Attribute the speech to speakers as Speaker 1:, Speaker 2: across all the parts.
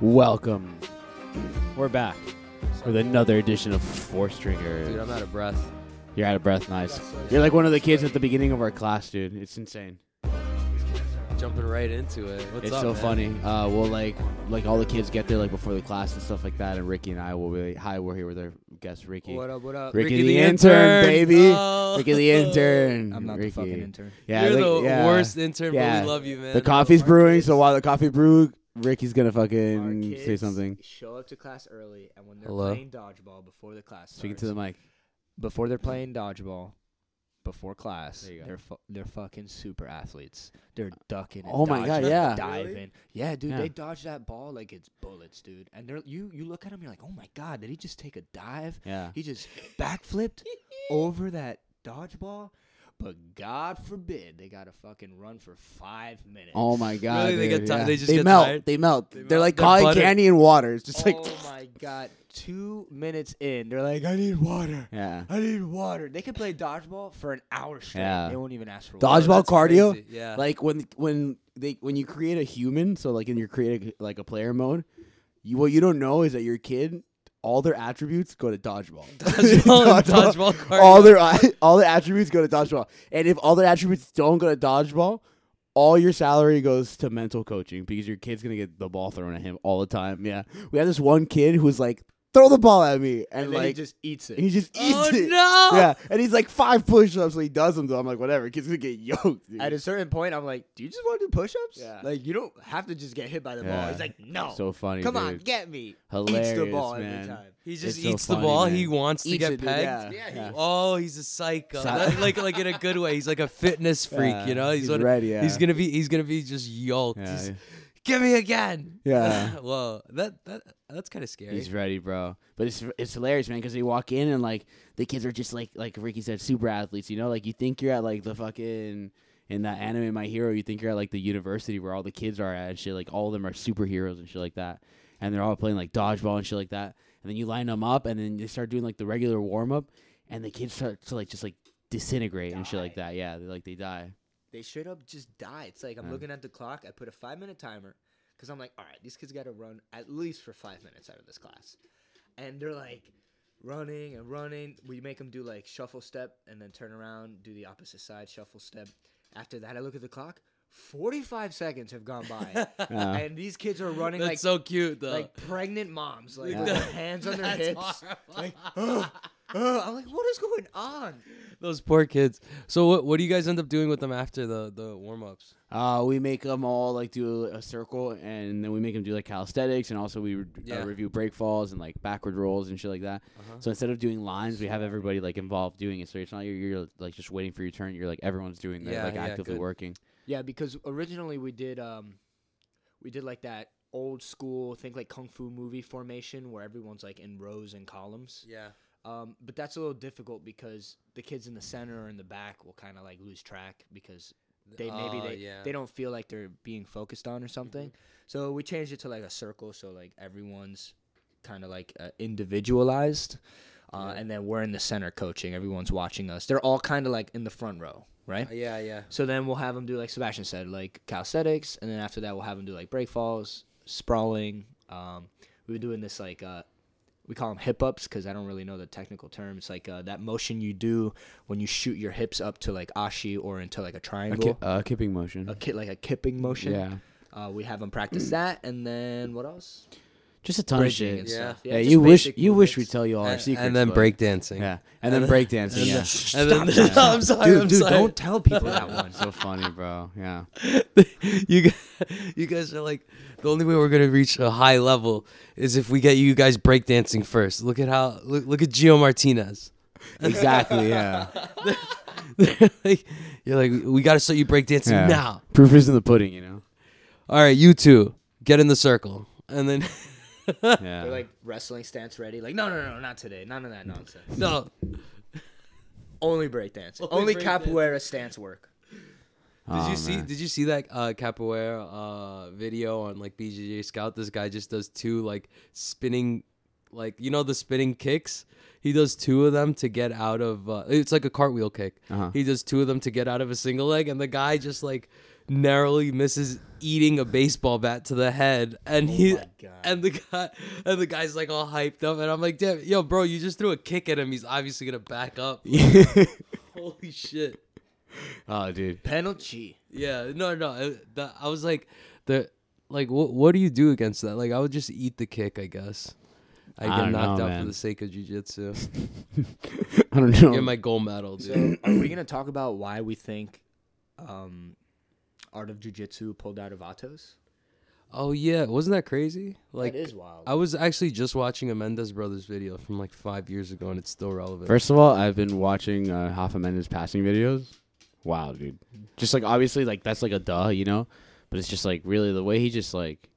Speaker 1: Welcome. We're back with another edition of Four Stringers.
Speaker 2: Dude, I'm out of breath.
Speaker 1: You're out of breath. Nice. You're like one of the kids at the beginning of our class, dude. It's insane.
Speaker 2: Jumping right into it. What's
Speaker 1: it's
Speaker 2: up,
Speaker 1: so
Speaker 2: man?
Speaker 1: funny. Uh, we'll like like all the kids get there like before the class and stuff like that. And Ricky and I will be like, hi. We're here with our guest Ricky.
Speaker 2: What up? What up?
Speaker 1: Ricky the intern, Oh. baby. Ricky the intern.
Speaker 3: I'm not
Speaker 1: Ricky.
Speaker 3: the fucking intern.
Speaker 1: Yeah,
Speaker 2: You're
Speaker 1: like-
Speaker 2: the
Speaker 1: yeah.
Speaker 2: worst intern,
Speaker 1: Yeah.
Speaker 2: but we love you, man.
Speaker 1: The coffee's brewing, so while the coffee brew, Ricky's gonna fucking say something.
Speaker 3: Show up to class early, and when they're
Speaker 2: Hello?
Speaker 3: playing dodgeball before the class starts,
Speaker 1: Speaking to the mic.
Speaker 3: before they're playing dodgeball, before class,
Speaker 1: There you go.
Speaker 3: they're fu- they're fucking super athletes. They're ducking. And
Speaker 1: Oh my God,
Speaker 3: dodging and
Speaker 1: yeah.
Speaker 3: diving. Yeah, dude,
Speaker 1: Yeah.
Speaker 3: they dodge that ball like it's bullets, dude. And they're you you look at him, you're like, oh my god, did he just take a dive?
Speaker 1: Yeah.
Speaker 3: He just backflipped over that dodgeball. But God forbid they gotta fucking run for five minutes.
Speaker 1: Oh my god!
Speaker 2: Really, they
Speaker 1: dude,
Speaker 2: get ti-
Speaker 1: yeah.
Speaker 2: they just get
Speaker 1: melt.
Speaker 2: tired?
Speaker 1: They melt.
Speaker 2: They
Speaker 1: They are
Speaker 2: melt.
Speaker 1: like
Speaker 2: They're
Speaker 1: calling
Speaker 2: buttered.
Speaker 1: candy and water. It's just like
Speaker 3: oh my god! Two minutes in, they're like, "I need water.
Speaker 1: yeah.
Speaker 3: I need water." They could play dodgeball for an hour straight.
Speaker 1: Yeah.
Speaker 3: They won't even ask for
Speaker 1: Dodge-
Speaker 3: water.
Speaker 1: Dodgeball
Speaker 2: that's
Speaker 1: cardio?
Speaker 2: crazy. Yeah.
Speaker 1: Like when when they when you create a human, so like in your create a, like a player mode, you what you don't know is that your kid all their attributes go to dodgeball.
Speaker 2: Dodgeball and dodgeball cardio.
Speaker 1: All their all their attributes go to dodgeball, and if all their attributes don't go to dodgeball. All your salary goes to mental coaching because your kid's gonna get the ball thrown at him all the time. Yeah, we have this one kid who's like, "Throw the ball at me," and,
Speaker 3: And then
Speaker 1: like
Speaker 3: he just eats it.
Speaker 1: He just eats
Speaker 2: oh
Speaker 1: it.
Speaker 2: no!
Speaker 1: Yeah, and he's like five push-ups, and he does them. Though I'm like, whatever, kid's gonna get yoked. Dude.
Speaker 3: At a certain point, I'm like, "Do you just want to do push-ups?
Speaker 1: Yeah.
Speaker 3: Like, you don't have to just get hit by the
Speaker 1: Yeah.
Speaker 3: ball." He's like, "No,
Speaker 1: so funny.
Speaker 3: Oh, come
Speaker 1: dude.
Speaker 3: on, get me." eats the
Speaker 1: Hilarious,
Speaker 3: ball
Speaker 1: man.
Speaker 3: every time.
Speaker 2: He just
Speaker 1: It's so
Speaker 2: eats the
Speaker 1: funny,
Speaker 2: ball.
Speaker 1: man.
Speaker 2: He wants to
Speaker 1: Eats
Speaker 2: get
Speaker 1: it, dude, Yeah,
Speaker 2: pegged.
Speaker 3: Yeah,
Speaker 1: yeah.
Speaker 2: Oh, he's a psycho.
Speaker 1: Si-
Speaker 2: That- like, like in a good way. He's like a fitness freak.
Speaker 1: Yeah,
Speaker 2: You know,
Speaker 1: he's
Speaker 2: one-
Speaker 1: ready, yeah.
Speaker 2: He's gonna be. He's gonna be just yoked.
Speaker 1: Yeah,
Speaker 2: Just,
Speaker 1: yeah.
Speaker 2: Give me again.
Speaker 1: Yeah.
Speaker 2: Whoa. That that that's kind of scary.
Speaker 1: He's ready, bro. But it's it's hilarious, man, because they walk in and like the kids are just like like Ricky said, super athletes. You know, like you think you're at like the fucking in that anime My Hero, you think you're at like the university where all the kids are at and shit. Like all of them are superheroes and shit like that, and they're all playing like dodgeball and shit like that. And then you line them up, and then they start doing like the regular warm up, and the kids start to like just like disintegrate and shit like that. Yeah, they like they die.
Speaker 3: They straight up just die. It's like I'm
Speaker 1: Yeah.
Speaker 3: looking at the clock. I put a five minute timer because I'm like, all right, these kids got to run at least for five minutes out of this class, and they're like running and running. We make them do like shuffle step and then turn around, do the opposite side shuffle step. After that, I look at the clock. Forty five seconds have gone by,
Speaker 1: Yeah.
Speaker 3: and these kids are running
Speaker 2: That's
Speaker 3: like
Speaker 2: so cute though.
Speaker 3: like pregnant moms, like
Speaker 2: Yeah.
Speaker 3: with their hands on their
Speaker 2: That's
Speaker 3: hips.
Speaker 2: horrible.
Speaker 3: Like, "Ugh, ugh." I'm like, what is going on?
Speaker 2: Those poor kids. So what what do you guys end up doing with them after the the warm ups?
Speaker 1: Uh, we make them all like do a circle, and then we make them do like calisthenics, and also we re-
Speaker 2: Yeah. Uh-huh.
Speaker 1: uh, review break falls and like backward rolls and shit like that. So instead of doing lines, we have everybody like involved doing it. So it's not you're, you're like just waiting for your turn. You're like everyone's doing that,
Speaker 2: Yeah,
Speaker 1: like
Speaker 2: yeah,
Speaker 1: actively
Speaker 2: good.
Speaker 1: working.
Speaker 3: Yeah, because originally we did um we did like that old school think like kung fu movie formation where everyone's like in rows and columns.
Speaker 2: Yeah.
Speaker 3: Um but that's a little difficult because the kids in the center or in the back will kind of like lose track because they maybe
Speaker 2: Oh,
Speaker 3: they
Speaker 2: yeah. Mm-hmm.
Speaker 3: they don't feel like they're being focused on or something. So we changed it to like a circle so like everyone's kind of like uh, individualized. Uh, And then we're in the center coaching. Everyone's watching us. They're all kind of like in the front row, right?
Speaker 2: Uh, Yeah, yeah.
Speaker 3: So then we'll have them do like Sebastian said, like calisthenics, and then after that we'll have them do like break falls, sprawling. Um, we were doing this like uh, we call them hip ups because I don't really know the technical term. It's like uh, that motion you do when you shoot your hips up to like ashi or into like a
Speaker 1: A
Speaker 3: triangle,
Speaker 1: ki- uh, kipping motion.
Speaker 3: a, ki- like a kipping motion.
Speaker 1: yeah,
Speaker 3: Uh, we have them practice that, and then what else?
Speaker 1: just a ton of
Speaker 3: Bridging
Speaker 1: shit.
Speaker 3: and
Speaker 2: Yeah.
Speaker 3: stuff.
Speaker 1: Yeah,
Speaker 3: just
Speaker 1: you wish
Speaker 3: basic
Speaker 1: you wish we'd
Speaker 3: movements.
Speaker 1: tell you all our
Speaker 2: And,
Speaker 1: secrets.
Speaker 2: and then
Speaker 1: but-
Speaker 2: breakdancing.
Speaker 1: Yeah, and then breakdancing.
Speaker 2: And
Speaker 1: Yeah.
Speaker 2: then, and then I'm sorry.
Speaker 3: Dude,
Speaker 2: I'm
Speaker 3: dude,
Speaker 2: sorry.
Speaker 3: don't tell people that one.
Speaker 1: So funny, bro. Yeah.
Speaker 2: you guys, you guys are like the only way we're gonna reach a high level is if we get you guys breakdancing first. Look at how look look at Gio Martinez.
Speaker 1: Exactly. Yeah.
Speaker 2: Like, you're like we gotta start you breakdancing
Speaker 1: yeah.
Speaker 2: now.
Speaker 1: Proof is in the pudding, you know.
Speaker 2: All right, you two get in the circle, and then
Speaker 1: Yeah.
Speaker 3: They're like wrestling stance ready. Like no, no, no, not today. None of that nonsense.
Speaker 2: no.
Speaker 3: Only breakdance.
Speaker 2: Only
Speaker 3: Only,
Speaker 2: breakdance.
Speaker 3: capoeira stance work.
Speaker 2: Did
Speaker 1: Oh,
Speaker 2: you see? Did you see that uh, capoeira uh, video on like BJJ Scout? This guy just does two like spinning, like you know the spinning kicks. He does two of them to get out of. Uh, it's like a cartwheel kick.
Speaker 1: Uh-huh.
Speaker 2: He does two of them to get out of a single leg, and the guy just like narrowly misses eating a baseball bat to the head, and he
Speaker 3: Oh my God.
Speaker 2: and the guy and the guy's like all hyped up, and I'm like, damn, yo, bro, you just threw a kick at him. He's obviously gonna back up. Holy shit.
Speaker 1: oh, dude.
Speaker 3: Penalty.
Speaker 2: Yeah, no, no. I, the, I was like, the like, what what do you do against that? Like, I would just eat the kick, I guess. I
Speaker 1: I
Speaker 2: get
Speaker 1: don't
Speaker 2: knocked
Speaker 1: know,
Speaker 2: out
Speaker 1: man.
Speaker 2: for the sake of jujitsu.
Speaker 1: I don't know.
Speaker 2: Get my gold medal, dude.
Speaker 3: So, are we gonna talk about why we think um, Art of Jiu-Jitsu pulled out of Atos?
Speaker 2: Oh yeah, wasn't that crazy? Like,
Speaker 3: that is wild.
Speaker 2: I was actually just watching a Mendez Brothers video from like five years ago, and it's still relevant.
Speaker 1: First of all, I've been watching uh, Hoffa Mendes passing videos. Wow, dude. Just like obviously, like that's like a duh, you know. But it's just like really the way he just like,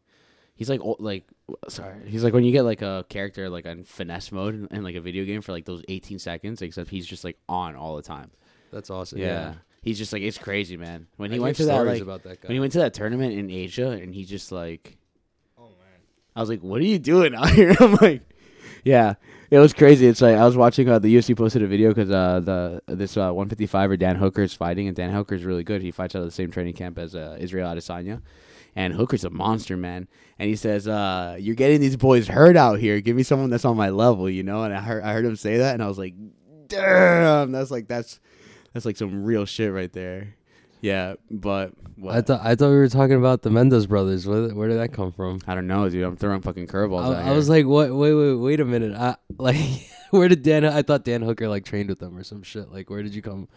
Speaker 1: he's like old, like sorry, he's like when you get like a character like on finesse mode in, in like a video game for like those 18 seconds, except he's just like on all the time.
Speaker 2: That's awesome.
Speaker 1: Yeah.
Speaker 2: Yeah,
Speaker 1: He's just like it's crazy, man. When
Speaker 2: I
Speaker 1: he went to
Speaker 2: hear
Speaker 1: that
Speaker 2: stories
Speaker 1: like
Speaker 2: about that guy.
Speaker 1: when he went to that tournament in Asia, and he just like
Speaker 3: oh man.
Speaker 1: I was like, "What are you doing out here?" I'm like, "Yeah, it was crazy." It's like I was watching uh, the UFC posted a video because uh, the this uh, 155er Dan Hooker is fighting, and Dan Hooker is really good. He fights out of the same training camp as uh, Israel Adesanya, and Hooker's a monster, man. And he says, uh, "You're getting these boys hurt out here. Give me someone that's on my level, you know." And I heard I heard him say that, and I was like, "Damn, that's like that's that's like some real shit right there." Yeah, but what?
Speaker 2: I thought I thought we were talking about the Mendez Brothers. Where where did that come from?
Speaker 1: I don't know, dude. I'm throwing fucking curveballs. out
Speaker 2: I, I
Speaker 1: here.
Speaker 2: was like, what? Wait, wait, wait a minute. I like, where did Dan? I thought Dan Hooker like trained with them or some shit. Like, where did you come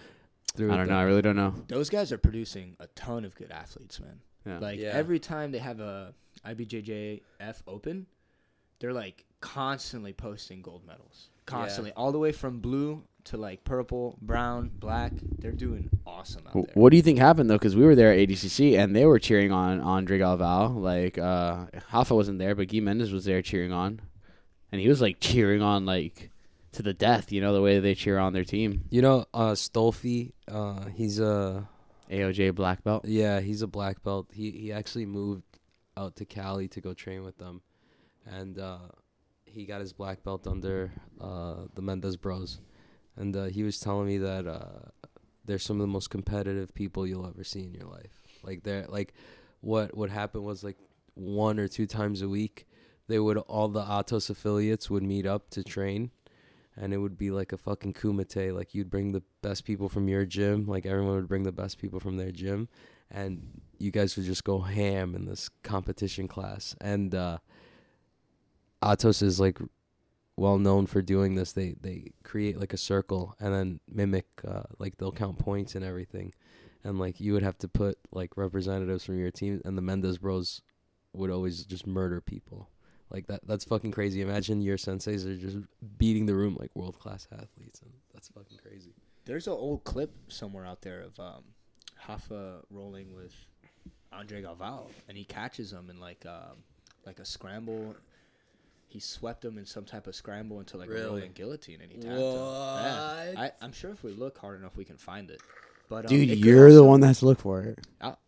Speaker 2: through?
Speaker 1: I
Speaker 2: with
Speaker 1: don't know.
Speaker 2: that?
Speaker 1: I really don't know.
Speaker 3: Those guys are producing a ton of good athletes, man.
Speaker 1: Yeah.
Speaker 3: Like
Speaker 2: Yeah.
Speaker 3: every time they have a IBJJF Open, they're like constantly posting gold medals. Constantly, all the way from blue to like purple, brown, black. They're doing awesome out
Speaker 1: W-
Speaker 3: there.
Speaker 1: What do you think happened though? Because we were there at ADCC and they were cheering on Andre Galval. Like uh, Hoffa wasn't there, but Guy Mendes was there cheering on, and he was like cheering on like to the death. You know the way they cheer on their team.
Speaker 2: You know, uh, Stolfi. Uh, he's a
Speaker 1: AOJ black belt.
Speaker 2: yeah, he's a black belt. He he actually moved out to Cali to go train with them, and uh, he got his black belt under uh, the Mendez Bros, and uh, he was telling me that uh, they're some of the most competitive people you'll ever see in your life. Like they're like, what what happened was like one or two times a week, they would all the Atos affiliates would meet up to train. And it would be like a fucking kumite. Like you'd bring the best people from your gym. Like everyone would bring the best people from their gym, and you guys would just go ham in this competition class. And uh, Atos is like well known for doing this. They they create like a circle and then mimic uh, like they'll count points and everything, and like you would have to put like representatives from your team, and the Mendez Bros would always just murder people. Like that that's fucking crazy. Imagine your senseis are just beating the room like world class athletes, and that's fucking crazy.
Speaker 3: There's an old clip somewhere out there of um, Hoffa rolling with Andre Galvao, and he catches him in like um, like a scramble. He swept him in some type of scramble into like a
Speaker 2: Really?
Speaker 3: rolling guillotine, and he tapped him. Yeah. I,
Speaker 2: What?
Speaker 3: I'm sure if we look hard enough, we can find it. But um,
Speaker 1: Dude,
Speaker 3: it could
Speaker 1: you're the
Speaker 3: also-
Speaker 1: one that's looked for it.
Speaker 3: I'll-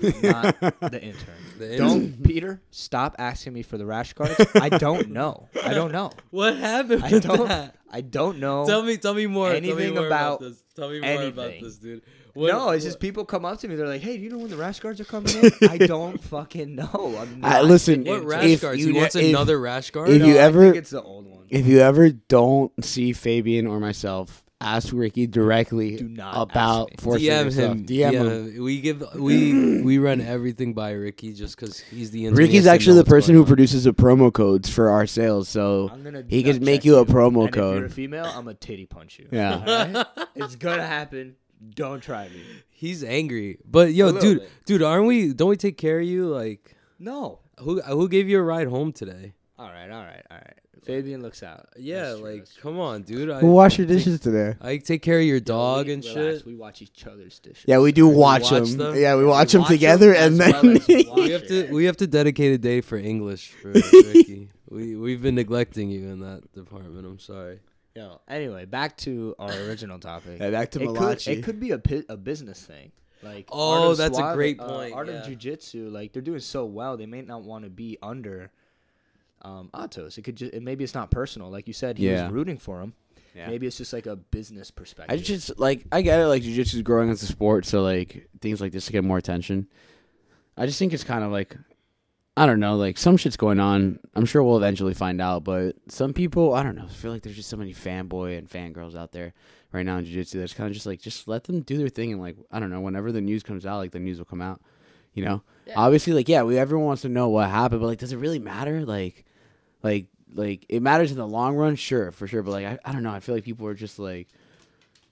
Speaker 3: I'm not the intern.
Speaker 2: The
Speaker 3: Don't Peter stop asking me for the rash guards. I don't know. I don't know.
Speaker 2: What happened?
Speaker 3: I don't. I don't know.
Speaker 2: Tell me, tell me more. tell me
Speaker 3: anything
Speaker 2: more about,
Speaker 3: about
Speaker 2: this. Tell me more about
Speaker 3: anything.
Speaker 2: this, dude.
Speaker 3: no, it's just people come up to me. They're like, "Hey, do you know when the rash guards are coming in?" I don't fucking know. I'm
Speaker 1: Uh,
Speaker 3: not
Speaker 1: listen,
Speaker 3: the
Speaker 2: what
Speaker 3: intern.
Speaker 2: rash
Speaker 1: If
Speaker 2: guards?
Speaker 1: you
Speaker 2: He
Speaker 1: ne-
Speaker 2: wants
Speaker 1: if-
Speaker 2: another rash guard.
Speaker 1: if
Speaker 3: No,
Speaker 1: you
Speaker 3: I
Speaker 1: ever-
Speaker 3: think it's the old one.
Speaker 1: If you ever don't see Fabian or myself, ask Ricky directly
Speaker 3: Do not ask
Speaker 1: about
Speaker 3: me.
Speaker 1: forcing
Speaker 2: DM
Speaker 1: yourself.
Speaker 2: him.
Speaker 1: DM him.
Speaker 2: We give we we run everything by Ricky just because he's the. engineer,
Speaker 1: Ricky's
Speaker 2: so he
Speaker 1: actually
Speaker 2: knows
Speaker 1: the
Speaker 2: what's
Speaker 1: person
Speaker 2: going
Speaker 1: who
Speaker 2: on.
Speaker 1: produces the promo codes for our sales, so
Speaker 3: I'm gonna
Speaker 1: he
Speaker 3: nut
Speaker 1: could make
Speaker 3: check
Speaker 1: you a promo
Speaker 3: And If
Speaker 1: code.
Speaker 3: you're a female, I'm gonna titty punch you.
Speaker 1: Yeah.
Speaker 3: Alright? it's gonna happen. Don't try me.
Speaker 2: He's angry, but yo,
Speaker 3: little
Speaker 2: dude,
Speaker 3: bit.
Speaker 2: dude, aren't we? Don't we take care of you? Like,
Speaker 3: No.
Speaker 2: who who gave you a ride home today?
Speaker 3: All right. All right. All right. Fabian looks out.
Speaker 2: Yeah,
Speaker 3: That's true,
Speaker 2: like,
Speaker 3: that's true.
Speaker 2: come on, dude. I,
Speaker 1: Who washed your dishes today?
Speaker 2: I take care of your dog
Speaker 3: we,
Speaker 2: and
Speaker 3: relax,
Speaker 2: shit.
Speaker 3: We watch each other's dishes.
Speaker 1: Yeah, we do watch,
Speaker 2: watch
Speaker 1: them.
Speaker 2: them.
Speaker 1: Yeah, we watch them
Speaker 3: watch 'em
Speaker 1: together,
Speaker 3: as
Speaker 1: and
Speaker 3: well
Speaker 1: then
Speaker 3: as watch
Speaker 2: We have to
Speaker 3: it.
Speaker 2: we have to dedicate a day for English for Ricky. We we've been neglecting you in that department. I'm sorry.
Speaker 3: Yo, anyway, back to our original topic.
Speaker 1: Yeah, back to
Speaker 3: it could,
Speaker 1: Malachi.
Speaker 3: it could be a, pi- a business thing. Like
Speaker 2: Oh,
Speaker 3: Art of
Speaker 2: that's a
Speaker 3: Suave-
Speaker 2: great
Speaker 3: uh,
Speaker 2: point,
Speaker 3: art
Speaker 2: yeah.
Speaker 3: of jujitsu, like they're doing so well, they may not want to be under um, Atos. It could just, it, maybe it's not personal. Like you said, he
Speaker 1: Yeah.
Speaker 3: was rooting for him,
Speaker 1: Yeah.
Speaker 3: Maybe it's just like a business perspective.
Speaker 1: I just like I get it. Like jujitsu's growing as a sport, so like things like this to get more attention. I just think it's kind of like I don't know, like some shit's going on. I'm sure we'll eventually find out, but some people I don't know. I feel like there's just so many fanboy and fangirls out there right now in jujitsu. That's kind of just like just let them do their thing and like I don't know. Whenever the news comes out, like the news will come out. You know, obviously, like yeah, we everyone wants to know what happened, but like, does it really matter? Like, like like it matters in the long run, sure, for sure. But like I, I don't know. I feel like people are just like.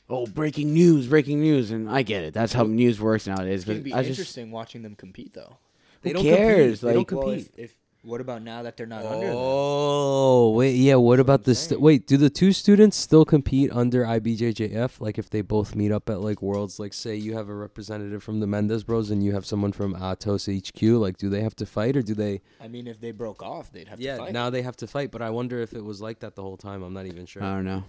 Speaker 1: Oh, breaking news! Breaking news, and I get it. That's how news works nowadays.
Speaker 3: It's gonna
Speaker 1: But
Speaker 3: be
Speaker 1: I just
Speaker 3: interesting watching them compete though.
Speaker 1: Who cares?
Speaker 2: Compete. they don't
Speaker 1: Like,
Speaker 2: compete.
Speaker 3: if, if what about now that they're not under? them?
Speaker 2: Oh wait, yeah. What about the stu- wait? Do the two students still compete under IBJJF? Like if they both meet up at like worlds, like say you have a representative from the Mendes Bros and you have someone from Atos HQ. Like, do they have to fight or do they?
Speaker 3: I mean, if they broke off, they'd have
Speaker 2: Yeah,
Speaker 3: to fight.
Speaker 2: now they have to fight. But I wonder if it was like that the whole time. I'm not even sure.
Speaker 1: I don't know.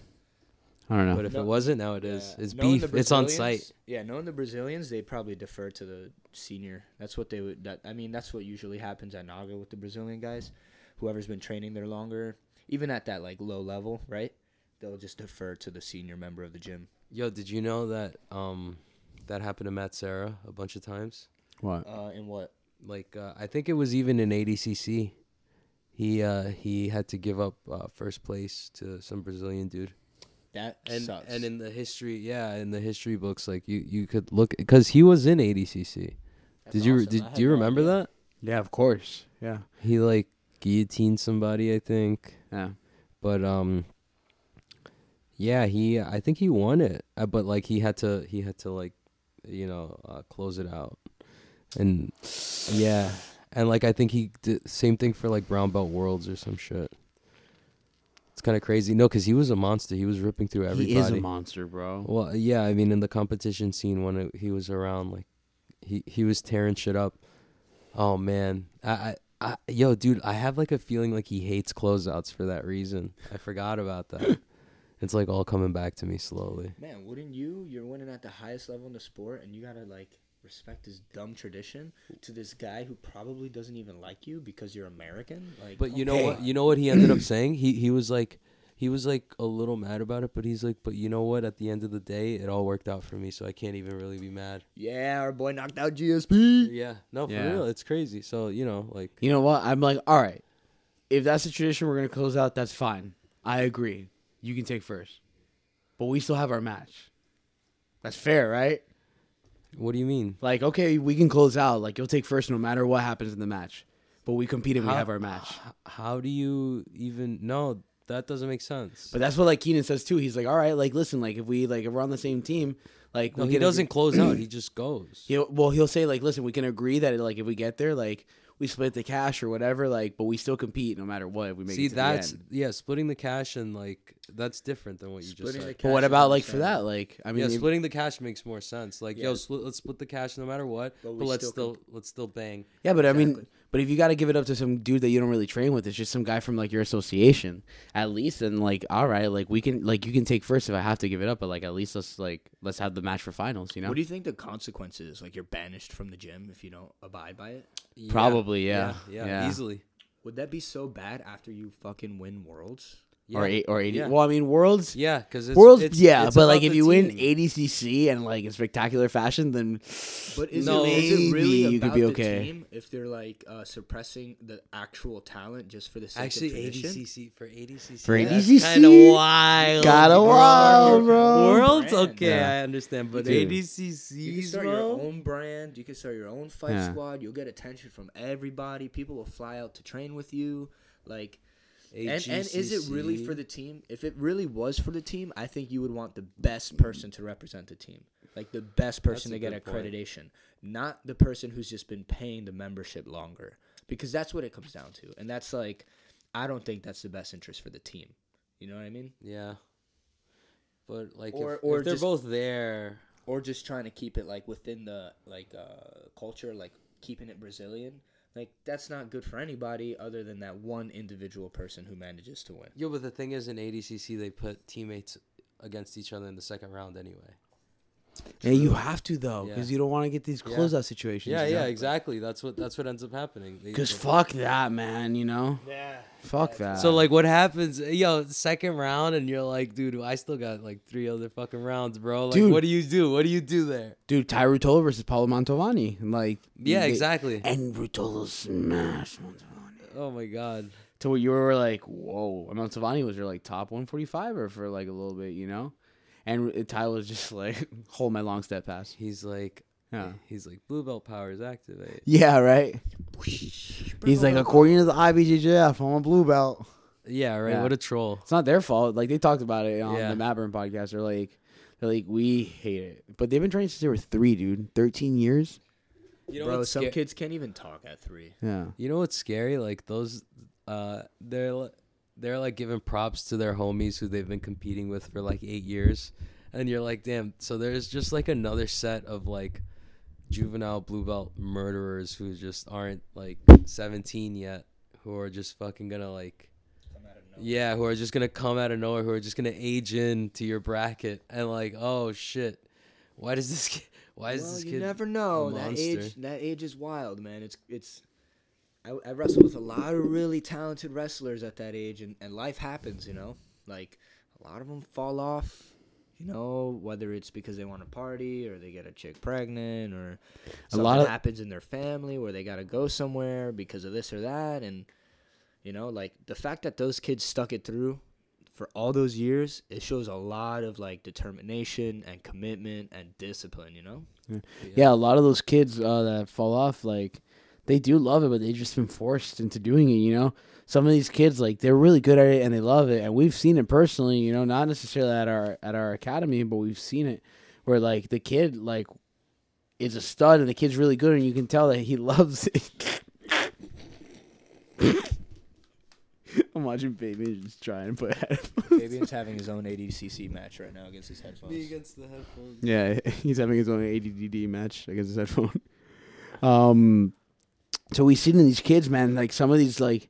Speaker 1: I don't know.
Speaker 2: but if
Speaker 3: No-
Speaker 2: it wasn't, now it is.
Speaker 3: Yeah.
Speaker 2: It's
Speaker 3: Knowing the
Speaker 2: beef. It's on
Speaker 3: Brazilians-
Speaker 2: site.
Speaker 3: Yeah, knowing the Brazilians, they probably defer to the senior. That's what they would. That, I mean, that's what usually happens at Naga with the Brazilian guys. Whoever's been training there longer, even at that like low level, right? They'll just defer to the senior member of the gym.
Speaker 2: Yo, did you know that um that happened to Matt Sarah a bunch of times?
Speaker 1: what?
Speaker 3: Uh, in what?
Speaker 2: Like uh, I think it was even in ADCC. He uh he had to give up uh, first place to some Brazilian dude.
Speaker 3: That
Speaker 2: And
Speaker 3: sucks.
Speaker 2: and in the history, yeah, in the history books like you you could look cuz he was in ADCC. did you
Speaker 3: awesome.
Speaker 2: did
Speaker 3: I had
Speaker 2: do you
Speaker 3: no
Speaker 2: remember
Speaker 3: idea.
Speaker 2: that?
Speaker 1: Yeah, of course. Yeah.
Speaker 2: He like guillotined somebody, I think.
Speaker 1: Yeah.
Speaker 2: but um yeah he i think he won it uh, but like he had to he had to like you know uh, close it out and yeah and like i think he did same thing for like brown belt worlds or some shit it's kind of crazy no because he was a monster he was ripping through everybody
Speaker 1: He is a monster, bro.
Speaker 2: well yeah i mean in the competition scene when it, he was around like he he was tearing shit up oh man I, I I, yo, dude, I have like a feeling like he hates closeouts for that reason. I forgot about that. it's like all coming back to me slowly.
Speaker 3: Man, wouldn't you? You're winning at the highest level in the sport, and you gotta like respect this dumb tradition to this guy who probably doesn't even like you because you're American. Like,
Speaker 2: But you know
Speaker 3: come
Speaker 2: what?
Speaker 3: on.
Speaker 2: You know what he ended up saying? He he was like he was like a little mad about it, but he's like, but you know what? At the end of the day, it all worked out for me, so I can't even really be mad.
Speaker 3: yeah, our boy knocked out GSP.
Speaker 2: Yeah, no, for
Speaker 1: Yeah.
Speaker 2: real, it's crazy. So you know, like,
Speaker 1: You know what? I'm like, all right. If that's the tradition we're gonna close out, that's fine. I agree. You can take first, but we still have our match. That's fair, right?
Speaker 2: what do you mean?
Speaker 1: Like, okay, we can close out. Like, you'll take first no matter what happens in the match. But we compete and we
Speaker 2: How-
Speaker 1: have our match.
Speaker 2: h- How do you even? No, that doesn't make sense.
Speaker 1: But that's what like Keenan says too. He's like, all right, like listen, like if we like if we're on the same team, like
Speaker 2: no,
Speaker 1: we
Speaker 2: he
Speaker 1: can agree-
Speaker 2: doesn't close out. He just goes.
Speaker 1: He'll, well, he'll say like, listen, we can agree that like if we get there, like we split the cash or whatever, like, but we still compete no matter what. If we make
Speaker 2: See,
Speaker 1: it to
Speaker 2: that's
Speaker 1: the end.
Speaker 2: yeah, splitting the cash and like that's different than what you just
Speaker 3: Splitting
Speaker 2: said.
Speaker 3: the
Speaker 1: But what
Speaker 3: cash is
Speaker 1: about
Speaker 3: what
Speaker 1: like
Speaker 3: I'm
Speaker 1: for
Speaker 3: saying.
Speaker 1: that? Like, I mean,
Speaker 2: yeah,
Speaker 1: if-
Speaker 2: splitting the cash makes more sense. Like, yo,
Speaker 3: Yeah.
Speaker 2: split, let's split the cash no matter what,
Speaker 3: But
Speaker 2: but,
Speaker 3: we
Speaker 2: let's
Speaker 3: still
Speaker 2: still let's still bang.
Speaker 1: yeah, but I mean,
Speaker 3: Exactly.
Speaker 1: but if you got to give it up to some dude that you don't really train with, it's just some guy from like your association, at least. And like, all right, like we can, like you can take first if I have to give it up, but like at least let's like let's have the match for finals, you know?
Speaker 3: What do you think the consequence is? Like you're banished from the gym if you don't abide by it.
Speaker 2: Yeah,
Speaker 1: Probably,
Speaker 2: yeah,
Speaker 1: yeah, yeah.
Speaker 2: easily.
Speaker 3: Would that be so bad after you fucking win worlds?
Speaker 2: Yeah.
Speaker 1: Or eight or eighty?
Speaker 2: Yeah.
Speaker 1: Well, I mean, worlds.
Speaker 2: Yeah, because
Speaker 1: Worlds,
Speaker 2: it's,
Speaker 1: yeah,
Speaker 2: it's
Speaker 1: but
Speaker 2: about
Speaker 1: like if
Speaker 2: the
Speaker 1: you win
Speaker 2: team.
Speaker 1: ADCC and like in spectacular fashion, then
Speaker 3: But is,
Speaker 2: No.
Speaker 3: it, is it really
Speaker 1: Maybe
Speaker 3: about
Speaker 1: you could be
Speaker 3: the
Speaker 1: okay.
Speaker 3: team if they're like uh, suppressing the actual talent just for the sake
Speaker 2: actually
Speaker 3: of tradition?
Speaker 2: ADCC for ADCC
Speaker 1: For
Speaker 2: that's
Speaker 1: ADCC?
Speaker 2: kind of wild.
Speaker 1: Got a
Speaker 2: bro.
Speaker 1: wild, bro.
Speaker 2: Worlds,
Speaker 3: Brand.
Speaker 2: okay,
Speaker 1: Yeah.
Speaker 2: I understand, but
Speaker 1: Dude.
Speaker 3: You can
Speaker 2: ADCC,
Speaker 3: start your
Speaker 2: bro.
Speaker 3: own brand. You can start your own fight
Speaker 1: Yeah.
Speaker 3: squad. You'll get attention from everybody. People will fly out to train with you. Like, and, and is it really for the team? If it really was for the team, I think you would want the best person to represent the team, like the best person
Speaker 2: a
Speaker 3: to get
Speaker 2: good point.
Speaker 3: accreditation, not the person who's just been paying the membership longer, because that's what it comes down to. And that's like, I don't think that's the best interest for the team. You know what I mean?
Speaker 2: Yeah. But like,
Speaker 3: Or-
Speaker 2: if,
Speaker 3: or
Speaker 2: if they're
Speaker 3: just-
Speaker 2: both there,
Speaker 3: or just trying to keep it like within the like uh culture like keeping it brazilian like that's not good for anybody other than that one individual person who manages to win
Speaker 2: yo. But the thing is, in ADCC, they put teammates against each other in the second round anyway.
Speaker 1: yeah, you have to though because
Speaker 2: Yeah.
Speaker 1: you don't want to get these
Speaker 2: Yeah.
Speaker 1: closeout situations.
Speaker 2: Yeah,
Speaker 1: you know?
Speaker 2: yeah, exactly. That's what that's what ends up happening. They-
Speaker 1: Cause
Speaker 2: they-
Speaker 1: fuck that, man. You know.
Speaker 3: yeah
Speaker 1: Fuck that.
Speaker 2: So like, what happens? eh, Yo, second round, and you're like, dude, I still got like three other fucking rounds, bro. Like,
Speaker 1: Dude.
Speaker 2: what do you do? What do you do there?
Speaker 1: dude, Ty Rutola versus Paolo Mantovani, and like
Speaker 2: Yeah,
Speaker 1: they- eh.
Speaker 2: exactly.
Speaker 1: And Rutola smashed Mantovani.
Speaker 2: Oh my god.
Speaker 1: to where you were like, whoa, and Mantovani was your like top 145 or for like a little bit, you know, and R- Ty was just like, hold my long step pass.
Speaker 2: He's like,
Speaker 1: Yeah.
Speaker 2: he's like, blue belt powers activate.
Speaker 1: Yeah, right. He's like, according to the IBJJF, I'm a blue belt.
Speaker 2: Yeah, right.
Speaker 1: Yeah.
Speaker 2: What a troll.
Speaker 1: It's not their fault. Like they talked about it on
Speaker 2: Yeah.
Speaker 1: the Madburn podcast. They're like, they're like, we hate it, but they've been training since they were three, dude, thirteen years.
Speaker 2: You know
Speaker 3: Bro,
Speaker 2: what's
Speaker 3: some
Speaker 2: sca-
Speaker 3: kids can't even talk at three.
Speaker 1: Yeah,
Speaker 2: You know what's scary? Like those, uh, they're li- they're like giving props to their homies who they've been competing with for like eight years, and you're like, damn. So there's just like another set of like juvenile blue belt murderers who just aren't like 17 yet, who are just fucking gonna like. Yeah, who are just gonna come out of nowhere, who are just gonna age in to your bracket, and like, oh shit, why does this kid? Why is
Speaker 3: Well,
Speaker 2: this
Speaker 3: you
Speaker 2: kid?
Speaker 3: never know.
Speaker 2: a
Speaker 3: That
Speaker 2: monster?
Speaker 3: age, that age is wild, man. It's it's. I, I wrestled with a lot of really talented wrestlers at that age, and, and life happens, you know. Like a lot of them fall off, you know, whether it's because they want to party or they get a chick pregnant or something
Speaker 1: lot of-
Speaker 3: happens in their family where they gotta go somewhere because of this or that, and you know, like the fact that those kids stuck it through for all those years, it shows a lot of like determination and commitment and discipline, you know.
Speaker 1: yeah. a lot of those kids uh, that fall off, like they do love it, but they just been forced into doing it. You know, some of these kids, like they're really good at it and they love it, and we've seen it personally. You know, not necessarily at our at our academy, but we've seen it where like the kid like is a stud and the kid's really good, and you can tell that he loves it. I'm watching baby just trying to put headphones.
Speaker 3: Fabian's having his own ADCC match right now against his headphones.
Speaker 2: against the headphones.
Speaker 1: Yeah, he's having his own ADDD match against his headphone. Um, so we see it in these kids, man. Like some of these, like,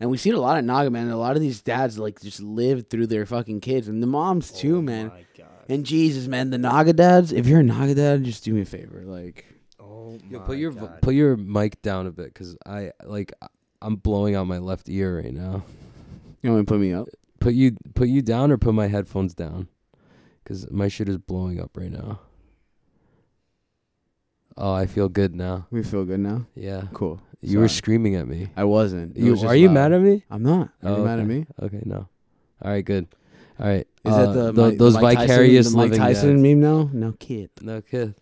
Speaker 1: and we see it a lot at Naga, man. A lot of these dads, like, just live through their fucking kids and the moms
Speaker 2: Oh
Speaker 1: too, man.
Speaker 3: Oh my god.
Speaker 1: And Jesus, man, the Naga dads. If you're a Naga dad, just do me a favor, like,
Speaker 3: Oh my
Speaker 2: Yo, put your vo-
Speaker 3: god.
Speaker 2: put your mic down a bit, cause I like I- I'm blowing out my left ear right now.
Speaker 1: you want to put me up?
Speaker 2: Put you put you down or put my headphones down, cause my shit is blowing up right now. Oh, I feel good now.
Speaker 1: We feel good now.
Speaker 2: Yeah,
Speaker 1: Cool.
Speaker 2: you were
Speaker 1: Sorry.
Speaker 2: screaming at me.
Speaker 1: I wasn't. It
Speaker 2: You
Speaker 1: was just
Speaker 2: are you
Speaker 1: loud.
Speaker 2: mad at me?
Speaker 1: I'm not. Are
Speaker 2: Oh,
Speaker 1: you mad at
Speaker 2: okay.
Speaker 1: me?
Speaker 2: Okay, no. All right, good. All right.
Speaker 1: Is
Speaker 2: uh,
Speaker 1: that the,
Speaker 2: tho-
Speaker 1: Mi-
Speaker 2: those
Speaker 1: Mike Tyson-
Speaker 2: vicarious
Speaker 1: the Mike
Speaker 2: living
Speaker 1: Tyson
Speaker 2: dads.
Speaker 1: meme now? No kid.
Speaker 2: No kid.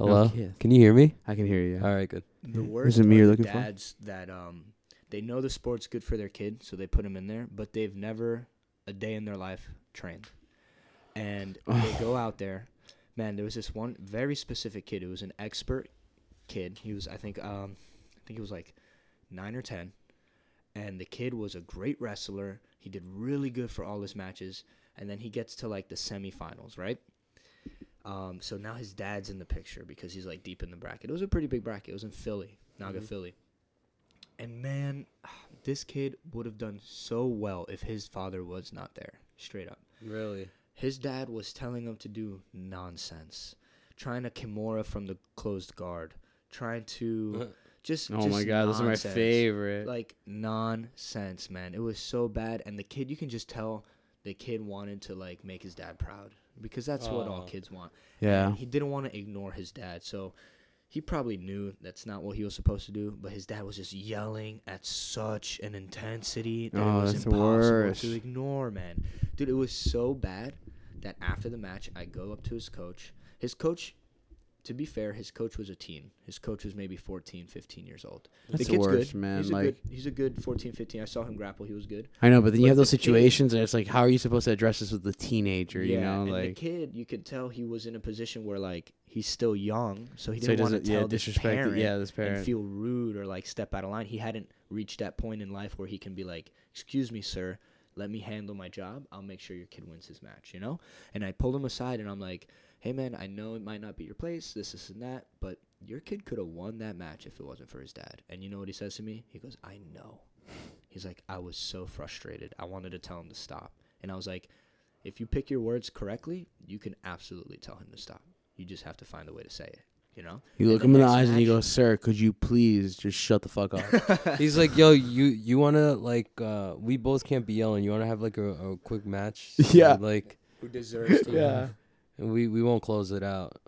Speaker 1: No
Speaker 2: Hello.
Speaker 1: kid.
Speaker 2: Can you hear me?
Speaker 1: I can hear you.
Speaker 2: All right, good.
Speaker 3: the
Speaker 1: Is
Speaker 3: worst
Speaker 1: it me
Speaker 3: are
Speaker 1: you're
Speaker 3: the
Speaker 1: looking for?
Speaker 3: dads that um they know the sport's good for their kid, so they put him in there, but they've never a day in their life trained. And they go out there. Man, there was this one very specific kid who was an expert kid. He was I think um I think he was like 9 or 10. And the kid was a great wrestler. He did really good for all his matches and then he gets to like the semifinals, right? Um, so now his dad's in the picture because he's like deep in the bracket. It was a pretty big bracket. It was in Philly, Naga Philly. And man, this kid would have done so well if his father was not there. Straight up.
Speaker 2: Really?
Speaker 3: His dad was telling him to do nonsense, trying to kimura from the closed guard, trying to just.
Speaker 1: Oh
Speaker 3: just
Speaker 1: my god, those are my
Speaker 3: nonsense.
Speaker 1: favorite.
Speaker 3: Like nonsense, man. It was so bad, and the kid, you can just tell the kid wanted to like make his dad proud because that's what all
Speaker 2: Aw.
Speaker 3: kids want.
Speaker 1: yeah.
Speaker 3: He didn't want to ignore his dad, so he probably knew that's not what he was supposed to do. But his dad was just yelling at such an intensity that
Speaker 1: Oh,
Speaker 3: it was
Speaker 1: that's the
Speaker 3: impossible
Speaker 1: worst.
Speaker 3: to ignore, man. Dude, it was so bad that after the match, I go up to his coach. His coach. To be fair, his coach was a teen. His coach was maybe 14, 15 years old.
Speaker 1: That's the worst, man,
Speaker 3: He's a
Speaker 1: like-
Speaker 3: good, he's a good 14, 15. I saw him grapple. He was good.
Speaker 1: I know, but then you
Speaker 3: But
Speaker 1: have those
Speaker 3: the kid-
Speaker 1: situations, and it's like, how are you supposed to address this with the teenager? you know,
Speaker 3: and
Speaker 1: like
Speaker 3: the kid, you could tell he was in a position where like he's still young, so he
Speaker 1: so he
Speaker 3: didn't want
Speaker 1: doesn't,
Speaker 3: to
Speaker 1: yeah,
Speaker 3: tell this
Speaker 1: disrespect, it-
Speaker 3: parent,
Speaker 1: yeah, this parent.
Speaker 3: and feel rude or like step out of line. He hadn't reached that point in life where he can be like, "Excuse me, sir, let me handle my job. I'll make sure your kid wins his match." You know. And I pulled him aside and I'm like, "Hey, man, I know it might not be your place, this, this, and that, but your kid could have won that match if it wasn't for his dad." And you know what he says to me? He goes, "I know." He's like, I was so frustrated. I wanted to tell him to stop. And I was like, if you pick your words correctly, you can absolutely tell him to stop. You just have to find a way to say it. you know.
Speaker 1: You
Speaker 3: And
Speaker 1: look
Speaker 3: the
Speaker 1: him in the
Speaker 3: next
Speaker 1: eyes and you go,
Speaker 3: match-
Speaker 1: "Sir, could you please just shut the fuck up?"
Speaker 2: He's like, yo, you you wanna like uh we both can't be yelling. You wanna have like a, a quick match? So,
Speaker 1: Yeah.
Speaker 2: Like
Speaker 3: who deserves to
Speaker 1: yeah.
Speaker 2: we we won't close it out.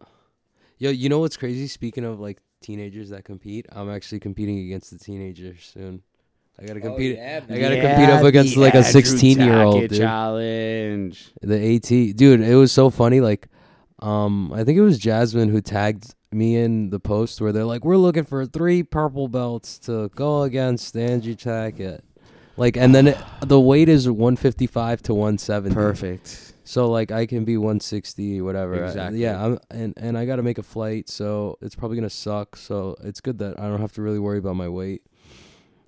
Speaker 2: Yo, you know what's crazy? Speaking of like teenagers that compete, I'm actually competing against the teenagers soon. I gotta
Speaker 3: Oh,
Speaker 2: compete.
Speaker 3: yeah,
Speaker 2: I gotta
Speaker 3: man.
Speaker 2: compete up
Speaker 1: the
Speaker 2: against like a
Speaker 1: Andrew
Speaker 2: 16 year old,
Speaker 1: Tackett
Speaker 2: dude.
Speaker 1: challenge.
Speaker 2: The AT, dude, it was so funny. Like, um, I think it was Jasmine who tagged me in the post where they're like, "We're looking for three purple belts to go against Angie Tackett." Like, and then it, the weight is 155 to 170.
Speaker 1: Perfect.
Speaker 2: So like, I can be 160, whatever.
Speaker 1: Exactly.
Speaker 2: yeah, I'm, and and I got to make a flight, so it's probably gonna suck. So it's good that I don't have to really worry about my weight.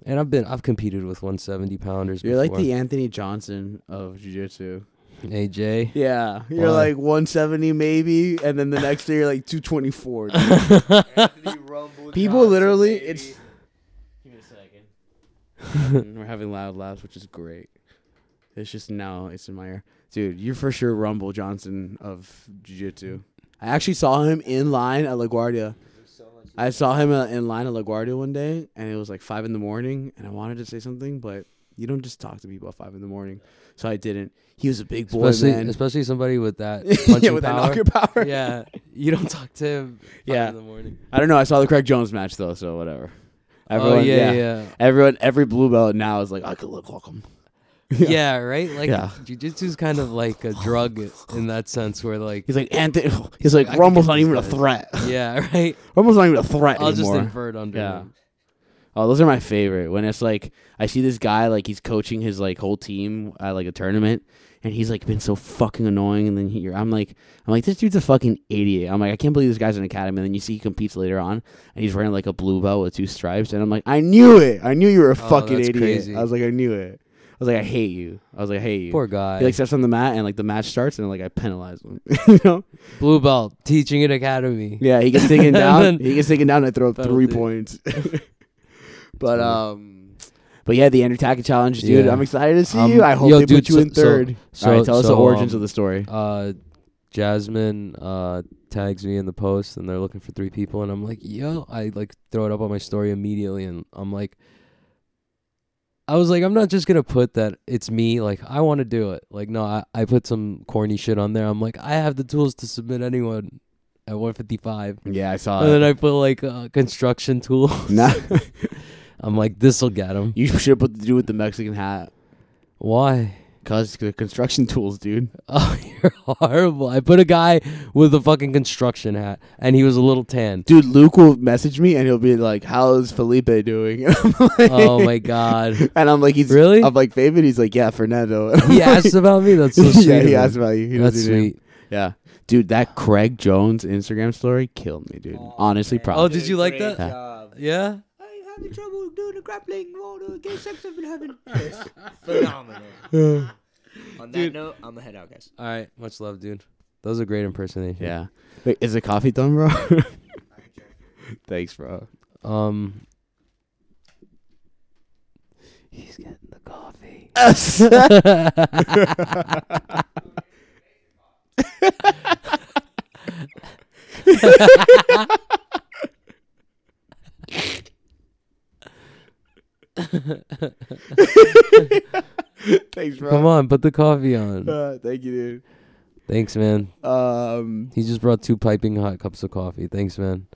Speaker 2: And I've been I've competed with 170 pounders.
Speaker 1: You're like
Speaker 2: before.
Speaker 1: the Anthony Johnson of jiu-jitsu.
Speaker 2: AJ.
Speaker 1: Yeah, you're
Speaker 2: Why?
Speaker 1: like 170 maybe, and then the next day you're like 224. dude.
Speaker 3: Anthony Rumble
Speaker 1: People
Speaker 3: Johnson,
Speaker 1: literally,
Speaker 3: baby.
Speaker 1: it's. Give me a second. We're having loud laughs, which is great. It's just now it's in my ear, dude. You're for sure Rumble Johnson of Jiu Jitsu. I actually saw him in line at LaGuardia. I saw him uh, in line at LaGuardia one day, and it was like five in the morning, and I wanted to say something, but you don't just talk to people at five in the morning, so I didn't. He was a big boy,
Speaker 2: especially,
Speaker 1: man.
Speaker 2: especially somebody with that punching
Speaker 1: yeah, with that
Speaker 2: power.
Speaker 1: knocker power.
Speaker 2: yeah, you don't talk to him. five
Speaker 1: Yeah.
Speaker 2: in the morning.
Speaker 1: I don't know. I saw the Craig Jones match though, so whatever.
Speaker 2: oh yeah, yeah,
Speaker 1: Everyone, every blue belt now is like, I could look like him.
Speaker 2: yeah, right. Like
Speaker 1: Yeah.
Speaker 2: jujitsu's kind of like a drug in that sense, where like,
Speaker 1: He's like Anthony. He's like
Speaker 2: I could
Speaker 1: Rumble's
Speaker 2: get
Speaker 1: not
Speaker 2: these
Speaker 1: even a
Speaker 2: guys."
Speaker 1: threat.
Speaker 2: yeah, right.
Speaker 1: Rumble's not even a threat
Speaker 2: I'll just
Speaker 1: anymore.
Speaker 2: invert under.
Speaker 1: Yeah.
Speaker 2: him.
Speaker 1: oh, those are my favorite. When it's like I see this guy like he's coaching his like whole team at like a tournament, and he's like been so fucking annoying. And then here I'm like, I'm like, this dude's a fucking idiot. I'm like, I can't believe this guy's an academy. And then you see he competes later on, and he's wearing like a blue belt with two stripes. And I'm like, I knew it. I knew you were a
Speaker 2: Oh,
Speaker 1: fucking
Speaker 2: that's
Speaker 1: idiot.
Speaker 2: crazy.
Speaker 1: I was like, I knew it. I was like, I hate you. I was like, I hate you.
Speaker 2: Poor guy.
Speaker 1: He like steps on the mat and like the match starts and like I penalize him. you know?
Speaker 2: Blue belt teaching at academy.
Speaker 1: Yeah, he gets taken down.
Speaker 2: Then-
Speaker 1: he gets taken down and I throw up three
Speaker 2: Penalty.
Speaker 1: points. but um but yeah, the Andrew Tackett challenge, dude.
Speaker 2: Yeah.
Speaker 1: I'm excited to see
Speaker 2: Um,
Speaker 1: you. I hope
Speaker 2: yo,
Speaker 1: they
Speaker 2: dude,
Speaker 1: put you
Speaker 2: so-
Speaker 1: in
Speaker 2: so-
Speaker 1: third.
Speaker 2: so-
Speaker 1: All right, tell us the
Speaker 2: so,
Speaker 1: origins
Speaker 2: um,
Speaker 1: of the story.
Speaker 2: uh, Jasmine uh, tags me in the post, and they're looking for three people, and I'm like, yo, I like throw it up on my story immediately, and I'm like, I was like, I'm not just gonna put that it's me. Like, I want to do it. Like, no, I, I put some corny shit on there. I'm like, I have the tools to submit anyone at 155,
Speaker 1: Yeah, I saw
Speaker 2: and then
Speaker 1: it.
Speaker 2: I put like uh, construction tool.
Speaker 1: Nah,
Speaker 2: I'm like, this will get him.
Speaker 1: you should have put the dude with the Mexican hat.
Speaker 2: Why?
Speaker 1: Cause the construction tools, dude.
Speaker 2: Oh, you're horrible. I put a guy with a fucking construction hat, and he was a little tan.
Speaker 1: Dude, Luke will message me and he'll be like, "How's Felipe doing?" And I'm like,
Speaker 2: oh my god.
Speaker 1: And I'm like, "He's
Speaker 2: Really?
Speaker 1: I'm like, "Favorite?" He's like, "Yeah, Fernando." And I'm
Speaker 2: He
Speaker 1: like-
Speaker 2: asked about me. That's so sweet.
Speaker 1: yeah,
Speaker 2: of
Speaker 1: he
Speaker 2: him.
Speaker 1: asked about you. He
Speaker 2: That's
Speaker 1: doesn't even-
Speaker 2: sweet.
Speaker 1: Yeah, dude, that Craig Jones Instagram story killed me, dude.
Speaker 3: Oh,
Speaker 1: Honestly,
Speaker 3: man.
Speaker 1: probably.
Speaker 2: Oh, did you like
Speaker 3: Great
Speaker 2: that?
Speaker 3: job.
Speaker 2: Yeah.
Speaker 3: I'm having trouble doing the grappling. Oh, gay sex I've been having. It's phenomenal. On that
Speaker 2: Dude.
Speaker 3: note, I'm gonna head out, guys.
Speaker 2: All right. Much love, dude. Those are great impersonations.
Speaker 1: Yeah. Wait, is the coffee done, bro? Thanks, bro.
Speaker 2: Um. He's getting the coffee.
Speaker 1: Thanks, bro.
Speaker 2: Come on, put the coffee on.
Speaker 1: Uh, thank you,
Speaker 2: Thanks, man.
Speaker 1: dude. Um,
Speaker 2: He just brought two piping hot cups of coffee. Thanks, man.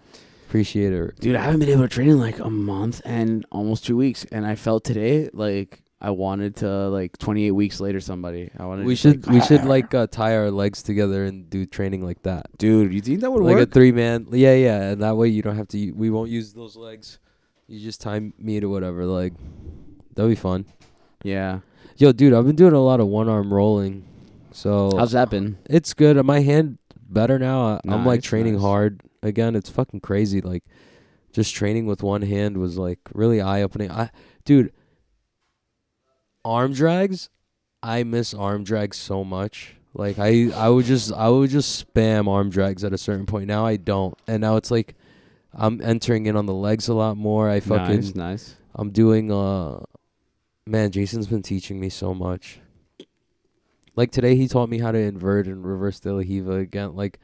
Speaker 2: Appreciate it.
Speaker 1: dude, I haven't been able to train in like a month and almost two weeks, and I felt today like I wanted to like 28 weeks later somebody. I wanted. to
Speaker 2: We
Speaker 1: just, like,
Speaker 2: should we should like uh, tie our legs together and do training like that.
Speaker 1: dude. You think that would
Speaker 2: like
Speaker 1: work?
Speaker 2: a three man. Yeah, yeah. And that way you don't have to. u- We won't use those legs. You just time me to whatever leg. That'd be fun.
Speaker 1: yeah.
Speaker 2: Yo, dude, I've been doing a lot of one arm rolling, so
Speaker 1: How's that been?
Speaker 2: it's good. My hand better now. I, I'm like
Speaker 1: Nice,
Speaker 2: training
Speaker 1: nice.
Speaker 2: hard again. It's fucking crazy. Like just training with one hand was like really eye opening. I, dude, arm drags. I miss arm drags so much. Like I, I would just, I would just spam arm drags at a certain point. Now I don't, and now it's like I'm entering in on the legs a lot more. I fucking,
Speaker 1: nice, nice.
Speaker 2: I'm doing. Uh, man, Jason's been teaching me so much. Like today, he taught me how to invert and reverse the la hiva again. Like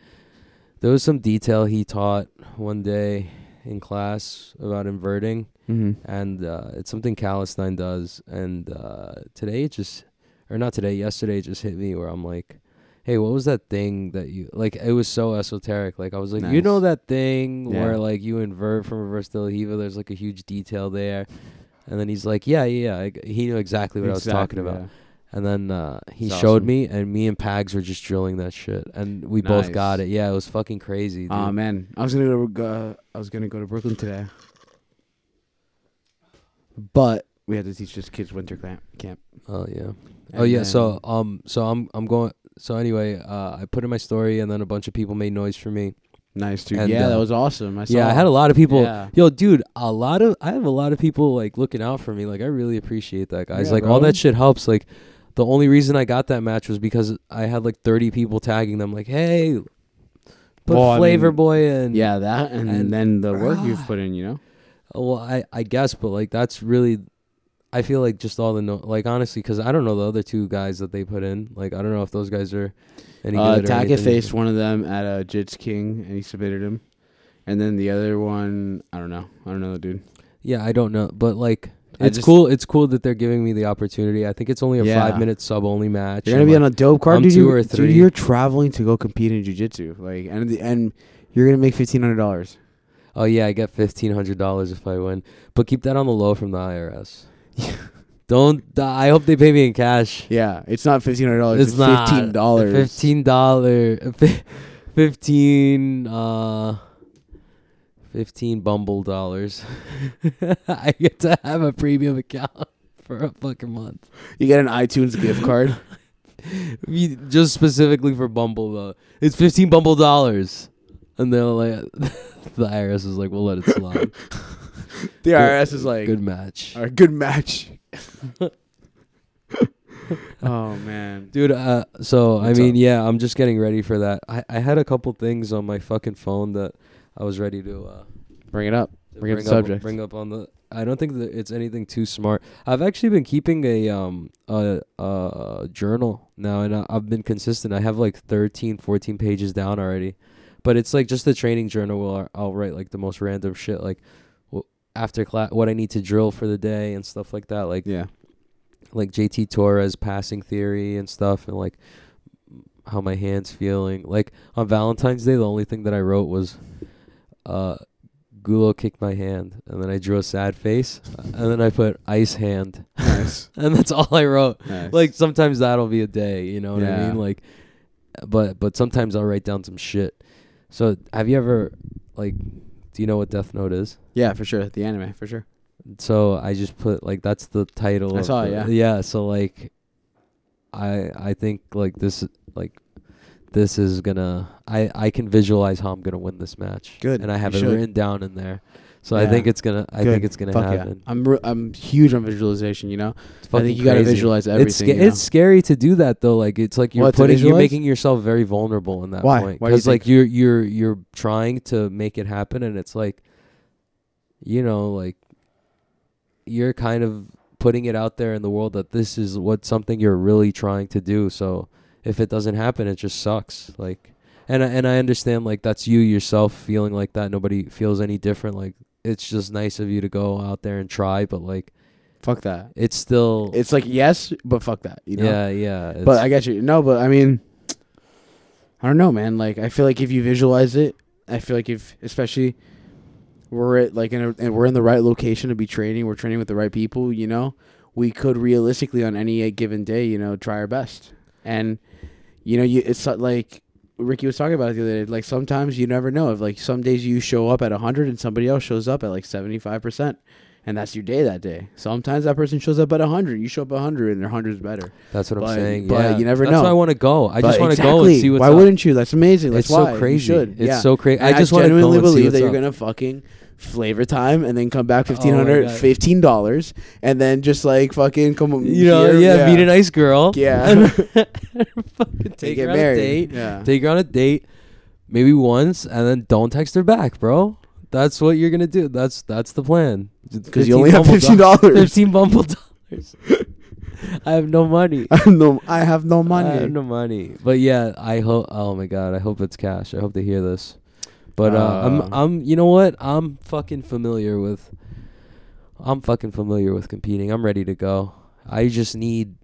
Speaker 2: There was some detail he taught one day in class about inverting,
Speaker 1: Mm-hmm.
Speaker 2: and uh, it's something Calistine does. And uh, today it just, or not today, yesterday it just hit me where I'm like, hey, what was that thing that you like? It was so esoteric. Like I was like, you
Speaker 1: Nice.
Speaker 2: know that thing
Speaker 1: Yeah.
Speaker 2: where like you invert from reverse to Hiva. There's like a huge detail there. And then he's like, yeah, yeah, yeah. I- He knew exactly what I was talking about. And then uh, he
Speaker 1: It's
Speaker 2: showed
Speaker 1: awesome.
Speaker 2: me, and me and Pags were just drilling that shit, and we both
Speaker 1: Nice.
Speaker 2: got it. Yeah, it was fucking crazy, dude.
Speaker 1: Oh man, I was gonna go. To, uh, I was gonna go to Brooklyn today, but we had to teach this kids winter camp. Camp.
Speaker 2: oh yeah. oh
Speaker 1: And
Speaker 2: yeah.
Speaker 1: then-
Speaker 2: So um, so I'm I'm going. So anyway, uh, I put in my story, and then a bunch of people made noise for me.
Speaker 1: nice dude.
Speaker 2: and,
Speaker 1: yeah, that
Speaker 2: uh,
Speaker 1: was awesome. I saw.
Speaker 2: yeah, I had a lot of people.
Speaker 1: Yeah.
Speaker 2: Yo, dude, a lot of I have a lot of people like looking out for me. Like I really appreciate that, guys.
Speaker 1: Yeah,
Speaker 2: like all
Speaker 1: bro.
Speaker 2: that shit helps. Like the only reason I got that match was because I had like 30 people tagging them. Like, hey, put
Speaker 1: Well, I
Speaker 2: Flavor
Speaker 1: mean-
Speaker 2: Boy in.
Speaker 1: Yeah, that and,
Speaker 2: And-
Speaker 1: then the work you've
Speaker 2: Ah.
Speaker 1: put in. You know.
Speaker 2: Oh, Well, I I guess, but like that's really, I feel like just all the no, like honestly, because I don't know the other two guys that they put in. Like I don't know if those guys are any
Speaker 1: Uh,
Speaker 2: good. or
Speaker 1: Taka
Speaker 2: anything.
Speaker 1: faced one of them at uh, Jits King, and he submitted him. And then the other one, I don't know. I don't know the dude.
Speaker 2: Yeah, I don't know, but like
Speaker 1: I
Speaker 2: it's
Speaker 1: just-
Speaker 2: cool. It's cool that they're giving me the opportunity. I think it's only a
Speaker 1: Yeah.
Speaker 2: five minute sub only match.
Speaker 1: You're gonna
Speaker 2: and,
Speaker 1: be
Speaker 2: like,
Speaker 1: on a dope card,
Speaker 2: I'm
Speaker 1: dude.
Speaker 2: two
Speaker 1: you're,
Speaker 2: or
Speaker 1: dude,
Speaker 2: three.
Speaker 1: you're traveling to go compete in jujitsu, like, and the, and you're gonna make fifteen hundred dollars.
Speaker 2: Oh yeah, I get fifteen hundred dollars if I win, but keep that on the low from the IRS. Don't. uh, I hope they pay me in cash.
Speaker 1: Yeah, it's not fifteen hundred dollars. It's,
Speaker 2: It's not
Speaker 1: Oh, fifteen dollars.
Speaker 2: Fifteen dollar. Fifteen. Uh, fifteen Bumble dollars. I get to have a premium account for a fucking month.
Speaker 1: You get an iTunes gift card.
Speaker 2: We- Just specifically for Bumble though, it's fifteen Bumble dollars, and they're like, the IRS is like, we'll let it slide.
Speaker 1: The IRS is like,
Speaker 2: good match.
Speaker 1: a good match. oh man,
Speaker 2: Dude, uh, so
Speaker 1: What's
Speaker 2: I mean,
Speaker 1: up?
Speaker 2: yeah, I'm just getting ready for that. I, I had a couple things on my fucking phone that I was ready to uh,
Speaker 1: bring it up.
Speaker 2: to
Speaker 1: Bring up the
Speaker 2: up,
Speaker 1: subject.
Speaker 2: Bring up on the. I don't think that it's anything too smart. I've actually been keeping a um a, a journal now, and I, I've been consistent. I have like 13, 14 pages down already, but it's like just the training journal where I- I'll write like the most random shit, like w- after class, what I need to drill for the day and stuff like that. Like
Speaker 1: Yeah,
Speaker 2: like JT Torres passing theory and stuff and like how my hands feeling. Like on Valentine's Day the only thing that I wrote was uh Gulo kicked my hand and then I drew a sad face and then I put ice hand
Speaker 1: nice,
Speaker 2: and that's all I wrote.
Speaker 1: nice.
Speaker 2: Like sometimes that'll be a day, you know what I
Speaker 1: Yeah.
Speaker 2: mean? Like but but sometimes I'll write down some shit. So have you ever like do you know what Death Note is?
Speaker 1: yeah, for sure. The anime, for sure.
Speaker 2: so I just put like that's the title.
Speaker 1: I
Speaker 2: of
Speaker 1: saw it,
Speaker 2: the-
Speaker 1: yeah.
Speaker 2: Yeah. So like, I I think like this like this is gonna I I can visualize how I'm gonna win this match.
Speaker 1: Good,
Speaker 2: And I have
Speaker 1: you
Speaker 2: it
Speaker 1: should.
Speaker 2: written down in there. So I
Speaker 1: Yeah.
Speaker 2: think it's gonna I think
Speaker 1: Good.
Speaker 2: it's gonna
Speaker 1: Fuck yeah.
Speaker 2: happen.
Speaker 1: I'm re- I'm huge on visualization. You know,
Speaker 2: It's
Speaker 1: I
Speaker 2: fucking
Speaker 1: think you gotta
Speaker 2: crazy.
Speaker 1: visualize everything.
Speaker 2: It's sca-
Speaker 1: you know?
Speaker 2: it's scary to do that though. Like it's like you're
Speaker 1: What, to
Speaker 2: putting you're
Speaker 1: visualize?
Speaker 2: making yourself very vulnerable in that
Speaker 1: Why?
Speaker 2: point
Speaker 1: Why do you
Speaker 2: like
Speaker 1: think?
Speaker 2: you're you're you're trying to make it happen, and it's like, you know, like you're kind of putting it out there in the world that this is what something you're really trying to do. So if it doesn't happen, it just sucks. Like, and I, and I understand like that's you yourself feeling like that. Nobody feels any different. Like it's just nice of you to go out there and try, but like
Speaker 1: fuck that.
Speaker 2: it's still.
Speaker 1: It's like yes, but fuck that. You know.
Speaker 2: yeah, yeah.
Speaker 1: But
Speaker 2: it's-
Speaker 1: I get you. No, but I mean, I don't know, man. Like I feel like if you visualize it, I feel like if especially we're at like in a, and we're in the right location to be training, we're training with the right people. You know, we could realistically on any given day, you know, try our best. And you know, you it's so- like Ricky was talking about it the other day. Like sometimes you never know. If like some days you show up at hundred and somebody else shows up at like seventy five percent. And that's your day that day. Sometimes that person shows up at 100. You show up at 100 and their 100 is better.
Speaker 2: That's what
Speaker 1: But-
Speaker 2: I'm saying.
Speaker 1: but
Speaker 2: yeah.
Speaker 1: you never
Speaker 2: That's why I
Speaker 1: know.
Speaker 2: want to go. I just
Speaker 1: But
Speaker 2: want to go and
Speaker 1: exactly.
Speaker 2: see what's
Speaker 1: why
Speaker 2: up.
Speaker 1: wouldn't you? That's amazing. That's
Speaker 2: it's
Speaker 1: why.
Speaker 2: so
Speaker 1: You
Speaker 2: crazy.
Speaker 1: should.
Speaker 2: It's
Speaker 1: yeah.
Speaker 2: so crazy.
Speaker 1: And
Speaker 2: I just want to go
Speaker 1: genuinely
Speaker 2: and see
Speaker 1: believe
Speaker 2: what's
Speaker 1: that you're
Speaker 2: up.
Speaker 1: gonna fucking flavor time and then come back
Speaker 2: Oh my
Speaker 1: fifteen hundred,
Speaker 2: God.
Speaker 1: fifteen dollars, and then just like fucking come.
Speaker 2: You know,
Speaker 1: here,
Speaker 2: yeah, meet a nice girl.
Speaker 1: Yeah.
Speaker 2: and fucking
Speaker 1: They
Speaker 2: take
Speaker 1: get
Speaker 2: her on
Speaker 1: married.
Speaker 2: a date.
Speaker 1: Yeah.
Speaker 2: Take her on a date, maybe once, and then don't text her back, bro. That's what you're gonna do. That's that's the plan.
Speaker 1: Because you only have fifteen dollars.
Speaker 2: Fifteen bumble dollars. I have no money.
Speaker 1: I have no, I have no
Speaker 2: I have
Speaker 1: money.
Speaker 2: no money. But yeah, I hope. Oh my god, I hope it's cash. I hope they hear this. But uh,
Speaker 1: Uh.
Speaker 2: I'm, I'm. You know what? I'm fucking familiar with. I'm fucking familiar with competing. I'm ready to go. I just need.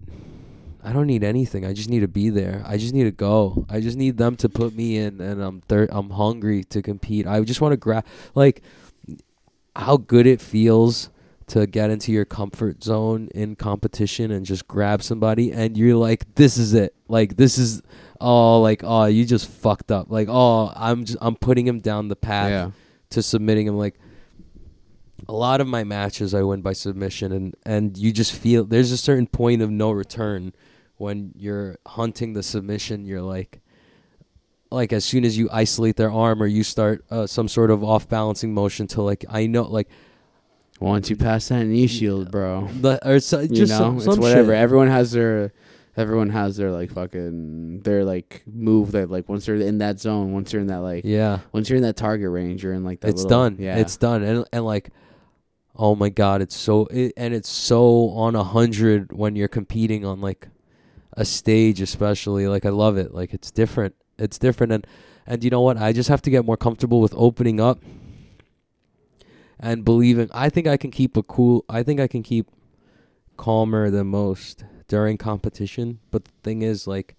Speaker 2: I don't need anything. I just need to be there. I just need to go. I just need them to put me in, and I'm thir- I'm hungry to compete. I just want to grab like how good it feels to get into your comfort zone in competition and just grab somebody and you're like this is it like this is oh like oh you just fucked up like oh i'm just i'm putting him down the path
Speaker 1: Yeah.
Speaker 2: to submitting him like a lot of my matches i win by submission and and you just feel there's a certain point of no return when you're hunting the submission you're like like as soon as you isolate their arm or you start uh, some sort of off balancing motion to like i know like
Speaker 1: Once you pass that knee shield, bro,
Speaker 2: the, or so,
Speaker 1: Oh. you
Speaker 2: just
Speaker 1: know
Speaker 2: some,
Speaker 1: it's
Speaker 2: some
Speaker 1: whatever.
Speaker 2: shit.
Speaker 1: Everyone has their, everyone has their like fucking their like move that like once they're in that zone, once you're in that like
Speaker 2: yeah
Speaker 1: once you're in that target range, you're in like that.
Speaker 2: it's
Speaker 1: little-
Speaker 2: done
Speaker 1: Yeah,
Speaker 2: it's done and, and like oh my god it's so it, and it's so on a hundred when you're competing on like a stage especially like i love it like it's different it's different and and you know what i just have to get more comfortable with opening up and believing i think i can keep a cool i think i can keep calmer than most during competition but the thing is like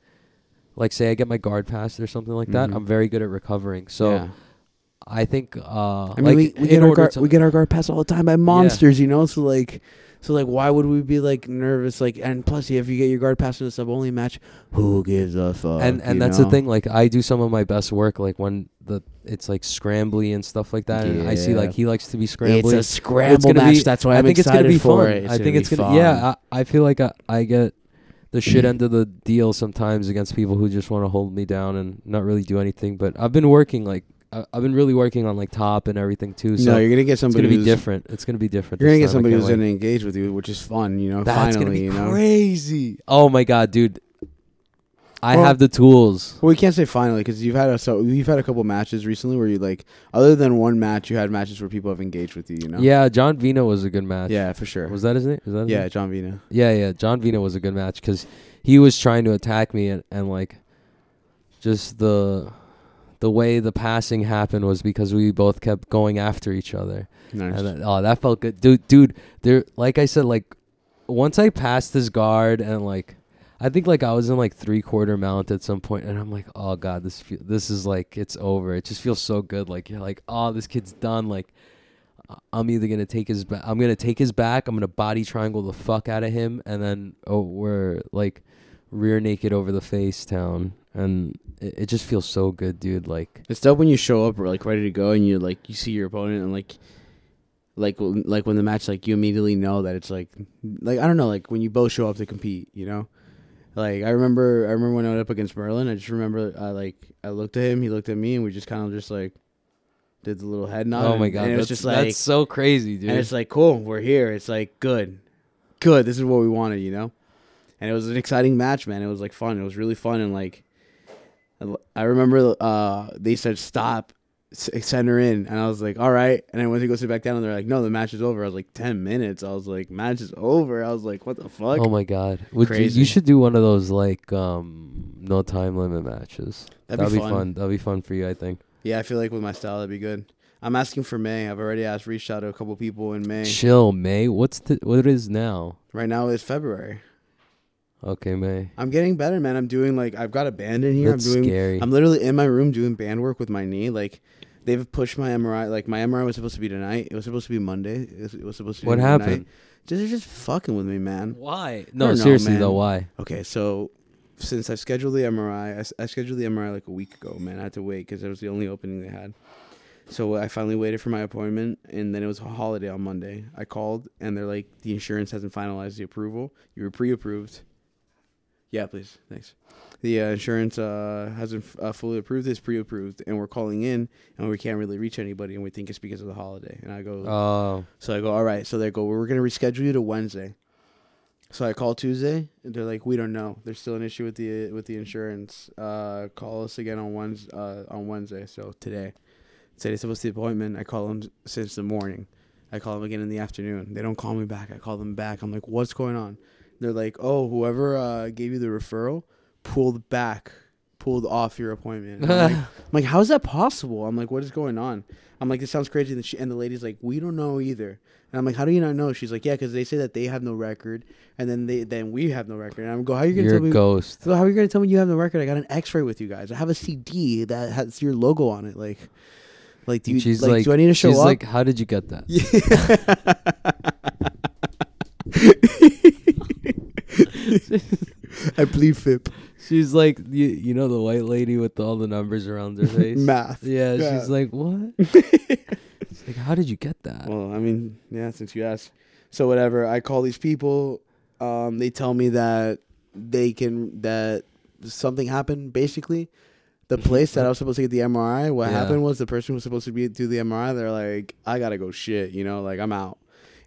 Speaker 2: like say i get my guard passed or something like that
Speaker 1: Mhm.
Speaker 2: i'm very good at recovering so
Speaker 1: yeah.
Speaker 2: I think uh
Speaker 1: I mean, we,
Speaker 2: like
Speaker 1: we
Speaker 2: in
Speaker 1: get our
Speaker 2: order
Speaker 1: guard,
Speaker 2: to
Speaker 1: we get our guard passed all the time by monsters, you know. So like, so like, why would we be like nervous? Like, and plus, if you get your guard passed in a sub only match, who gives a fuck?
Speaker 2: and
Speaker 1: you
Speaker 2: and that's
Speaker 1: know?
Speaker 2: the thing like I do some of my best work like when the it's like scrambly and stuff like that and I see
Speaker 1: Yeah.
Speaker 2: like he likes to be scrambly.
Speaker 1: It's a
Speaker 2: It's
Speaker 1: scramble
Speaker 2: gonna
Speaker 1: match.
Speaker 2: be-
Speaker 1: that's why
Speaker 2: I
Speaker 1: I'm
Speaker 2: think it's
Speaker 1: excited
Speaker 2: gonna be
Speaker 1: for
Speaker 2: fun.
Speaker 1: it.
Speaker 2: I think it's
Speaker 1: gonna,
Speaker 2: gonna
Speaker 1: be fun. Mm.
Speaker 2: yeah. I, I feel like I, I get the shit end of the deal sometimes against people who just want to hold me down and not really do anything. But I've been working like I, I've been really working on like top and everything too. So
Speaker 1: no, you're gonna get
Speaker 2: it's
Speaker 1: somebody
Speaker 2: gonna be
Speaker 1: who's-
Speaker 2: different. It's gonna be different.
Speaker 1: You're gonna get
Speaker 2: this time. I
Speaker 1: somebody
Speaker 2: can't
Speaker 1: who's
Speaker 2: wait.
Speaker 1: gonna engage with you, which is fun, you know.
Speaker 2: That's
Speaker 1: finally, you
Speaker 2: gonna be
Speaker 1: know.
Speaker 2: crazy. Oh my god, dude! I
Speaker 1: Well-
Speaker 2: have the tools.
Speaker 1: Well, we can't say finally because you've had a so you've had a couple matches recently where you like other than one match, you had matches where people have engaged with you, you know.
Speaker 2: Yeah, John Vino was a good match.
Speaker 1: yeah, for sure.
Speaker 2: was that his name? Was that his
Speaker 1: yeah,
Speaker 2: name?
Speaker 1: John Vina.
Speaker 2: yeah, yeah. John Vino was a good match because he was trying to attack me and, and like just the the way the passing happened was because we both kept going after each other.
Speaker 1: Nice.
Speaker 2: And then, oh, that felt good, dude. Dude, there. Like I said, like once I passed his guard and like. I think like I was in like three quarter mount at some point, and I'm like, oh god, this feel, this is like it's over. It just feels so good. Like you're like, oh, this kid's done. Like I- I'm either gonna take his ba- I'm gonna take his back. I'm gonna body triangle the fuck out of him, and then oh, we're like rear naked over the face town, and it, it just feels so good, dude. Like
Speaker 1: It's dope when you show up like ready to go and you like you see your opponent and like like w- like when the match like you immediately know that it's like like I don't know like when you both show up to compete, you know. Like I remember I remember when I went up against Merlin, I just remember I like I looked at him, he looked at me, and we just kind of just like did the little head nod.
Speaker 2: oh my
Speaker 1: and-
Speaker 2: god,
Speaker 1: and it was
Speaker 2: that's
Speaker 1: just like
Speaker 2: that's so crazy, dude.
Speaker 1: and it's like cool, we're here. It's like good, good. This is what we wanted, you know. And it was an exciting match, man. It was like fun. It was really fun, and like I l- I remember uh, they said stop, s- send her in, and I was like, all right. And I went to go sit back down, and they're like, no, the match is over. I was like, ten minutes. I was like, match is over. I was like, what the fuck?
Speaker 2: oh my god, Would you- You,
Speaker 1: crazy.
Speaker 2: should do one of those like um no time limit matches.
Speaker 1: That'd be fun.
Speaker 2: That'd be fun for you, I think.
Speaker 1: Yeah, I feel like with my style, that'd be good. I'm asking for May. I've already asked, reached out to a couple people in May.
Speaker 2: Chill, May. What's the what it is now?
Speaker 1: Right now it's February.
Speaker 2: Okay, May.
Speaker 1: I'm getting better, man. I'm doing like I've got a band in here.
Speaker 2: That's
Speaker 1: I'm doing
Speaker 2: scary.
Speaker 1: I'm literally in my room doing band work with my knee. Like they've pushed my MRI. Like my MRI was supposed to be tonight. It was supposed to be Monday. It was- it was supposed to. Be
Speaker 2: What
Speaker 1: tonight.
Speaker 2: happened?
Speaker 1: Just they're just fucking with me, man.
Speaker 2: Why? No,
Speaker 1: don't know,
Speaker 2: seriously though,
Speaker 1: man.
Speaker 2: why?
Speaker 1: Okay, so since I've scheduled the MRI, I s- I, scheduled the MRI like a week ago, man. I had to wait because it was the only opening they had. So I finally waited for my appointment, and then it was a holiday on Monday. I called, and they're like, the insurance hasn't finalized the approval. You were pre-approved. Yeah, please, thanks. The uh, insurance uh, hasn't f- uh, fully approved. It's pre-approved, and we're calling in, and we can't really reach anybody, and we think it's because of the holiday. And I go,
Speaker 2: Oh,
Speaker 1: so I go, all right. So they go, we're going to reschedule you to Wednesday. So I call Tuesday, and they're like, we don't know. There's still an issue with the with the insurance. Uh, call us again on Wednesday. Uh, on Wednesday. So today, today's supposed to be the appointment. I call them since the morning. I call them again in the afternoon. They don't call me back. I call them back. I'm like, what's going on? They're like, oh, whoever uh, gave you the referral pulled back, pulled off your appointment. And I'm, like, I'm like, how is that possible? I'm like, what is going on? I'm like, this sounds crazy. And, she, and the lady's like, we don't know either. And I'm like, how do you not know? She's like, yeah, because they say that they have no record, and then they then we have no record. And I'm go, how are you gonna
Speaker 2: You're
Speaker 1: tell me?
Speaker 2: a ghost.
Speaker 1: So how are you gonna tell me you have no record? I got an X-ray with you guys. I have a CD that has your logo on it. Like, like do you
Speaker 2: she's
Speaker 1: like,
Speaker 2: like,
Speaker 1: do I need to show
Speaker 2: she's
Speaker 1: up?
Speaker 2: like, how did you get that?
Speaker 1: I believe FIP
Speaker 2: She's like, you, you know, the white lady with all the numbers around her face.
Speaker 1: math.
Speaker 2: yeah,
Speaker 1: Yeah.
Speaker 2: she's like, what? She's like, how did you get that?
Speaker 1: Well, I mean, yeah, since you asked. So whatever, I call these people. Um, they tell me that they can that something happened. Basically, the place that I was supposed to get the MRI. What
Speaker 2: Mm-hmm. Yeah.
Speaker 1: happened was the person who was supposed to be do the MRI. They're like, I gotta go shit. You know, like I'm out.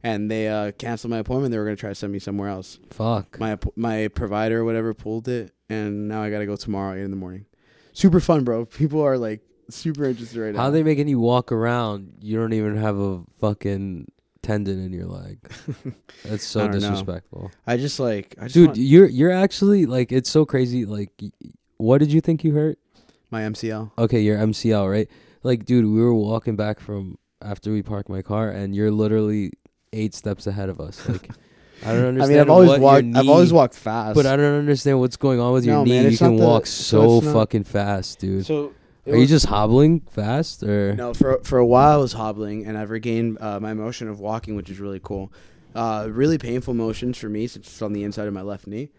Speaker 1: And they uh, canceled my appointment. They were gonna try to send me somewhere else.
Speaker 2: Fuck.
Speaker 1: My app- my provider, or whatever, pulled it, and now I gotta go tomorrow eight in the morning. Super fun, bro. People are like super interested right now.
Speaker 2: How are they making you walk around? You don't even have a fucking tendon in your leg. That's
Speaker 1: I
Speaker 2: so
Speaker 1: don't know.
Speaker 2: disrespectful,
Speaker 1: I just like I just
Speaker 2: dude.
Speaker 1: want
Speaker 2: You're you're actually like, it's so crazy. Like, y- what did you think you hurt?
Speaker 1: my MCL.
Speaker 2: okay, your MCL, right? Like, dude, we were walking back from after we parked my car, and you're literally eight steps ahead of us. Like, I don't
Speaker 1: I
Speaker 2: understand.
Speaker 1: mean, I've always
Speaker 2: what
Speaker 1: walked.
Speaker 2: Your
Speaker 1: I've always
Speaker 2: knee-
Speaker 1: walked fast.
Speaker 2: but I don't understand what's going on with your
Speaker 1: No,
Speaker 2: knee.
Speaker 1: man,
Speaker 2: you
Speaker 1: it's
Speaker 2: can
Speaker 1: not the-
Speaker 2: walk
Speaker 1: so
Speaker 2: so,
Speaker 1: it's not-
Speaker 2: fucking fast, dude.
Speaker 1: So it
Speaker 2: Are you
Speaker 1: was-
Speaker 2: just hobbling fast, or
Speaker 1: no for for a while I was hobbling, and I've regained uh, my motion of walking, which is really cool. Uh, really painful motions for me since it's on the inside of my left knee.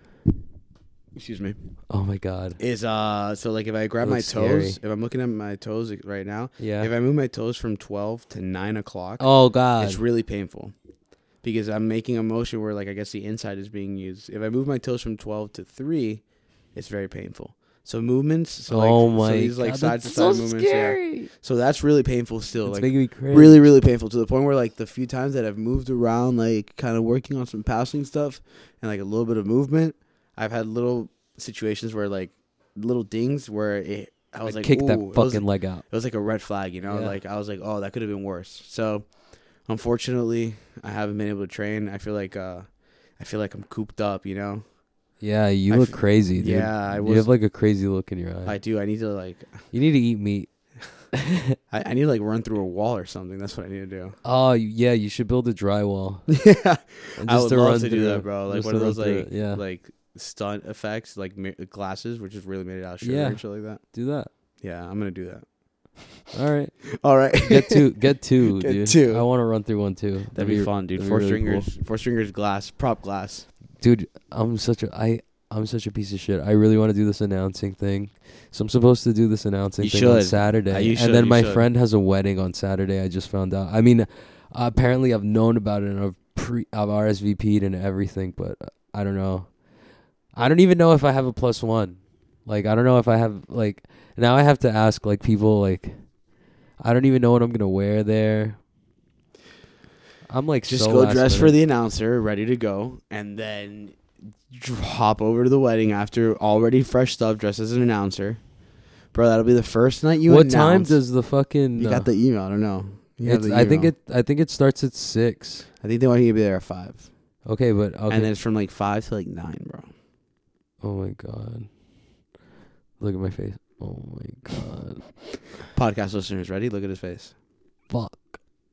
Speaker 1: Excuse me.
Speaker 2: oh my god,
Speaker 1: Is uh so like if I grab my toes,
Speaker 2: Looks scary.
Speaker 1: if I'm looking at my toes like, right now,
Speaker 2: yeah,
Speaker 1: if I move my toes from twelve to nine o'clock,
Speaker 2: oh god,
Speaker 1: it's really painful because I'm making a motion where like I guess the inside is being used. If I move my toes from twelve to three, it's very painful. So movements, so like,
Speaker 2: oh my
Speaker 1: so these like
Speaker 2: god,
Speaker 1: side to
Speaker 2: that's
Speaker 1: side
Speaker 2: so
Speaker 1: movements, yeah.
Speaker 2: scary.
Speaker 1: So that's really painful still.
Speaker 2: It's
Speaker 1: like
Speaker 2: making me crazy.
Speaker 1: really, really painful to the point where like the few times that I've moved around, like kind of working on some passing stuff and like a little bit of movement, I've had little situations where like little dings where it I was like
Speaker 2: kick that
Speaker 1: "Ooh," it was,
Speaker 2: fucking leg out.
Speaker 1: it was like a red flag, you know?
Speaker 2: Yeah.
Speaker 1: Like I was like, oh, that could have been worse. So unfortunately, I haven't been able to train. I feel like uh I feel like I'm cooped up, you know?
Speaker 2: Yeah, you
Speaker 1: I
Speaker 2: look
Speaker 1: f-
Speaker 2: crazy, dude.
Speaker 1: yeah, I
Speaker 2: you
Speaker 1: was-
Speaker 2: have like a crazy look in your eye.
Speaker 1: I do. I need to like
Speaker 2: you need to eat meat.
Speaker 1: I, I need to like run through a wall or something. That's what I need to do.
Speaker 2: Oh you- yeah, you should build a drywall.
Speaker 1: yeah.
Speaker 2: And
Speaker 1: I
Speaker 2: just
Speaker 1: would
Speaker 2: to run
Speaker 1: love to do
Speaker 2: through
Speaker 1: that,
Speaker 2: it.
Speaker 1: bro. Like
Speaker 2: Just
Speaker 1: one
Speaker 2: to
Speaker 1: of
Speaker 2: run
Speaker 1: those
Speaker 2: through
Speaker 1: like
Speaker 2: it. yeah,
Speaker 1: like stunt effects, like mi- glasses, which is really made out of sugar
Speaker 2: Yeah.
Speaker 1: and shit like that.
Speaker 2: do that.
Speaker 1: Yeah, I'm gonna do that.
Speaker 2: All right,
Speaker 1: All right,
Speaker 2: get two, get two,
Speaker 1: Get
Speaker 2: dude.
Speaker 1: two.
Speaker 2: I want to run through one too.
Speaker 1: That'd be fun, dude.
Speaker 2: that'd be
Speaker 1: Four
Speaker 2: really cool.
Speaker 1: stringers, four stringers, glass, prop glass.
Speaker 2: dude. I'm such a I. I'm such a piece of shit. I really want to do this announcing thing. So I'm supposed to do this announcing
Speaker 1: You
Speaker 2: thing on
Speaker 1: should.
Speaker 2: Saturday,
Speaker 1: Uh, you should,
Speaker 2: and then
Speaker 1: you
Speaker 2: my
Speaker 1: should.
Speaker 2: friend has a wedding on Saturday. I just found out. I mean, uh, apparently I've known about it and I've pre I've RSVP'd and everything, but uh, I don't know. I don't even know if I have a plus one. Like I don't know if I have like now I have to ask like people like I don't even know what I'm gonna wear there. I'm like
Speaker 1: Just
Speaker 2: so
Speaker 1: go
Speaker 2: last
Speaker 1: dress for
Speaker 2: minute.
Speaker 1: the announcer, ready to go, and then dr- hop over to the wedding after already fresh up, dressed as an announcer. Bro, that'll be the first night you
Speaker 2: what time
Speaker 1: announce.
Speaker 2: does the fucking
Speaker 1: you got
Speaker 2: uh,
Speaker 1: the email? I don't know. You have
Speaker 2: it's,
Speaker 1: the
Speaker 2: I think
Speaker 1: email.
Speaker 2: it I think it starts at six.
Speaker 1: I think they want you to be there at five,
Speaker 2: Okay, but okay.
Speaker 1: and then it's from like five to like nine, bro.
Speaker 2: oh my god, look at my face. Oh my god,
Speaker 1: Podcast listeners, ready? Look at his face.
Speaker 2: fuck.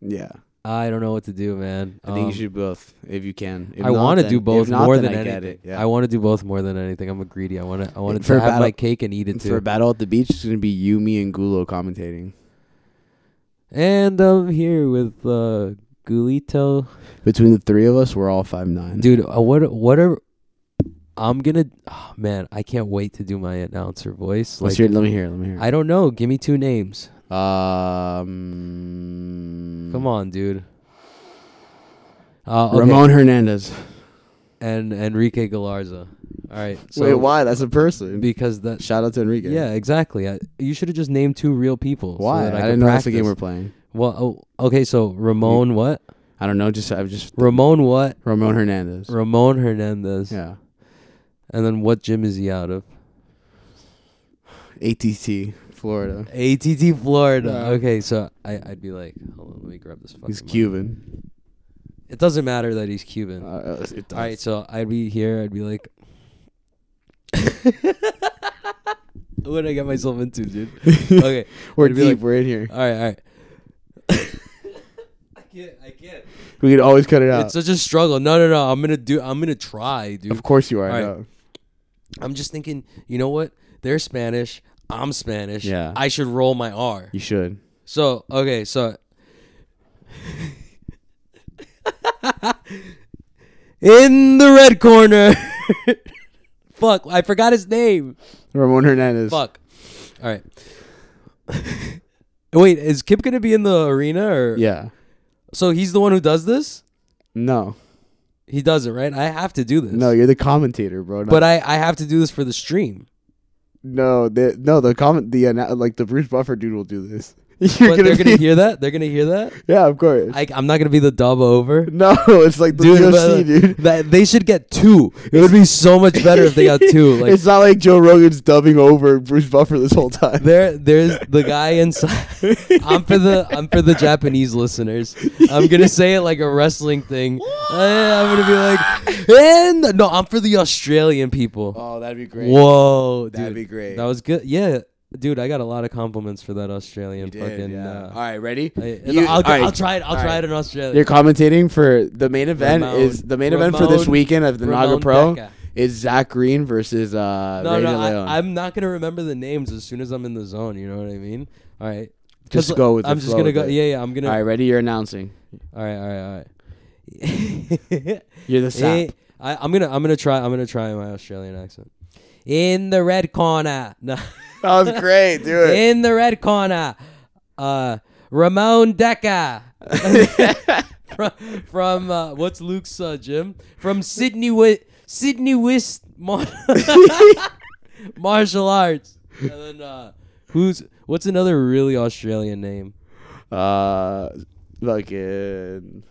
Speaker 1: Yeah,
Speaker 2: I don't know what to do, man.
Speaker 1: I think
Speaker 2: Um,
Speaker 1: you should do both if you can. If
Speaker 2: I
Speaker 1: not,
Speaker 2: want to
Speaker 1: then-
Speaker 2: do
Speaker 1: if
Speaker 2: both
Speaker 1: not,
Speaker 2: more
Speaker 1: then I
Speaker 2: than anything.
Speaker 1: get it. Yeah.
Speaker 2: I want to do both more than anything. I'm a greedy. I want to. I want
Speaker 1: For
Speaker 2: to have
Speaker 1: battle-
Speaker 2: my cake and eat it too.
Speaker 1: for Battle at the Beach, it's gonna be you, me, and Gulo commentating.
Speaker 2: and I'm here with uh, Gulito.
Speaker 1: Between the three of us, we're all five nine.
Speaker 2: dude uh, what what are i'm gonna oh, man i can't wait to do my announcer voice
Speaker 1: Let's
Speaker 2: like
Speaker 1: hear it. Let me hear. it, Let me hear. it.
Speaker 2: i don't know give me two names
Speaker 1: Um,
Speaker 2: come on dude Mm. uh, okay.
Speaker 1: Ramon Hernandez.
Speaker 2: and Enrique Galarza. All right. So
Speaker 1: Wait, why? That's a person.
Speaker 2: Because that.
Speaker 1: Shout out to Enrique.
Speaker 2: Yeah, exactly. I, you should have just named two real people. so
Speaker 1: Why?
Speaker 2: that
Speaker 1: I,
Speaker 2: I,
Speaker 1: didn't know
Speaker 2: could
Speaker 1: that's the game we're
Speaker 2: practice.
Speaker 1: playing.
Speaker 2: Well, oh, okay. So Ramon, what?
Speaker 1: I don't know. Just I've just
Speaker 2: Ramon, what?
Speaker 1: Ramon Hernandez.
Speaker 2: Ramon Hernandez.
Speaker 1: yeah.
Speaker 2: And then what gym is he out of?
Speaker 1: ATT Florida.
Speaker 2: ATT Florida.
Speaker 1: Yeah.
Speaker 2: Okay, so I, I'd be like, hold on, let me grab this.
Speaker 1: He's
Speaker 2: fucking mic.
Speaker 1: Cuban.
Speaker 2: It doesn't matter that he's Cuban.
Speaker 1: Uh, it
Speaker 2: All right, so I'd be here. I'd be like, what did I get myself into, dude? Okay,
Speaker 1: We're
Speaker 2: uh, It'd be
Speaker 1: deep.
Speaker 2: like-
Speaker 1: we're in here.
Speaker 2: all right, all right. I can't. I can't.
Speaker 1: We could always cut it out.
Speaker 2: It's such a struggle. No, no, no. I'm gonna do. I'm gonna try, dude.
Speaker 1: Of course you are.
Speaker 2: All right.
Speaker 1: no.
Speaker 2: I'm just thinking. You know what? They're Spanish. I'm Spanish.
Speaker 1: Yeah.
Speaker 2: I should roll my R.
Speaker 1: You should.
Speaker 2: So okay, so in the red corner. Fuck, I forgot his name.
Speaker 1: Ramon Hernandez.
Speaker 2: Fuck. All right. Wait, is Kip gonna be in the arena or?
Speaker 1: Yeah.
Speaker 2: So he's the one who does this.
Speaker 1: No.
Speaker 2: He does it right. I have to do this.
Speaker 1: No, you're the commentator, bro. No,
Speaker 2: but I I have to do this for the stream.
Speaker 1: no, the no the comment the ana- like the Bruce Buffer dude will do this. You're
Speaker 2: But
Speaker 1: gonna,
Speaker 2: they're gonna
Speaker 1: be-
Speaker 2: hear that. They're gonna hear that.
Speaker 1: Yeah, of course.
Speaker 2: I, I'm not gonna be the dub over.
Speaker 1: no, it's like the
Speaker 2: Dude,
Speaker 1: UFC,
Speaker 2: but-
Speaker 1: dude.
Speaker 2: That they should get two. It would be so much better if they got two. Like
Speaker 1: it's not like Joe Rogan's dubbing over Bruce Buffer this whole time.
Speaker 2: there, there's the guy inside. I'm for the I'm for the Japanese listeners. I'm gonna say it like a wrestling thing. Eh, I'm gonna be like, and no, I'm for the Australian people.
Speaker 1: oh, that'd be great.
Speaker 2: Whoa, dude,
Speaker 1: That'd be great.
Speaker 2: That was good. Yeah, dude, I got a lot of compliments for that Australian fucking. Uh,
Speaker 1: all right, ready?
Speaker 2: I,
Speaker 1: You-
Speaker 2: will
Speaker 1: all right.
Speaker 2: I'll try it. I'll
Speaker 1: all
Speaker 2: try
Speaker 1: right.
Speaker 2: it in Australia.
Speaker 1: You're commentating for the main event
Speaker 2: Ramon-
Speaker 1: is the main event for this
Speaker 2: Ramon-
Speaker 1: weekend of the Naga
Speaker 2: Ramon
Speaker 1: Pro
Speaker 2: Deca.
Speaker 1: is Zach Green versus uh
Speaker 2: no,
Speaker 1: Ray
Speaker 2: no,
Speaker 1: De Leon.
Speaker 2: I, I'm not gonna remember the names as soon as I'm in the zone. You know what I mean? All right,
Speaker 1: Just
Speaker 2: 'Cause
Speaker 1: go with the
Speaker 2: I'm just
Speaker 1: flow
Speaker 2: gonna
Speaker 1: with
Speaker 2: go.
Speaker 1: it.
Speaker 2: Yeah, yeah. I'm gonna.
Speaker 1: all right, ready? You're announcing.
Speaker 2: All right, all right, all right.
Speaker 1: You're the sap.
Speaker 2: Eh, I, I'm gonna, I'm gonna try, I'm gonna try my Australian accent. In the red corner, no,
Speaker 1: That was great, dude.
Speaker 2: in the red corner, uh, Ramon Decker from, from uh, what's Luke's uh, gym from Sydney with Sydney West Mar- martial arts, and then uh, who's what's another really Australian name?
Speaker 1: Uh, fucking.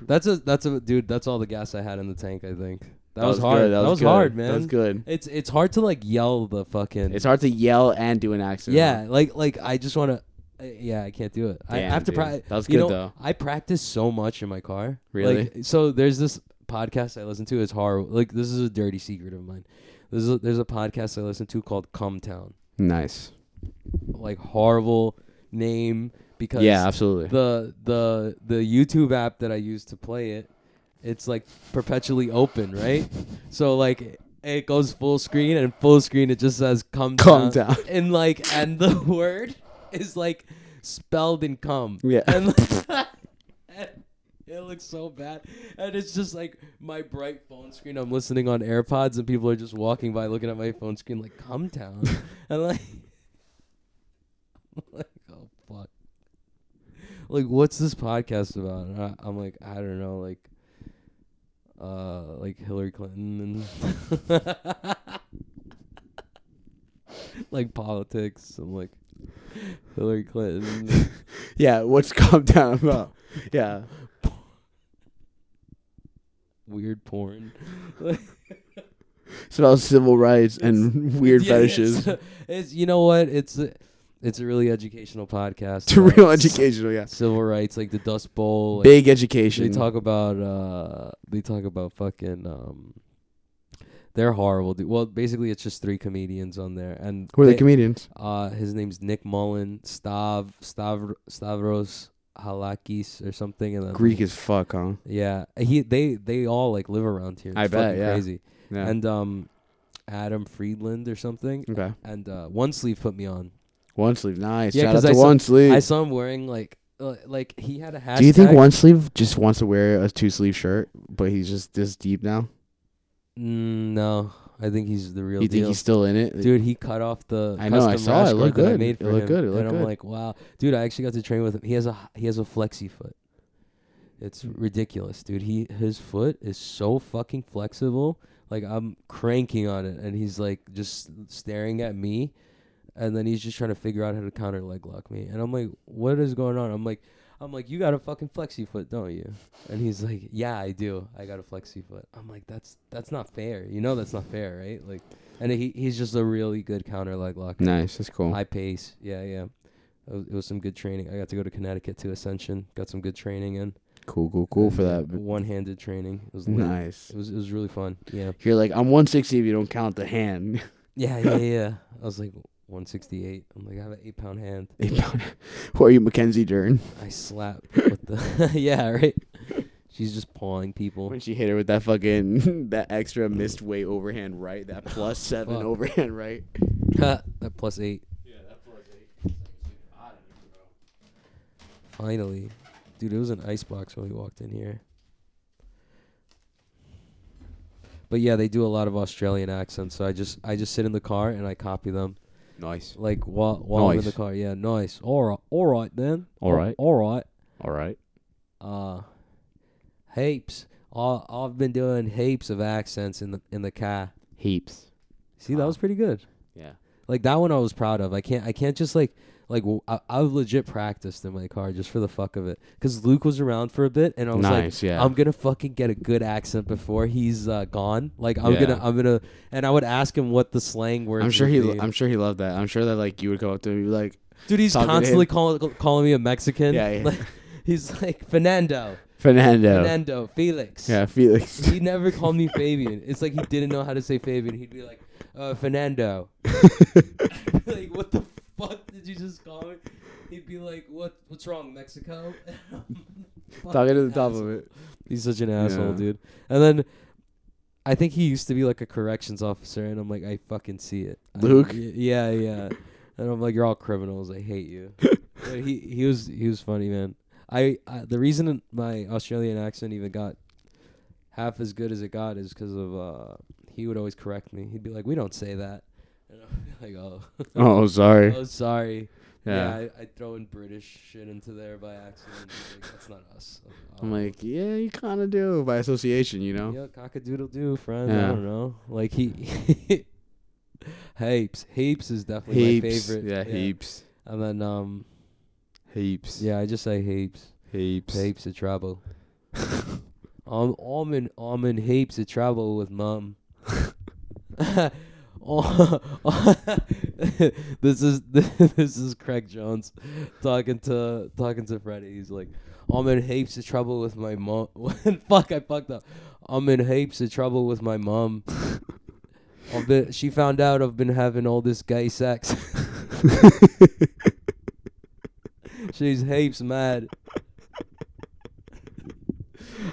Speaker 2: That's a that's a dude. That's all the gas I had in the tank. I think that,
Speaker 1: That
Speaker 2: was,
Speaker 1: was
Speaker 2: hard.
Speaker 1: good, that
Speaker 2: That,
Speaker 1: was
Speaker 2: was
Speaker 1: good,
Speaker 2: hard, man.
Speaker 1: that was good.
Speaker 2: It's it's hard to like yell the fucking.
Speaker 1: It's hard to yell and do an accent.
Speaker 2: yeah, like like I just want to. Yeah, I can't do it. I
Speaker 1: Damn,
Speaker 2: have to
Speaker 1: dude.
Speaker 2: practice.
Speaker 1: That was
Speaker 2: you
Speaker 1: good,
Speaker 2: know,
Speaker 1: though.
Speaker 2: I practice so much in my car.
Speaker 1: Really?
Speaker 2: Like, so there's this podcast I listen to. It's horrible. Like this is a dirty secret of mine. There's a, there's a podcast I listen to called Come Town.
Speaker 1: Nice.
Speaker 2: Like horrible name because
Speaker 1: Yeah, absolutely.
Speaker 2: the the the YouTube app that I use to play it, it's like perpetually open, right? So like it goes full screen and full screen it just says come
Speaker 1: Come
Speaker 2: down.
Speaker 1: down.
Speaker 2: and like and the word is like spelled in come
Speaker 1: Yeah.
Speaker 2: and it looks so bad and it's just like my bright phone screen I'm listening on AirPods and people are just walking by looking at my phone screen like come down and like like oh fuck like what's this podcast about and I, i'm like i don't know like uh like hillary clinton and like politics and like hillary clinton
Speaker 1: yeah, what's calm down about? Yeah.
Speaker 2: weird porn
Speaker 1: It's about civil rights and weird
Speaker 2: Yeah, it's-
Speaker 1: fetishes.
Speaker 2: it's, you know what it's a, it's a really educational podcast
Speaker 1: To
Speaker 2: about
Speaker 1: real educational, yeah.
Speaker 2: civil rights like the dust bowl like,
Speaker 1: Big education.
Speaker 2: They talk about uh they talk about fucking um they're horrible. Dude. Well, basically it's just three comedians on there and
Speaker 1: Who are the
Speaker 2: they-
Speaker 1: comedians?
Speaker 2: uh his name's Nick Mullen, Stav Stav Stavros Halakis or something and then
Speaker 1: Greek as fuck, huh?
Speaker 2: Yeah. He they they all like live around here.
Speaker 1: I
Speaker 2: It's
Speaker 1: bet,
Speaker 2: fucking
Speaker 1: yeah.
Speaker 2: crazy.
Speaker 1: Yeah.
Speaker 2: And um Adam Friedland or something.
Speaker 1: okay.
Speaker 2: And uh One Sleeve put me on.
Speaker 1: One sleeve, nice.
Speaker 2: Yeah,
Speaker 1: Shout
Speaker 2: 'cause
Speaker 1: out
Speaker 2: I
Speaker 1: to
Speaker 2: saw-
Speaker 1: One Sleeve.
Speaker 2: I saw him wearing like uh, like he had a hashtag.
Speaker 1: Do you think One Sleeve just wants to wear a two sleeve shirt, but he's just this deep now?
Speaker 2: Mm, no. I think he's the real
Speaker 1: You think
Speaker 2: deal.
Speaker 1: he's still in it?
Speaker 2: Dude, he cut off the.
Speaker 1: I know, I
Speaker 2: custom
Speaker 1: saw it.
Speaker 2: rash
Speaker 1: It looked
Speaker 2: guard that I
Speaker 1: good.
Speaker 2: made for
Speaker 1: It looked
Speaker 2: him.
Speaker 1: good. It looked
Speaker 2: and I'm
Speaker 1: good.
Speaker 2: like, wow, dude, I actually got to train with him. He has a he has a flexi foot. It's
Speaker 1: Hmm.
Speaker 2: ridiculous, dude. He his foot is so fucking flexible. Like I'm cranking on it, and he's like just staring at me, and then he's just trying to figure out how to counter leg lock me. And I'm like, what is going on? I'm like. I'm like, you got a fucking flexi foot, don't you? And he's like, yeah, I do. I got a flexi foot. I'm like, that's that's not fair. You know, that's not fair, right? Like, and he he's just a really good counter leg locker.
Speaker 1: Nice. That's cool.
Speaker 2: High pace. Yeah, yeah. It was, it was some good training. I got to go to Connecticut to Ascension. Got some good training in.
Speaker 1: Cool, cool, cool for that.
Speaker 2: one-handed training. It was lit.
Speaker 1: Nice.
Speaker 2: It was it was really fun. Yeah.
Speaker 1: You're like, I'm 160 if you don't count the hand.
Speaker 2: Yeah, yeah, yeah. I was like 168. I'm like I have an eight pound hand.
Speaker 1: Who are you, Mackenzie Dern?
Speaker 2: I slap with the yeah right. She's just pawing people.
Speaker 1: When she hit her with that fucking that extra missed weight overhand right, that plus seven
Speaker 2: Fuck.
Speaker 1: overhand right.
Speaker 2: that plus eight. Finally, dude, it was an ice box when we walked in here. But yeah, they do a lot of Australian accents, so I just I just sit in the car and I copy them.
Speaker 1: Nice.
Speaker 2: Like while while I'm in the
Speaker 1: Nice.
Speaker 2: car, yeah, nice. All right, all right then.
Speaker 1: All right.
Speaker 2: all right.
Speaker 1: All right.
Speaker 2: uh heaps. I I've been doing heaps of accents in the in the car.
Speaker 1: Heaps.
Speaker 2: See, that was pretty good.
Speaker 1: Yeah.
Speaker 2: Like that one, I was proud of. I can't I can't just like like w- I, have legit practiced in my car just for the fuck of it. Cause Luke was around for a bit, and I was
Speaker 1: Nice,
Speaker 2: like,
Speaker 1: yeah.
Speaker 2: I'm gonna fucking get a good accent before he's uh, gone. Like I'm
Speaker 1: Yeah.
Speaker 2: gonna I'm gonna and I would ask him what the slang words.
Speaker 1: I'm sure
Speaker 2: would
Speaker 1: he.
Speaker 2: be.
Speaker 1: I'm sure he loved that. I'm sure that like you would go up to him and be like,
Speaker 2: dude. He's
Speaker 1: talking to him.
Speaker 2: constantly calling calling me a Mexican.
Speaker 1: Yeah, yeah.
Speaker 2: Like, he's like Fernando,
Speaker 1: Fernando.
Speaker 2: Fernando, Felix.
Speaker 1: Yeah, Felix.
Speaker 2: He never called me Fabian. It's like he didn't know how to say Fabian. He'd be like, uh, Fernando. like, what the fuck did you just call me? He'd be like, what? What's wrong, Mexico?
Speaker 1: Talking to the top of it.
Speaker 2: He's such an asshole,
Speaker 1: Yeah.
Speaker 2: dude. And then I think he used to be like a corrections officer, and I'm like, I fucking see it. I-
Speaker 1: Luke?
Speaker 2: y- yeah, yeah. And I'm like, you're all criminals. I hate you. but he he was he was funny, man. I, I the reason my Australian accent even got half as good as it got is because of uh he would always correct me. He'd be like, we don't say that. And I'd be like, oh,
Speaker 1: Oh, sorry.
Speaker 2: oh, sorry. Yeah,
Speaker 1: Yeah.
Speaker 2: I, I throw in British shit into there by accident. He's like, That's not us.
Speaker 1: I'm like, yeah, you kind of do by association, you know.
Speaker 2: Yeah, cockadoodle doo, friend. I
Speaker 1: Yeah.
Speaker 2: don't know. Like he, heaps, heaps is definitely
Speaker 1: Heaps.
Speaker 2: my favorite.
Speaker 1: Yeah, heaps.
Speaker 2: And then um,
Speaker 1: Heaps.
Speaker 2: yeah, I just say heaps,
Speaker 1: Heaps.
Speaker 2: heaps of trouble. I'm, I'm in, I'm in heaps of trouble with mum. Oh, this is this is Craig Jones talking to talking to Freddie. He's like, I'm in heaps of trouble with my mom. Fuck, I fucked up. I'm in heaps of trouble with my mom. I've been, she found out I've been having all this gay sex. She's heaps mad.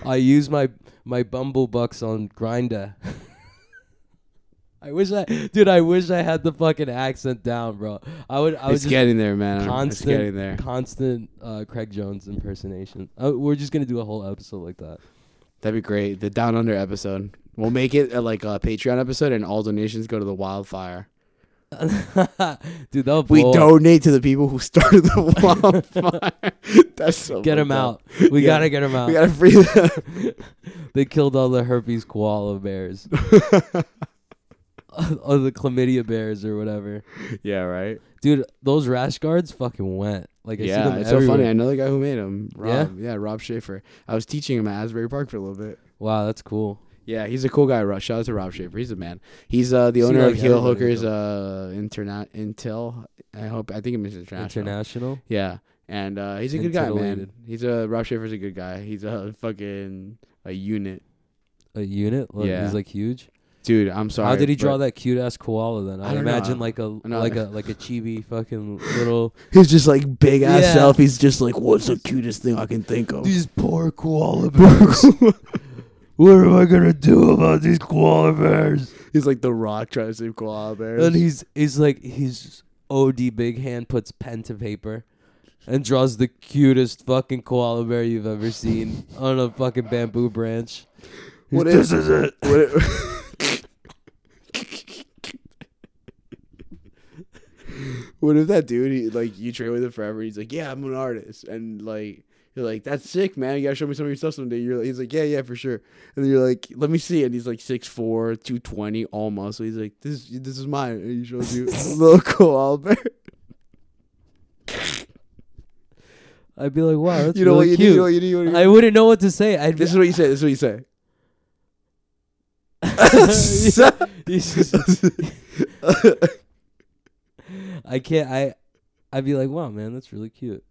Speaker 2: I use my my bumble bucks on grinder. I wish I, dude. I wish I had the fucking accent down, bro. I would. I was
Speaker 1: It's
Speaker 2: just
Speaker 1: getting there, man. It's getting there.
Speaker 2: constant, constant uh, Craig Jones impersonation. Uh, we're just gonna do a whole episode like that.
Speaker 1: That'd be great. The Down Under episode. We'll make it uh, like a Patreon episode, and all donations go to the wildfire.
Speaker 2: Dude, that'll
Speaker 1: We
Speaker 2: blow up.
Speaker 1: donate to the people who started the wildfire. That's so
Speaker 2: get
Speaker 1: fucked
Speaker 2: him
Speaker 1: up.
Speaker 2: out. We
Speaker 1: Yeah.
Speaker 2: gotta get him out.
Speaker 1: We gotta free them.
Speaker 2: they killed all the herpes koala bears, or the chlamydia bears, or whatever.
Speaker 1: yeah, right.
Speaker 2: Dude, those rash guards fucking went. Like I see
Speaker 1: yeah,
Speaker 2: them
Speaker 1: it's so
Speaker 2: everywhere.
Speaker 1: funny. I know the guy who made him. Rob. Yeah, Rob Schaefer. I was teaching him at Asbury Park for a little bit.
Speaker 2: Wow, that's cool.
Speaker 1: Yeah, he's a cool guy. Ro- Shout out to Rob Schaefer. He's a man. He's uh, the
Speaker 2: See,
Speaker 1: owner
Speaker 2: like,
Speaker 1: of Heel
Speaker 2: everybody
Speaker 1: Hookers
Speaker 2: though.
Speaker 1: uh, Interna- Intel. I hope I think it means international.
Speaker 2: International.
Speaker 1: Yeah, and uh, he's a good guy, man.
Speaker 2: Interrelated.
Speaker 1: He's a Rob Schaefer's a good guy. He's a fucking a unit,
Speaker 2: A unit. Like,
Speaker 1: Yeah.
Speaker 2: He's like huge.
Speaker 1: dude. I'm sorry.
Speaker 2: How did he draw
Speaker 1: but-
Speaker 2: that cute ass koala then? I,
Speaker 1: I don't know.
Speaker 2: imagine like a
Speaker 1: know.
Speaker 2: like a like a chibi fucking little
Speaker 1: He's just like big ass
Speaker 2: Yeah.
Speaker 1: self. He's just like, what's the cutest thing I can think of?
Speaker 2: These poor koala bears. what am I gonna do about these koala bears?
Speaker 1: He's like the Rock trying to save koala bears.
Speaker 2: And he's he's like he's OD big hand puts pen to paper and draws the cutest fucking koala bear you've ever seen on a fucking bamboo branch.
Speaker 1: What
Speaker 2: He's,
Speaker 1: if-
Speaker 2: this is it.
Speaker 1: What if- What if that dude, he, like, you train with him forever? He's like, yeah, I'm an artist, and like, you're like, that's sick, man. You gotta show me some of your stuff someday. You're like, he's like, yeah, yeah, for sure. And then you're like, let me see. And he's like 6'4", 220, all muscle. He's like, this, this is mine. And he shows you a little koala bear.
Speaker 2: I'd be like, wow, that's
Speaker 1: You know,
Speaker 2: really
Speaker 1: what you do,
Speaker 2: cute.
Speaker 1: you know what you do. You know what you do.
Speaker 2: I wouldn't know what to say. I'd be,
Speaker 1: This is what you say. This is what you say.
Speaker 2: He's just- I can't. I I'd be like, wow, man, that's really cute.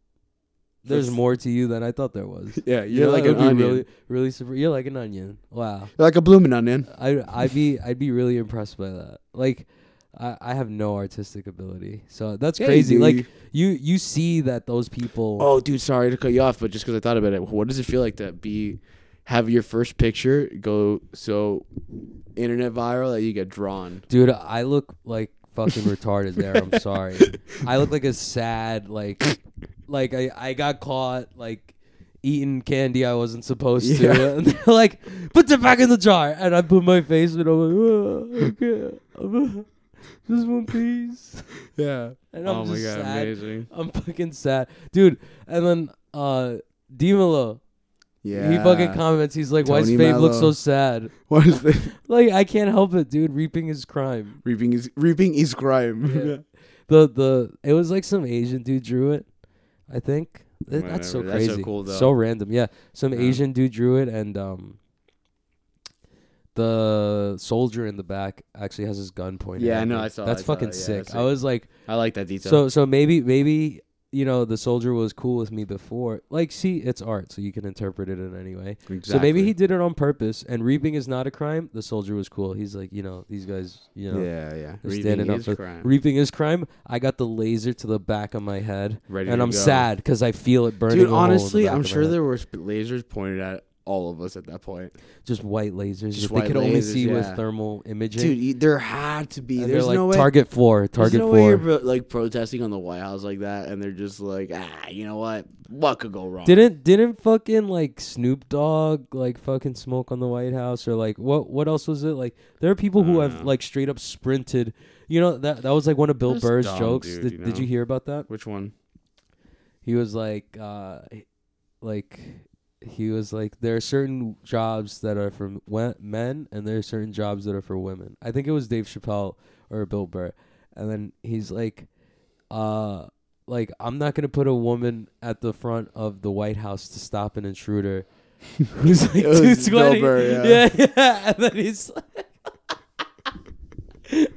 Speaker 2: There's
Speaker 1: It's-
Speaker 2: more to you than I thought there was.
Speaker 1: Yeah,
Speaker 2: You know, that would be
Speaker 1: onion.
Speaker 2: Really, really super. You're like an onion. Wow.
Speaker 1: You're like a blooming onion.
Speaker 2: I I'd be I'd be really impressed by that. Like I, I have no artistic ability, so that's
Speaker 1: Yeah, you
Speaker 2: crazy.
Speaker 1: do.
Speaker 2: Like you you see that those people.
Speaker 1: Oh, dude, sorry to cut you off, but just because I thought about it, what does it feel like to be have your first picture go so internet viral that you get drawn?
Speaker 2: Dude, I look like fucking retarded there. I'm sorry. I look like a sad like like I, I got caught like eating candy I wasn't supposed
Speaker 1: Yeah.
Speaker 2: to. And they're like, put that back in the jar and I put my face in I'm like, "Oh, okay. Just one piece.
Speaker 1: Yeah.
Speaker 2: And I'm
Speaker 1: oh my
Speaker 2: just
Speaker 1: god,
Speaker 2: sad.
Speaker 1: amazing.
Speaker 2: I'm fucking sad. Dude, and then uh Dimelo,
Speaker 1: Yeah.
Speaker 2: he fucking comments, he's like, Why does
Speaker 1: Tony
Speaker 2: Fabe look so
Speaker 1: Mello.
Speaker 2: sad?
Speaker 1: What is this?
Speaker 2: Like I can't help it, dude. Reaping his crime.
Speaker 1: reaping is reaping is crime.
Speaker 2: Yeah. the the it was like some Asian dude drew it, I think. Th- That's so
Speaker 1: Whatever, that's
Speaker 2: crazy.
Speaker 1: so cool, though.
Speaker 2: So random. Yeah, some
Speaker 1: Yeah.
Speaker 2: Asian dude drew it, and um, the soldier in the back actually has his gun pointed.
Speaker 1: Yeah,
Speaker 2: at
Speaker 1: I know,
Speaker 2: him.
Speaker 1: I saw-
Speaker 2: That's
Speaker 1: I saw
Speaker 2: fucking
Speaker 1: that, yeah,
Speaker 2: sick.
Speaker 1: that's
Speaker 2: I
Speaker 1: sick.
Speaker 2: was like,
Speaker 1: I like that detail.
Speaker 2: so so maybe maybe you know the soldier was cool with me before. Like, see, it's art, so you can interpret it in any way. So maybe he did it on purpose. And reaping is not a crime. The soldier was cool. He's like, you know, these guys, you know,
Speaker 1: Yeah, yeah.
Speaker 2: They're standing up
Speaker 1: is
Speaker 2: for
Speaker 1: crime.
Speaker 2: reaping is crime. I got the laser to the back of my head,
Speaker 1: Ready
Speaker 2: and
Speaker 1: to
Speaker 2: I'm
Speaker 1: go.
Speaker 2: sad because I feel it burning.
Speaker 1: Dude,
Speaker 2: a hole in the
Speaker 1: honestly,
Speaker 2: back
Speaker 1: I'm
Speaker 2: of my
Speaker 1: sure
Speaker 2: head.
Speaker 1: there were sp- lasers pointed at all of us at that point.
Speaker 2: just white lasers.
Speaker 1: Just
Speaker 2: that
Speaker 1: white
Speaker 2: they could only
Speaker 1: lasers,
Speaker 2: see with
Speaker 1: yeah.
Speaker 2: thermal imaging.
Speaker 1: Dude, you- there had to be.
Speaker 2: and they're
Speaker 1: There's
Speaker 2: like
Speaker 1: no way.
Speaker 2: target four,
Speaker 1: there's
Speaker 2: target
Speaker 1: no way
Speaker 2: four.
Speaker 1: you're pro- like protesting on the White House like that, and they're just like, ah, you know what? What could go wrong?
Speaker 2: Didn't didn't fucking like Snoop Dogg like fucking smoke on the White House or like what what else was it like? There are people who
Speaker 1: I
Speaker 2: have
Speaker 1: dunno.
Speaker 2: like straight up sprinted. You know that that was like one of Bill
Speaker 1: That's
Speaker 2: Burr's
Speaker 1: dumb,
Speaker 2: jokes.
Speaker 1: dude,
Speaker 2: did,
Speaker 1: you
Speaker 2: did
Speaker 1: know?
Speaker 2: you hear about that?
Speaker 1: Which one?
Speaker 2: he was like uh like he was like there are certain jobs that are for we- men and there are certain jobs that are for women i think it was dave chappelle or bill burr and then he's like uh like i'm not gonna put a woman at the front of the white house to stop an intruder who's like
Speaker 1: It was
Speaker 2: 220
Speaker 1: Bill Burr,
Speaker 2: yeah.
Speaker 1: yeah.
Speaker 2: yeah and then he's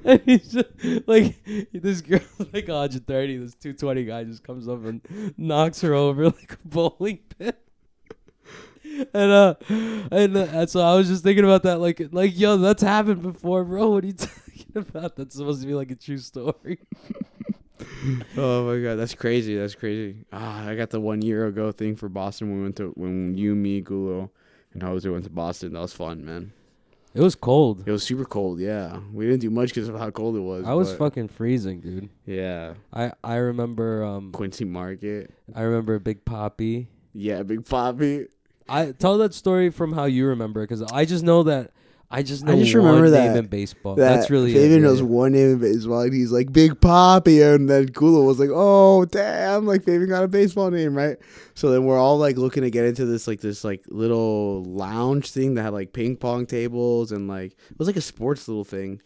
Speaker 2: and he's just, like this girl's like 130 this 220 guy just comes up and knocks her over like a bowling pin and uh and, uh, and so i was just thinking about that like like yo that's happened before bro what are you talking about that's supposed to be like a true story
Speaker 1: Oh my god, that's crazy. That's crazy. Ah, I got the one year ago thing for Boston. We went to when you, me, Gulo, and Jose went to Boston. That was fun, man.
Speaker 2: it was cold
Speaker 1: It was super cold. Yeah, we didn't do much because of how cold it was.
Speaker 2: i was
Speaker 1: but-
Speaker 2: fucking freezing dude
Speaker 1: Yeah,
Speaker 2: i i remember um
Speaker 1: Quincy Market.
Speaker 2: i remember big poppy
Speaker 1: Yeah, Big Poppy.
Speaker 2: i tell that story from how you remember because i just know that i just know
Speaker 1: I just
Speaker 2: one
Speaker 1: remember
Speaker 2: name
Speaker 1: that-
Speaker 2: in baseball that's really it,
Speaker 1: Fabian
Speaker 2: yeah,
Speaker 1: knows
Speaker 2: yeah.
Speaker 1: one name of baseball, and he's like Big Poppy, and then Gula was like, "Oh damn!" Like Fabian got a baseball name, right? So then we're all like looking to get into this like this like little lounge thing that had like ping pong tables and like it was like a sports little thing.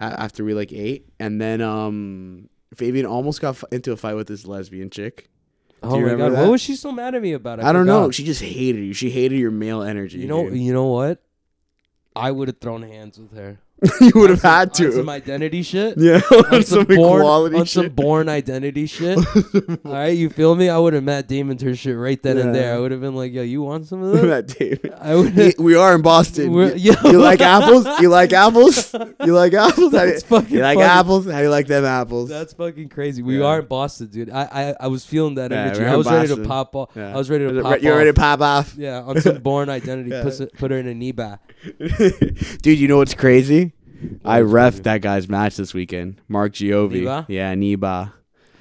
Speaker 1: a- After we like ate, and then um Fabian almost got f- into a fight with this lesbian chick.
Speaker 2: oh my god
Speaker 1: remember
Speaker 2: what
Speaker 1: that?
Speaker 2: was she so mad at me about
Speaker 1: I, don't know.
Speaker 2: forgot.
Speaker 1: She just hated you. She hated your male energy.
Speaker 2: you know
Speaker 1: dude.
Speaker 2: you know what i would have thrown hands with her
Speaker 1: you would have had
Speaker 2: On
Speaker 1: to.
Speaker 2: some identity shit
Speaker 1: yeah,
Speaker 2: on some born,
Speaker 1: equality
Speaker 2: on some
Speaker 1: shit.
Speaker 2: born identity shit. All right, you feel me? I would have Matt Damoned her shit right then and there.
Speaker 1: Yeah.
Speaker 2: I would have been like, "Yo, you want some of that?"
Speaker 1: That David.
Speaker 2: I would.
Speaker 1: Ye-
Speaker 2: have
Speaker 1: we are in Boston.
Speaker 2: We're-
Speaker 1: You,
Speaker 2: yo.
Speaker 1: you like apples? You like apples? You like apples? How do
Speaker 2: That's
Speaker 1: you,
Speaker 2: fucking
Speaker 1: you like
Speaker 2: funny.
Speaker 1: apples? How do you like them apples?
Speaker 2: That's fucking crazy. We
Speaker 1: Yeah.
Speaker 2: are in Boston, dude. I I, I was feeling that
Speaker 1: Yeah,
Speaker 2: energy.
Speaker 1: we're
Speaker 2: I
Speaker 1: in
Speaker 2: was ready to
Speaker 1: Boston.
Speaker 2: pop off.
Speaker 1: Yeah.
Speaker 2: I was ready to
Speaker 1: You're
Speaker 2: pop
Speaker 1: You're
Speaker 2: off.
Speaker 1: ready to pop off,
Speaker 2: yeah, on some born identity,
Speaker 1: Yeah.
Speaker 2: put, put her in a knee back.
Speaker 1: dude. You know what's crazy? I
Speaker 2: What's
Speaker 1: ref
Speaker 2: crazy?
Speaker 1: that guy's match this weekend. Mark Giovi.
Speaker 2: Niba?
Speaker 1: Yeah, Niba.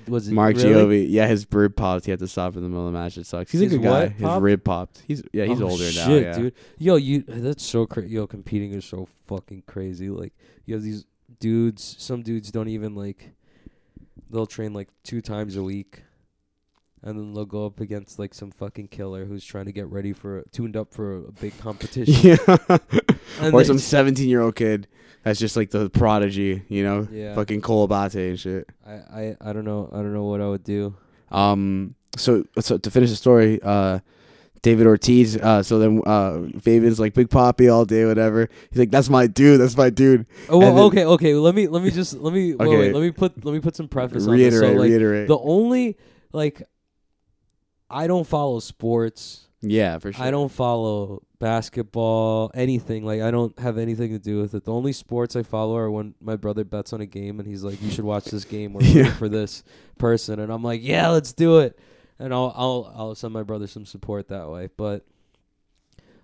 Speaker 2: Was it
Speaker 1: Mark Giovi.
Speaker 2: really?
Speaker 1: Yeah, his rib popped. He had to stop in the middle of the match. It sucks. He's
Speaker 2: His
Speaker 1: a good guy.
Speaker 2: what
Speaker 1: His
Speaker 2: popped?
Speaker 1: rib popped. He's yeah. He's
Speaker 2: Oh,
Speaker 1: older
Speaker 2: shit,
Speaker 1: now. Yeah.
Speaker 2: dude. Yo, you that's so crazy. Yo, competing is so fucking crazy. Like you have these dudes. Some dudes don't even like. They'll train like two times a week, and then they'll go up against like some fucking killer who's trying to get ready for tuned up for a big competition.
Speaker 1: Yeah.
Speaker 2: And
Speaker 1: or
Speaker 2: they-
Speaker 1: some 17 year old kid that's just like the prodigy, you know,
Speaker 2: Yeah.
Speaker 1: fucking Colabate and shit.
Speaker 2: I, I I don't know. I don't know what I would do.
Speaker 1: Um, so so to finish the story, uh, David Ortiz. Uh, so then uh, Fabian's like Big Poppy all day, whatever. He's like, that's my dude. That's my dude.
Speaker 2: Oh, well,
Speaker 1: And then-
Speaker 2: okay, okay. Let me let me just let me wait, wait,
Speaker 1: Okay.
Speaker 2: let me put let me put some preface on this.
Speaker 1: reiterate,
Speaker 2: So like
Speaker 1: reiterate.
Speaker 2: the only like I don't follow sports.
Speaker 1: Yeah, for sure.
Speaker 2: I don't follow basketball, anything. Like I don't have anything to do with it. The only sports I follow are when my brother bets on a game and he's like, "You should watch this game. We're rooting for this person," and I'm like, "Yeah, let's do it." And I'll I'll I'll send my brother some support that way. But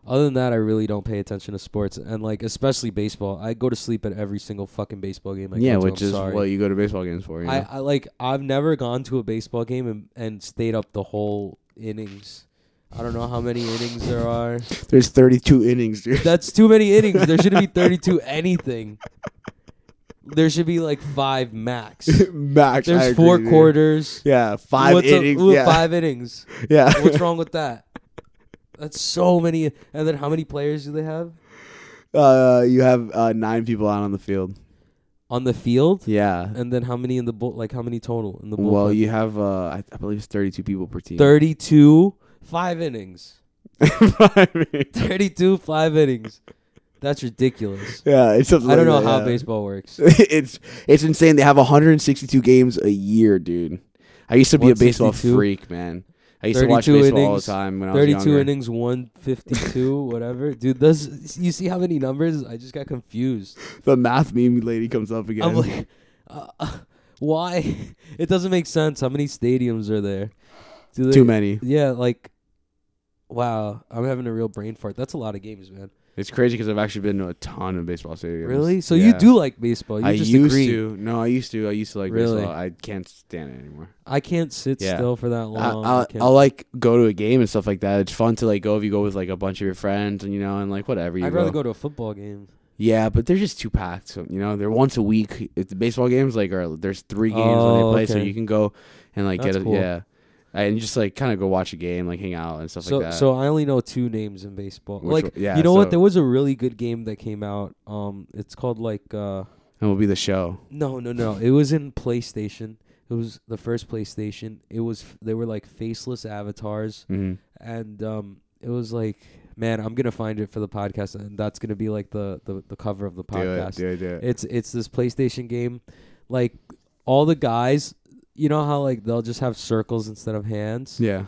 Speaker 2: other than that, I really don't pay attention to sports and like especially baseball. I go to sleep at every single fucking baseball game. I
Speaker 1: yeah,
Speaker 2: go to.
Speaker 1: which
Speaker 2: I'm
Speaker 1: is
Speaker 2: sorry.
Speaker 1: what you go to baseball games for. You know?
Speaker 2: I, I like I've never gone to a baseball game and, and stayed up the whole innings. I don't know how many innings there are.
Speaker 4: There's 32 innings, dude.
Speaker 2: That's too many innings. There shouldn't be 32 anything. There should be like 5 max.
Speaker 4: Max. I
Speaker 2: There's
Speaker 4: agree,
Speaker 2: 4
Speaker 4: dude.
Speaker 2: quarters.
Speaker 4: Yeah, five
Speaker 2: What's a-
Speaker 4: innings.
Speaker 2: ooh,
Speaker 4: yeah,
Speaker 2: 5 innings.
Speaker 4: yeah.
Speaker 2: What's wrong with that? That's so many. And then how many players do they have
Speaker 4: Uh, you have uh, nine people out on the field.
Speaker 2: on the field?
Speaker 1: yeah.
Speaker 2: And then how many in the bull like how many total in the bullpen?
Speaker 1: Well, you have uh, I, I believe it's 32 people per team.
Speaker 2: 32 5 innings.
Speaker 4: yeah,
Speaker 2: 32 five innings. That's ridiculous.
Speaker 4: it's something
Speaker 2: I don't know
Speaker 4: like that,
Speaker 2: how
Speaker 4: yeah.
Speaker 2: baseball works.
Speaker 4: it's it's insane. They have 162 games a year, dude.
Speaker 1: I used to be a baseball
Speaker 2: 162.
Speaker 1: freak, man. I used to watch
Speaker 2: 32
Speaker 1: baseball all the
Speaker 2: innings,
Speaker 1: time when I was
Speaker 2: 32
Speaker 1: younger.
Speaker 2: innings, 152, whatever. Dude, those you see how many numbers? I just got confused.
Speaker 4: The math meme lady comes up again.
Speaker 2: I'm like uh, uh, why? It doesn't make sense. How many stadiums are there? Do they,
Speaker 4: Too many.
Speaker 2: Yeah, like wow, I'm having a real brain fart. That's a lot of games, man.
Speaker 1: It's crazy because I've actually been to a ton of baseball stadiums.
Speaker 2: Really? So you
Speaker 1: Yeah.
Speaker 2: do like baseball. You
Speaker 1: I
Speaker 2: just
Speaker 1: used
Speaker 2: agree.
Speaker 1: to. No, I used to. I used to like
Speaker 2: Really?
Speaker 1: baseball. I can't stand it anymore.
Speaker 2: I can't sit
Speaker 1: Yeah.
Speaker 2: still for that long.
Speaker 1: I, I'll,
Speaker 2: can't-
Speaker 1: I'll like go to a game and stuff like that. It's fun to like go if you go with like a bunch of your friends and you know and like whatever you
Speaker 2: I'd rather go to a football game.
Speaker 1: Yeah, but they're just too packed. So, you know, they're once a week. If the baseball games like are there's three games when
Speaker 2: Oh,
Speaker 1: they play, so
Speaker 2: okay.
Speaker 1: you can go and like
Speaker 2: That's
Speaker 1: get a
Speaker 2: cool.
Speaker 1: yeah, and just like kind of go watch a game, like hang out and stuff
Speaker 2: so,
Speaker 1: like that.
Speaker 2: So I only know two names in baseball.
Speaker 1: Which
Speaker 2: like,
Speaker 1: one- yeah,
Speaker 2: you know what?
Speaker 1: so-
Speaker 2: There was a really good game that came out. Um, it's called like uh,
Speaker 1: and will be the show.
Speaker 2: no, no, no. It was in PlayStation. It was the first PlayStation. It was they were like faceless avatars,
Speaker 1: hmm
Speaker 2: and um, it was like, man, I'm gonna find it for the podcast, and that's gonna be like the the, the cover of the
Speaker 1: Do it,
Speaker 2: podcast.
Speaker 1: do it, do it.
Speaker 2: It's it's this PlayStation game, like all the guys. You know how like they'll just have circles instead of hands.
Speaker 1: Yeah,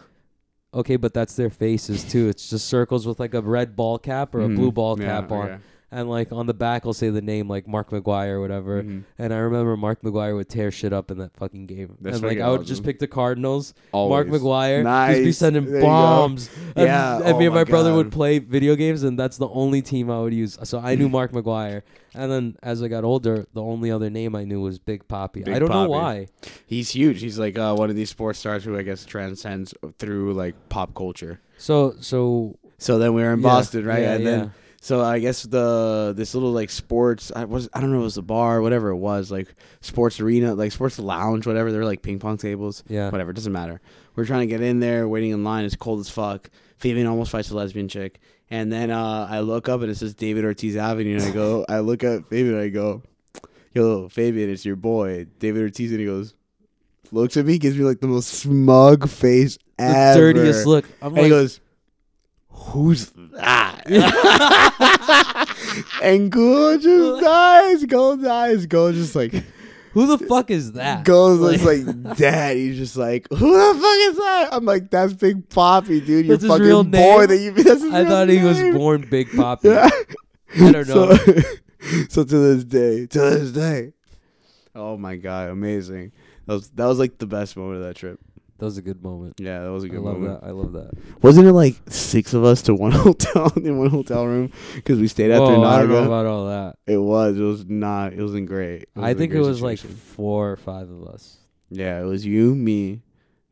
Speaker 2: Okay, but that's their faces too. It's just circles with like a red ball cap or a
Speaker 1: Mhm.
Speaker 2: blue ball
Speaker 1: Yeah,
Speaker 2: cap on.
Speaker 1: okay.
Speaker 2: And like on the back will say the name like Mark McGuire or whatever.
Speaker 1: Mhm.
Speaker 2: And I remember Mark McGuire would tear shit up in that fucking game.
Speaker 1: That's
Speaker 2: and like
Speaker 1: fucking
Speaker 2: I would
Speaker 1: awesome.
Speaker 2: just pick the Cardinals,
Speaker 1: Always.
Speaker 2: Mark McGuire, just be
Speaker 4: Nice.
Speaker 2: sending
Speaker 4: There you go.
Speaker 2: bombs. And,
Speaker 4: Yeah,
Speaker 2: and me
Speaker 4: oh
Speaker 2: and
Speaker 4: my
Speaker 2: my brother would
Speaker 4: God.
Speaker 2: play video games and that's the only team I would use. So I knew Mark McGuire. And then as I got older, the only other name I knew was Big Poppy.
Speaker 1: Big
Speaker 2: I don't know
Speaker 1: Papi.
Speaker 2: why.
Speaker 1: He's huge. He's like uh, one of these sports stars who I guess transcends through like pop culture.
Speaker 2: So so
Speaker 1: So then we were in
Speaker 2: Yeah,
Speaker 1: Boston, right?
Speaker 2: yeah,
Speaker 1: and
Speaker 2: yeah.
Speaker 1: then so I guess the this little like sports I was I don't know it was a bar, whatever it was, like sports arena, like sports lounge, whatever. They were like ping pong tables.
Speaker 2: Yeah.
Speaker 1: Whatever, it doesn't matter. We're trying to get in there, waiting in line, it's cold as fuck. Fabian almost fights a lesbian chick. And then uh, I look up and it says David Ortiz Avenue and I go I look at Fabian and I go, Yo, Fabian, it's your boy, David Ortiz and he goes looks at me, gives me like the most smug face
Speaker 2: the
Speaker 1: ever.
Speaker 2: dirtiest look. I'm
Speaker 1: And he
Speaker 2: like
Speaker 1: goes, Who's that? and Ghoul just dies. Ghoul dies. Ghoul just like,
Speaker 2: Who the fuck is that?
Speaker 1: Ghoul looks like dad. He's just like, Who the fuck is that? I'm like, That's Big Poppy, dude. Your
Speaker 2: That's his
Speaker 1: fucking
Speaker 2: real
Speaker 1: boy
Speaker 2: name?
Speaker 1: that you That's his
Speaker 2: I
Speaker 1: real
Speaker 2: thought he was
Speaker 1: name.
Speaker 2: born Big Poppy.
Speaker 1: Yeah.
Speaker 2: I don't know.
Speaker 1: So, so to this day, to this day. Oh my God, amazing. That was, that was like the best moment of that trip.
Speaker 2: That was a good moment.
Speaker 1: Yeah, that was a
Speaker 2: I
Speaker 1: good
Speaker 2: love
Speaker 1: moment.
Speaker 2: that. I love that.
Speaker 1: Wasn't it like six of us to one hotel in one hotel room because we stayed after
Speaker 2: Whoa, I don't know
Speaker 1: Naga?
Speaker 2: about all that.
Speaker 1: It was. It was not. It wasn't great.
Speaker 2: I
Speaker 1: wasn't a
Speaker 2: think it
Speaker 1: great
Speaker 2: was like
Speaker 1: situation.
Speaker 2: four or five of us.
Speaker 1: yeah, it was you, me,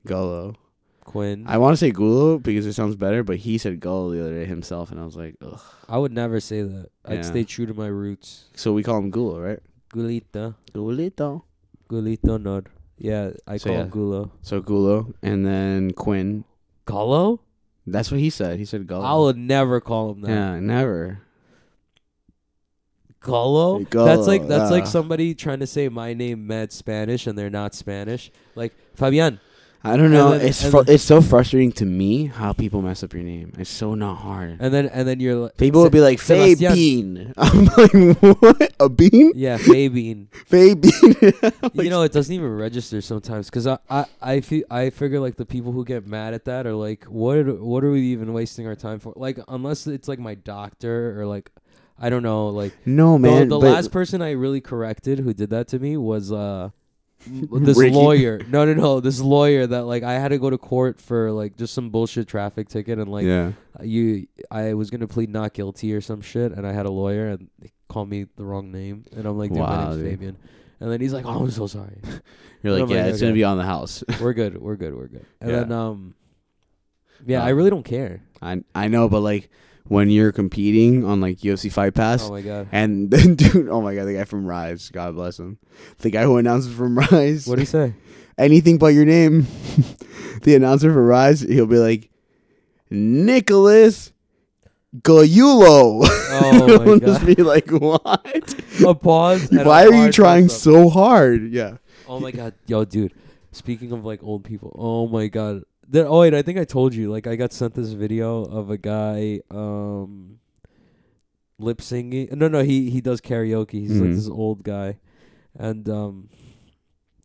Speaker 1: Gullo.
Speaker 2: Quinn. I,
Speaker 1: I want to say Gulo because it sounds better, but he said Gullo the other day himself, and I was like, ugh.
Speaker 2: would never say that.
Speaker 1: Yeah.
Speaker 2: I'd stay true to my roots.
Speaker 1: So we call him Gulo, right?
Speaker 2: Gulita.
Speaker 1: Gulito.
Speaker 2: Gulito nor. Yeah, I
Speaker 1: So,
Speaker 2: call
Speaker 1: yeah.
Speaker 2: him Gulo.
Speaker 1: So Gulo, and then Quinn.
Speaker 2: Gullo?
Speaker 1: That's what he said. He said Gullo.
Speaker 2: I would never call him that.
Speaker 1: yeah, never.
Speaker 2: Gullo?
Speaker 1: Gullo,
Speaker 2: That's like that's like
Speaker 1: yeah.
Speaker 2: somebody trying to say my name meant Spanish and they're not Spanish. Like Fabian.
Speaker 1: I don't know.
Speaker 2: And then-
Speaker 1: it's
Speaker 2: and
Speaker 1: fru-
Speaker 2: then-
Speaker 1: it's so frustrating to me how people mess up your name. It's so not hard.
Speaker 2: And then and then you're like,
Speaker 1: People would be like, Faye
Speaker 2: Sebastian.
Speaker 1: Bean. I'm like, what? A bean?
Speaker 2: yeah, Fabian.
Speaker 1: Faye Bean?
Speaker 2: you know, it doesn't even register sometimes because I, I I feel I figure like the people who get mad at that are like, what are, what are we even wasting our time for? Like, unless it's like my doctor or like, I don't know, like
Speaker 1: no,
Speaker 2: the-
Speaker 1: man.
Speaker 2: the,
Speaker 1: but-
Speaker 2: last person I really corrected who did that to me was uh m- this
Speaker 1: Ricky.
Speaker 2: lawyer. No, no, no, this lawyer that like I had to go to court for like just some bullshit traffic ticket and like
Speaker 1: yeah.
Speaker 2: Uh, you I was gonna plead not guilty or some shit, and I had a lawyer and he called me the wrong name, and I'm like, dude, my
Speaker 1: Wow,
Speaker 2: name's
Speaker 1: dude.
Speaker 2: Fabian. And then he's like, "Oh, I'm so sorry.
Speaker 1: You're like,
Speaker 2: Nobody
Speaker 1: yeah,
Speaker 2: knows
Speaker 1: it's going
Speaker 2: that.
Speaker 1: to be on the house.
Speaker 2: We're good. We're good. We're good." And
Speaker 1: Yeah.
Speaker 2: then, um, yeah, I
Speaker 1: Um,
Speaker 2: really don't care.
Speaker 1: I, I know, but like when you're competing on like UFC Fight Pass,
Speaker 2: Oh my god,
Speaker 1: and then, dude, oh my God, the guy from Rise, God bless him. The guy who announces from Rise.
Speaker 2: what do you say?
Speaker 1: anything but your name. the announcer for Rise, he'll be like, Nicholas Gayulo.
Speaker 2: Oh my
Speaker 1: It'll just
Speaker 2: God. Oh,
Speaker 1: be like, what?
Speaker 2: A pause. and a
Speaker 1: Why are you
Speaker 2: hard
Speaker 1: trying
Speaker 2: press-up.
Speaker 1: so hard? Yeah.
Speaker 2: Oh my god, yo, dude. Speaking of like old people, oh my god. There, oh wait, I think I told you. Like, I got sent this video of a guy, um, lip singing. No, no, he he does karaoke. He's like
Speaker 1: Mhm.
Speaker 2: this old guy, and um,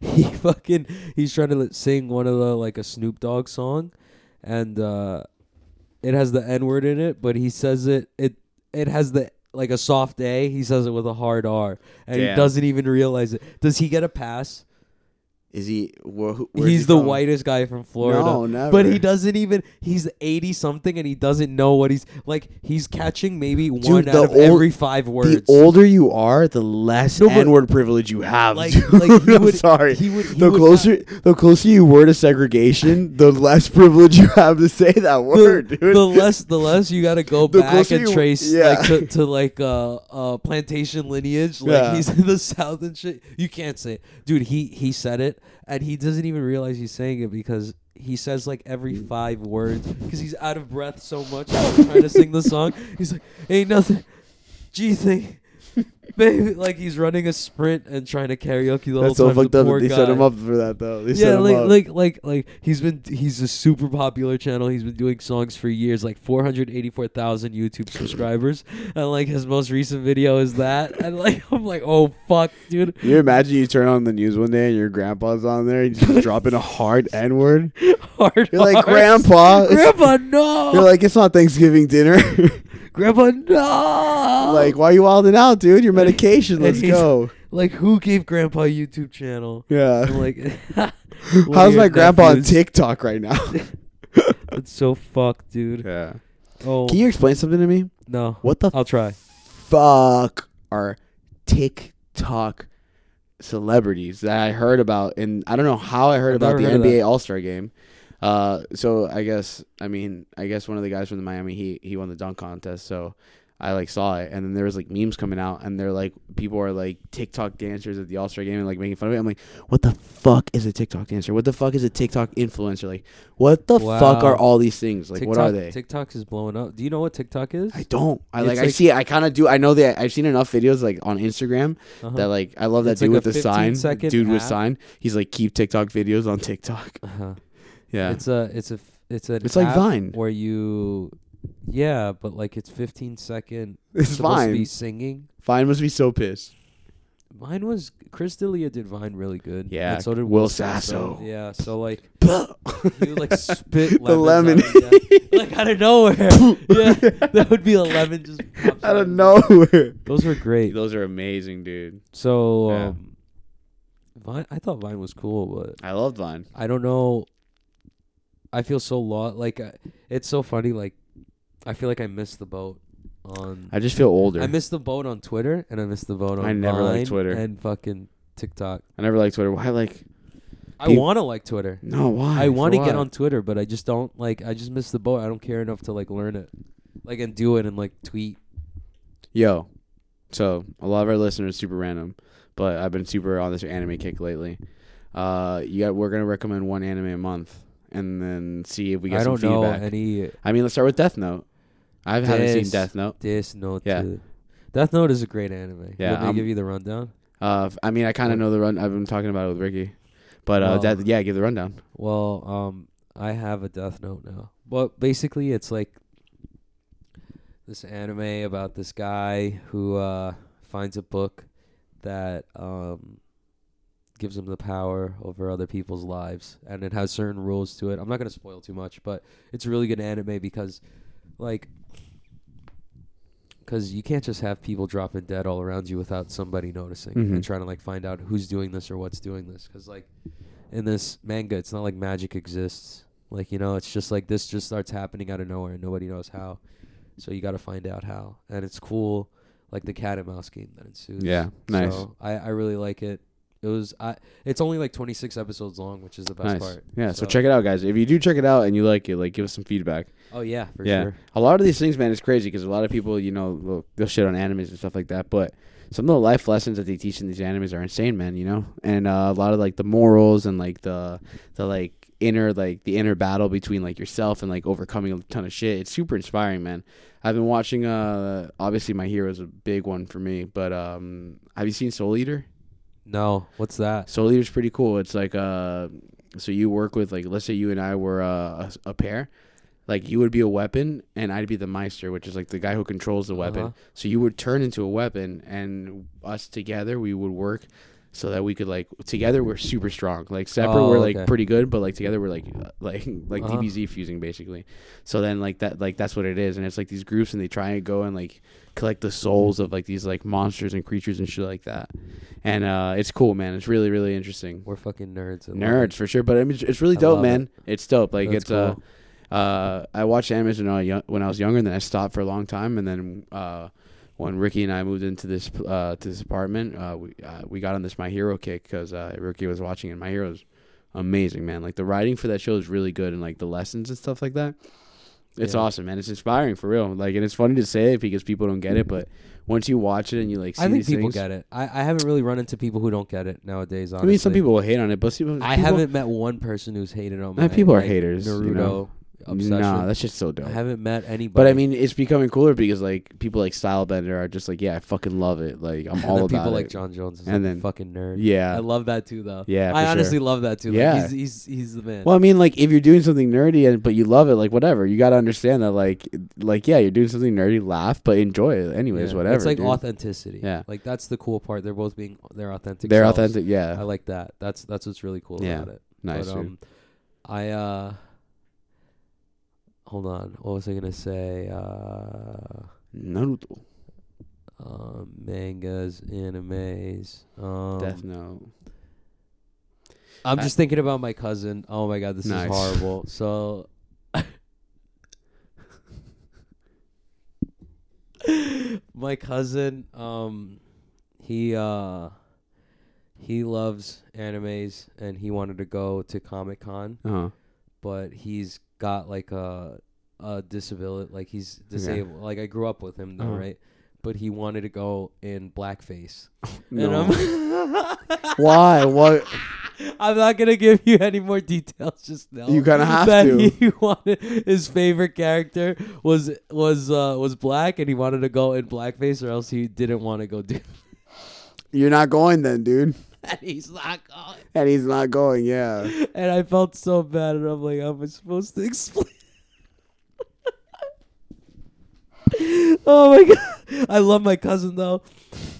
Speaker 2: he fucking he's trying to li- sing one of the like a Snoop Dogg song, and uh, it has the N word in it, but he says it it it has the like a soft A. He says it with a hard R, and he
Speaker 1: Damn.
Speaker 2: doesn't even realize it. Does he get a pass?
Speaker 1: Is he. Wh- who- where's
Speaker 2: he's
Speaker 1: he
Speaker 2: the
Speaker 1: from?
Speaker 2: whitest guy from Florida.
Speaker 1: No, never.
Speaker 2: But he doesn't even. He's eighty something, and he doesn't know what he's like. He's catching maybe one out
Speaker 1: the
Speaker 2: of
Speaker 1: old-
Speaker 2: every five
Speaker 1: The
Speaker 2: words.
Speaker 1: older you are, the less
Speaker 2: No, but-
Speaker 1: N-word privilege you have.
Speaker 2: like,
Speaker 1: dude.
Speaker 2: like he
Speaker 1: I'm
Speaker 2: would,
Speaker 1: sorry.
Speaker 2: He would, he
Speaker 1: the
Speaker 2: would not-
Speaker 1: closer, the closer you were to segregation, the less privilege you have to say that
Speaker 2: the,
Speaker 1: word, dude.
Speaker 2: the less, the less you got to go
Speaker 1: The
Speaker 2: back
Speaker 1: closer
Speaker 2: and
Speaker 1: you-
Speaker 2: trace
Speaker 1: yeah.
Speaker 2: like to, to like uh, uh plantation lineage. Like
Speaker 1: Yeah.
Speaker 2: he's in the south and shit. You can't say, it. dude. He he said it, and he doesn't even realize he's saying it because he says like every five words because he's out of breath so much while trying to sing the song. He's like, ain't nothing, gee thing. Baby, like he's running a sprint and trying to karaoke the whole
Speaker 1: That's
Speaker 2: time.
Speaker 1: so fucked
Speaker 2: the
Speaker 1: up. that
Speaker 2: poor
Speaker 1: They
Speaker 2: guy
Speaker 1: set him up for that though. They set
Speaker 2: yeah,
Speaker 1: him
Speaker 2: like,
Speaker 1: up.
Speaker 2: like like like he's been he's a super popular channel. He's been doing songs for years, like four hundred eighty four thousand YouTube subscribers, and like his most recent video is that. And like I'm like, oh fuck, dude.
Speaker 1: Can you imagine you turn on the news one day and your grandpa's on there and he's just dropping a hard N word?
Speaker 2: Hard
Speaker 1: You're like,
Speaker 2: R's.
Speaker 1: Grandpa. it's-
Speaker 2: Grandpa, no.
Speaker 1: You're like, it's not Thanksgiving dinner.
Speaker 2: Grandpa, no.
Speaker 1: like, why you wilding out, dude? Your medication.
Speaker 2: And
Speaker 1: Let's
Speaker 2: he's-
Speaker 1: go.
Speaker 2: like who gave Grandpa a YouTube channel? I'm
Speaker 1: Yeah.
Speaker 2: like,
Speaker 1: How's my grandpa on TikTok right now?
Speaker 2: It's so fucked, dude.
Speaker 1: yeah.
Speaker 2: Oh
Speaker 1: Can you explain something to me?
Speaker 2: no,
Speaker 1: What the
Speaker 2: I'll try.
Speaker 1: fuck are TikTok celebrities that I heard about, and I don't know how I heard
Speaker 2: I've
Speaker 1: about
Speaker 2: never
Speaker 1: the
Speaker 2: heard of
Speaker 1: NBA All Star Game. Uh, so I guess I mean I guess one of the guys from the Miami Heat he won the dunk contest, so I like saw it, and then there was like memes coming out, and they're like people are like TikTok dancers at the All Star Game and like making fun of it. I'm like, what the fuck is a TikTok dancer? What the fuck is a TikTok influencer? Like, what the fuck
Speaker 2: Wow.
Speaker 1: are all these things? Like, what are they?
Speaker 2: TikToks is blowing up. Do you know what TikTok is?
Speaker 1: I don't. I
Speaker 2: It's
Speaker 1: like, I
Speaker 2: like-
Speaker 1: see it. I kind of do. I know that I've seen enough videos like on Instagram
Speaker 2: Uh-huh.
Speaker 1: that like I love that
Speaker 2: It's
Speaker 1: dude
Speaker 2: like a
Speaker 1: with the sign.
Speaker 2: 15-second
Speaker 1: Dude with
Speaker 2: app.
Speaker 1: sign. He's like keep TikTok videos on TikTok.
Speaker 2: Uh-huh.
Speaker 1: Yeah.
Speaker 2: It's a it's a f- it's an
Speaker 1: It's like
Speaker 2: app
Speaker 1: Vine.
Speaker 2: where you yeah, but like it's 15 second
Speaker 1: It's
Speaker 2: supposed to
Speaker 1: Vine.
Speaker 2: be singing.
Speaker 1: Vine must be so pissed.
Speaker 2: Mine was Chris D'Elia did Vine really good.
Speaker 1: Yeah,
Speaker 2: and so did
Speaker 1: Will Sasso.
Speaker 2: Yeah, so like
Speaker 1: you
Speaker 2: you like spit
Speaker 1: the
Speaker 2: lemons
Speaker 1: lemon
Speaker 2: out of- yeah, like out of nowhere. yeah, that would be a lemon just pops
Speaker 1: out of
Speaker 2: his-
Speaker 1: nowhere.
Speaker 2: Those were great.
Speaker 1: Those are amazing, dude.
Speaker 2: So
Speaker 1: Yeah.
Speaker 2: um, Vine, I thought Vine was cool, but
Speaker 1: I loved Vine.
Speaker 2: I don't know. I feel so lost. Like I, it's so funny. Like I feel like I missed the boat on.
Speaker 1: I just feel older.
Speaker 2: I
Speaker 1: I,
Speaker 2: missed the boat on Twitter, and I missed the boat on.
Speaker 1: I never liked
Speaker 2: Vine
Speaker 1: Twitter.
Speaker 2: and fucking TikTok.
Speaker 1: never liked Twitter. Why? Like
Speaker 2: I
Speaker 1: Peop-
Speaker 2: want to like Twitter.
Speaker 1: no? Why?
Speaker 2: I want to
Speaker 1: For
Speaker 2: get
Speaker 1: what?
Speaker 2: on Twitter, but I just don't like. I just missed the boat. I don't care enough to like learn it, like and do it and like tweet.
Speaker 1: Yo, so a lot of our listeners are super random, but I've been super on this anime kick lately. Uh, you got we're gonna recommend one anime a month, and then see if we get
Speaker 2: I
Speaker 1: some
Speaker 2: don't know
Speaker 1: feedback.
Speaker 2: any
Speaker 1: I mean, let's start with Death Note. I haven't seen
Speaker 2: This-
Speaker 1: Death Note.
Speaker 2: this note.
Speaker 1: Yeah.
Speaker 2: to- Death Note is a great anime.
Speaker 1: Yeah,
Speaker 2: Let me
Speaker 1: I'm-
Speaker 2: give you the rundown.
Speaker 1: Uh, I mean, I kind of know the run. I've been talking about it with Ricky, But uh,
Speaker 2: Well-
Speaker 1: that yeah, give the rundown.
Speaker 2: Well, um, I have a Death Note now, but basically it's like this anime about this guy who uh, finds a book that um, gives him the power over other people's lives, and it has certain rules to it. I'm not gonna spoil too much, but it's a really good anime because, like. Because you can't just have people dropping dead all around you without somebody noticing
Speaker 1: Mhm.
Speaker 2: and trying to like find out who's doing this or what's doing this. Because like in this manga, it's not like magic exists. Like you know, it's just like this just starts happening out of nowhere and nobody knows how. So you got to find out how, and it's cool, like the cat and mouse game that ensues.
Speaker 1: Yeah, nice.
Speaker 2: So I, I really like it. It was I. It's only like 26 episodes long, which is the best
Speaker 1: nice.
Speaker 2: part.
Speaker 1: Yeah, so. check it out, guys. If you do check it out and you like it, like give us some feedback.
Speaker 2: Oh yeah, for
Speaker 1: yeah,
Speaker 2: sure.
Speaker 1: a lot of these things, man, is crazy because a lot of people, you know, will- they'll shit on animes and stuff like that. But some of the life lessons that they teach in these animes are insane, man. You know, and uh, a lot of like the morals and like the the like inner like the inner battle between like yourself and like overcoming a ton of shit. It's super inspiring, man. I've been watching. Uh, obviously, my hero is a big one for me. But um, have you seen Soul Eater?
Speaker 2: No, what's that?
Speaker 1: Soul Eater's pretty cool. It's like uh, so you work with like let's say you and I were uh, a, a pair, like you would be a weapon and I'd be the Meister, which is like the guy who controls the weapon.
Speaker 2: Uh-huh.
Speaker 1: So you would turn into a weapon, and us together we would work. So that we could like together we're super strong. Like separate
Speaker 2: Oh,
Speaker 1: we're like
Speaker 2: okay.
Speaker 1: pretty good, but like together we're like uh, like like
Speaker 2: Uh-huh.
Speaker 1: DBZ fusing basically. So then like that like that's what it is, and it's like these groups and they try and go and like collect the souls of like these like monsters and creatures and shit like that and uh, it's cool, man. It's really, really interesting.
Speaker 2: We're fucking nerds. I love
Speaker 1: Nerds
Speaker 2: it.
Speaker 1: for sure, but I mean, it's- it's really
Speaker 2: I
Speaker 1: dope,
Speaker 2: love it.
Speaker 1: man. It's dope. Like
Speaker 2: That's
Speaker 1: it's uh, uh, I watched animes when I was young, when I was younger, and then I stopped for a long time, and then uh, when Ricky and I moved into this uh to this apartment, uh, we uh, we got on this My Hero kick because uh, Ricky was watching it. My Hero's amazing, man. Like the writing for that show is really good, and like the lessons and stuff like that. It's
Speaker 2: Yeah.
Speaker 1: awesome, man. It's inspiring for real. Like, and it's funny to say it because people don't get it, but once you watch it and you like see
Speaker 2: I think
Speaker 1: these
Speaker 2: people
Speaker 1: things,
Speaker 2: get it. I, I haven't really run into people who don't get it nowadays.
Speaker 1: I
Speaker 2: Honestly,
Speaker 1: mean, some people will hate on it, but see,
Speaker 2: I
Speaker 1: people-
Speaker 2: haven't met one person who's hated on my.
Speaker 1: Nah, people are
Speaker 2: like,
Speaker 1: haters, you
Speaker 2: Naruto
Speaker 1: know?
Speaker 2: obsession.
Speaker 1: Nah, that's just so dope.
Speaker 2: I haven't met anybody.
Speaker 1: but I mean, it's becoming cooler because like people like Stylebender are just like, yeah, I fucking love it. Like I'm
Speaker 2: And
Speaker 1: all
Speaker 2: then
Speaker 1: about
Speaker 2: people
Speaker 1: it.
Speaker 2: like John Jones is
Speaker 1: And
Speaker 2: and
Speaker 1: then-
Speaker 2: then fucking nerd.
Speaker 1: yeah.
Speaker 2: I love that too, though.
Speaker 1: Yeah, for
Speaker 2: I
Speaker 1: sure.
Speaker 2: honestly love that too. Like,
Speaker 1: Yeah.
Speaker 2: he's, he's he's the man.
Speaker 1: well, I mean, like if you're doing something nerdy and but you love it, like whatever, you gotta understand that, like, like yeah, you're doing something nerdy, laugh, but enjoy it anyways,
Speaker 2: Yeah.
Speaker 1: whatever.
Speaker 2: It's like
Speaker 1: dude.
Speaker 2: authenticity.
Speaker 1: Yeah.
Speaker 2: like that's the cool part. They're both being they're authentic.
Speaker 1: They're
Speaker 2: selves.
Speaker 1: authentic,
Speaker 2: I
Speaker 1: yeah.
Speaker 2: like that. That's that's what's really cool
Speaker 1: Yeah.
Speaker 2: about it.
Speaker 1: nice,
Speaker 2: but,
Speaker 1: dude.
Speaker 2: um, I uh, hold on. What was I gonna say? Uh,
Speaker 1: Naruto,
Speaker 2: uh mangas, animes. Um,
Speaker 1: Death Note.
Speaker 2: I'm
Speaker 1: I-
Speaker 2: just thinking about my cousin. Oh my god, this
Speaker 1: Nice.
Speaker 2: is horrible. So my cousin, um he uh he loves animes and he wanted to go to Comic Con,
Speaker 1: Uh huh.
Speaker 2: but he's got like a a disability like he's disabled. Like I grew up with him though,
Speaker 1: Uh-huh.
Speaker 2: right? But he wanted to go in blackface.
Speaker 1: No.
Speaker 2: And I'm
Speaker 1: Why? What?
Speaker 2: I'm not gonna give you any more details just now.
Speaker 1: You kinda have
Speaker 2: that
Speaker 1: to.
Speaker 2: He wanted his favorite character was was uh, was black, and he wanted to go in blackface, or else he didn't want to go do.
Speaker 1: You're not going then, dude.
Speaker 2: that. He's not going.
Speaker 1: And he's not going. Yeah.
Speaker 2: And I felt so bad, and I'm like, how am I supposed to explain? oh my god! I love my cousin though.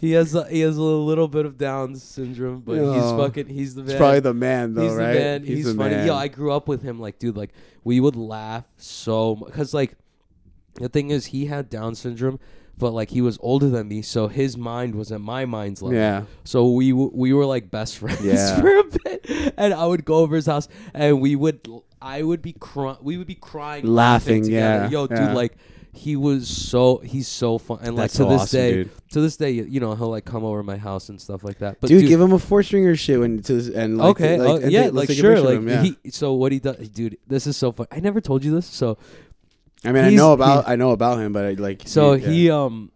Speaker 2: He has a, he has a little bit of Down syndrome, but he's
Speaker 1: Oh.
Speaker 2: fucking he's the
Speaker 1: It's
Speaker 2: man.
Speaker 1: probably the man though,
Speaker 2: he's
Speaker 1: right?
Speaker 2: the man. He's,
Speaker 1: the
Speaker 2: funny.
Speaker 1: man.
Speaker 2: Yo, I grew up with him. Like, dude, like we would laugh so much because, like, the thing is, he had Down syndrome, but like he was older than me, so his mind was at my mind's level.
Speaker 1: yeah.
Speaker 2: So we w- we were like best friends
Speaker 1: Yeah.
Speaker 2: for a bit, and I would go over his house, and we would I would be crying, we would be crying,
Speaker 1: Laughing,
Speaker 2: together.
Speaker 1: yeah,
Speaker 2: yo,
Speaker 1: yeah.
Speaker 2: dude, like he was so he's so fun, and like
Speaker 1: That's
Speaker 2: to
Speaker 1: so
Speaker 2: this
Speaker 1: awesome,
Speaker 2: day,
Speaker 1: dude.
Speaker 2: to this day, you know, he'll like come over to my house and stuff like that. But
Speaker 1: dude, give him a four stringer shit when to this, and like,
Speaker 2: okay,
Speaker 1: like,
Speaker 2: oh,
Speaker 1: and take-
Speaker 2: yeah,
Speaker 1: let's
Speaker 2: like
Speaker 1: take a
Speaker 2: sure,
Speaker 1: picture of
Speaker 2: like
Speaker 1: him, yeah.
Speaker 2: he. So what he does, dude, this is so fun. I never told you this, so
Speaker 1: I mean, I
Speaker 2: he's-
Speaker 1: know about I know about him, but I like
Speaker 2: so
Speaker 1: yeah.
Speaker 2: he um,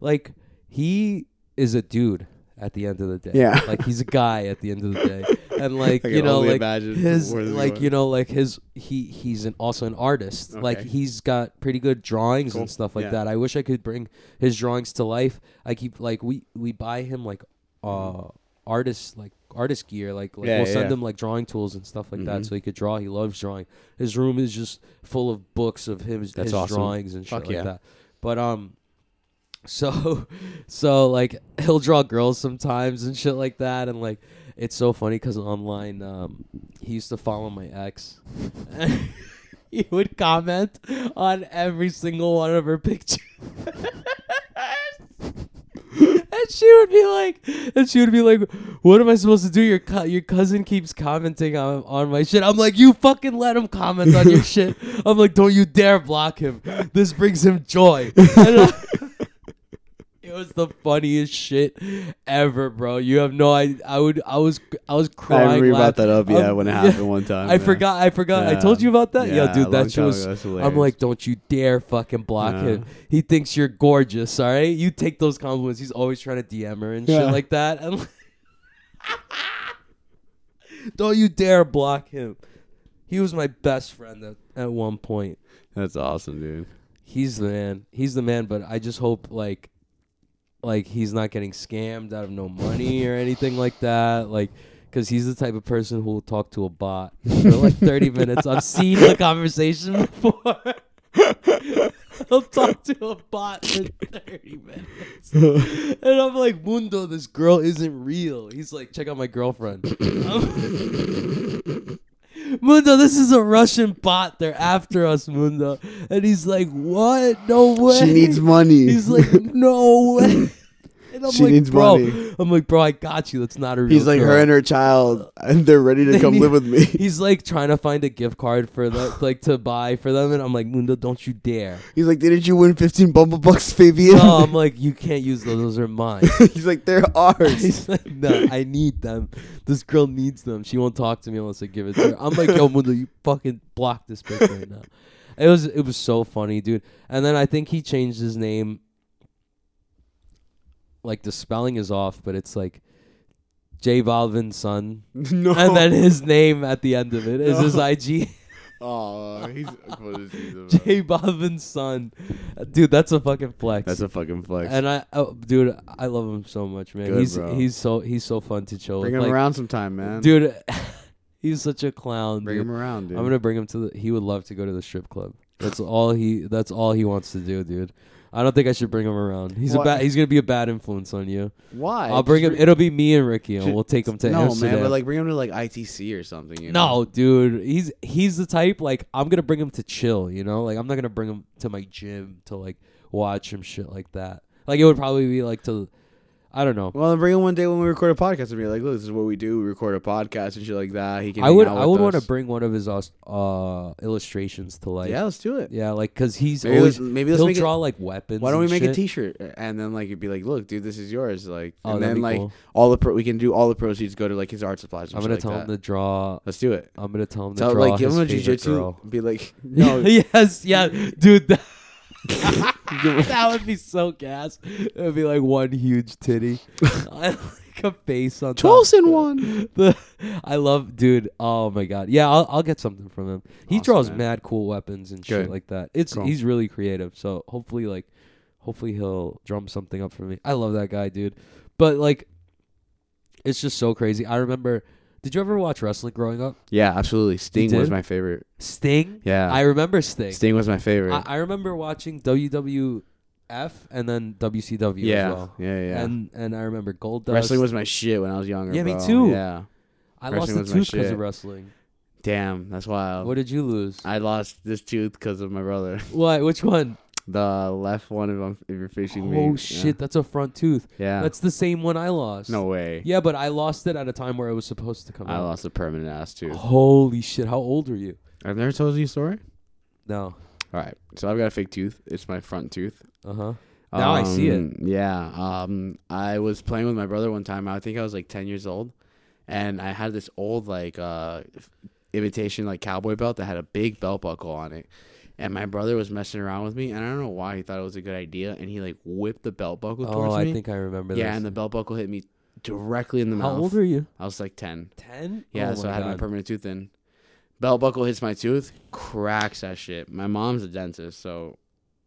Speaker 2: like he is a dude at the end of the day.
Speaker 1: Yeah.
Speaker 2: like he's a guy at the end of the day, and like
Speaker 1: I
Speaker 2: you
Speaker 1: can
Speaker 2: know,
Speaker 1: only
Speaker 2: like
Speaker 1: imagine
Speaker 2: his
Speaker 1: where this is
Speaker 2: like
Speaker 1: going.
Speaker 2: you know, like his he he's an also an artist. Like
Speaker 1: Okay.
Speaker 2: he's got pretty good drawings
Speaker 1: Cool.
Speaker 2: and stuff like
Speaker 1: Yeah.
Speaker 2: that. I wish I could bring his drawings to life. I keep like we we buy him like uh artists like artist gear. Like, like
Speaker 1: Yeah,
Speaker 2: we'll send
Speaker 1: yeah. Mm-hmm.
Speaker 2: him like drawing tools and stuff like that, so he could draw. He loves drawing. His room is just full of books of him
Speaker 5: That's
Speaker 2: his
Speaker 5: awesome.
Speaker 2: drawings and
Speaker 5: Fuck
Speaker 2: shit
Speaker 5: yeah.
Speaker 2: like that. But um, so so like he'll draw girls sometimes and shit like that, and like it's so funny because online um he used to follow my ex. he would comment on every single one of her pictures. And she would be like, and she would be like, "What am I supposed to do? Your co- your cousin keeps commenting on on my shit." I'm like, "You fucking let him comment on your shit." I'm like, "Don't you dare block him. This brings him joy." And I- it was the funniest shit ever, bro. You have no idea. I would, I was, I was
Speaker 5: I
Speaker 2: crying.
Speaker 5: remember you brought
Speaker 2: laughing.
Speaker 5: that up, yeah,
Speaker 2: Um,
Speaker 5: when it happened one time.
Speaker 2: I
Speaker 5: yeah.
Speaker 2: forgot. I forgot. I
Speaker 5: Yeah.
Speaker 2: told you about that. Yeah,
Speaker 5: Yeah, a
Speaker 2: dude,
Speaker 5: long
Speaker 2: that shit
Speaker 5: time
Speaker 2: was.
Speaker 5: ago. That's
Speaker 2: I'm
Speaker 5: hilarious.
Speaker 2: like, don't you dare fucking block
Speaker 5: Yeah.
Speaker 2: him. He thinks you're gorgeous. All right, you take those compliments. He's always trying to DM her and
Speaker 1: Yeah.
Speaker 2: shit like that. And don't you dare block him. He was my best friend at, at one point.
Speaker 5: That's awesome, dude.
Speaker 2: He's the man. He's the man. But I just hope like, like he's not getting scammed out of no money or anything like that. Like, because he's the type of person who will talk to a bot for like thirty minutes. I've seen the conversation before. He'll talk to a bot for thirty minutes, and I'm like, Mundo, this girl isn't real. He's like, check out my girlfriend. I'm- Mundo, this is a Russian bot. They're after us, Mundo. And he's like, what? No way.
Speaker 1: She needs money.
Speaker 2: He's like, no way. And I'm
Speaker 1: She
Speaker 2: like,
Speaker 1: needs
Speaker 2: bro.
Speaker 1: money.
Speaker 2: I'm like, bro, I got you. That's not a real.
Speaker 1: He's like
Speaker 2: girl."
Speaker 1: her and her child, and they're ready to come live with me.
Speaker 2: He's like trying to find a gift card for them, like to buy for them, and I'm like, Mundo, don't you dare!
Speaker 1: He's like, didn't you win fifteen bumble bucks, Fabian?
Speaker 2: No, I'm like, you can't use those; those are mine.
Speaker 1: He's like, they're ours.
Speaker 2: He's like, no, I need them. This girl needs them. She won't talk to me unless I give it to her. I'm like, yo, Mundo, you fucking block this bitch right now. It was it was so funny, dude. And then I think he changed his name. Like the spelling is off, but it's like J Balvin's son,
Speaker 1: no.
Speaker 2: and then his name at the end of it is his IG.
Speaker 1: oh, he's what is he about?
Speaker 2: J Balvin's son, dude. That's a fucking flex.
Speaker 5: That's a fucking flex.
Speaker 2: and I, oh, dude, I love him so much, man.
Speaker 5: Good,
Speaker 2: he's
Speaker 5: bro.
Speaker 2: he's so he's so fun to chill
Speaker 1: Bring
Speaker 2: with.
Speaker 1: him
Speaker 2: like,
Speaker 1: around sometime, man.
Speaker 2: dude. he's such a clown.
Speaker 1: bring
Speaker 2: dude.
Speaker 1: him around, dude.
Speaker 2: I'm gonna bring him to the. He would love to go to the strip club. That's all he. That's all he wants to do, dude. I don't think I should bring him around. He's a
Speaker 1: Why-
Speaker 2: bad. He's gonna be a bad influence on you.
Speaker 1: Why?
Speaker 2: I'll bring him. It'll be me and Ricky, and
Speaker 1: Ju-
Speaker 2: we'll take him to
Speaker 1: no,
Speaker 2: Amsterdam.
Speaker 1: man, but like bring him to like ITC or something. You know?
Speaker 2: no, dude. He's he's the type. Like I'm gonna bring him to chill. You know, like I'm not gonna bring him to my gym to like watch him shit like that. Like it would probably be like to. I don't know.
Speaker 1: Well, then bring him one day when we record a podcast and be like, look, this is what we do. We record a podcast and shit like that. He can.
Speaker 2: I
Speaker 1: hang
Speaker 2: would.
Speaker 1: out
Speaker 2: I
Speaker 1: with
Speaker 2: would want to
Speaker 1: us.
Speaker 2: bring one of his aus- uh illustrations to life.
Speaker 1: Yeah, let's do it.
Speaker 2: Yeah, like because he's
Speaker 1: Maybe
Speaker 2: always
Speaker 1: let's- maybe let's
Speaker 2: he'll
Speaker 1: make it-
Speaker 2: draw like weapons.
Speaker 1: Why don't we
Speaker 2: and
Speaker 1: make a
Speaker 2: shit.
Speaker 1: T-shirt and then like it'd be like, look, dude, this is yours. Like,
Speaker 2: Oh,
Speaker 1: and
Speaker 2: that'd
Speaker 1: then
Speaker 2: be
Speaker 1: like
Speaker 2: cool.
Speaker 1: all the pro- we can do all the proceeds go to like his art supplies. And
Speaker 2: I'm
Speaker 1: shit
Speaker 2: gonna
Speaker 1: like
Speaker 2: tell him
Speaker 1: that.
Speaker 2: to draw.
Speaker 1: Let's do it.
Speaker 2: I'm gonna tell him to
Speaker 1: Tell
Speaker 2: draw
Speaker 1: like give
Speaker 2: his
Speaker 1: him a
Speaker 2: favorite
Speaker 1: jiu-jitsu.
Speaker 2: girl.
Speaker 1: Be like, no,
Speaker 2: yes, yeah, dude. That, that would be so gas. It would be like one huge titty, like a face on. top.
Speaker 1: Tolson won.
Speaker 2: The, I love, dude. Oh my god, yeah. I'll, I'll get something from him. He
Speaker 1: Awesome,
Speaker 2: draws
Speaker 1: man.
Speaker 2: mad cool weapons and shit
Speaker 1: Good.
Speaker 2: like that. It's
Speaker 1: Cool.
Speaker 2: he's really creative. So hopefully, like, hopefully he'll drum something up for me. I love that guy, dude. But like, it's just so crazy. I remember. Did you ever watch wrestling growing up?
Speaker 1: Yeah, absolutely. Sting was
Speaker 2: did?
Speaker 1: my favorite.
Speaker 2: Sting.
Speaker 1: Yeah,
Speaker 2: I remember Sting.
Speaker 1: Sting was my favorite.
Speaker 2: I, I remember watching WWF and then WCW
Speaker 1: yeah.
Speaker 2: as well.
Speaker 1: yeah, yeah,
Speaker 2: And and I remember Gold Dust.
Speaker 1: Wrestling was my shit when I was younger.
Speaker 2: Yeah, me
Speaker 1: bro.
Speaker 2: too.
Speaker 1: Yeah,
Speaker 2: I
Speaker 1: wrestling
Speaker 2: lost a
Speaker 1: was my
Speaker 2: tooth because
Speaker 1: shit.
Speaker 2: of wrestling.
Speaker 1: damn, that's wild.
Speaker 2: What did you lose?
Speaker 1: I lost this tooth because of my brother.
Speaker 2: Why? Which one?
Speaker 1: The left one, if, I'm, if you're fishing me.
Speaker 2: Oh shit, that's a front tooth.
Speaker 1: Yeah.
Speaker 2: That's the same one I lost.
Speaker 1: no way.
Speaker 2: Yeah, but I lost it at a time where it was supposed to come
Speaker 1: I
Speaker 2: out.
Speaker 1: lost a permanent ass tooth.
Speaker 2: Oh. Holy shit! How old were you?
Speaker 1: I've never told you a story.
Speaker 2: No.
Speaker 1: All right, so I've got a fake tooth. It's my front tooth.
Speaker 2: Uh huh. Now I see it.
Speaker 1: Um, Yeah. Um, I was playing with my brother one time. I think I was like ten years old, and I had this old like uh, f- imitation like cowboy belt that had a big belt buckle on it. And my brother was messing around with me, and I don't know why he thought it was a good idea, and he like whipped the belt buckle
Speaker 2: Oh,
Speaker 1: towards
Speaker 2: I
Speaker 1: me.
Speaker 2: think I remember.
Speaker 1: yeah,
Speaker 2: this.
Speaker 1: and the belt buckle hit me directly in the
Speaker 2: how
Speaker 1: mouth.
Speaker 2: old were you?
Speaker 1: I was like ten.
Speaker 2: Ten.
Speaker 1: Yeah,
Speaker 2: Oh
Speaker 1: so I had my
Speaker 2: God.
Speaker 1: permanent tooth in. Belt buckle hits my tooth, cracks that shit. My mom's a dentist, so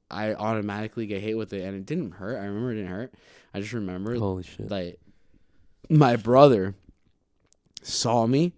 Speaker 1: I automatically get hit with it, and it didn't
Speaker 2: Oh.
Speaker 1: hurt. I remember it didn't hurt. I just remember
Speaker 2: Holy shit.
Speaker 1: like my brother saw me,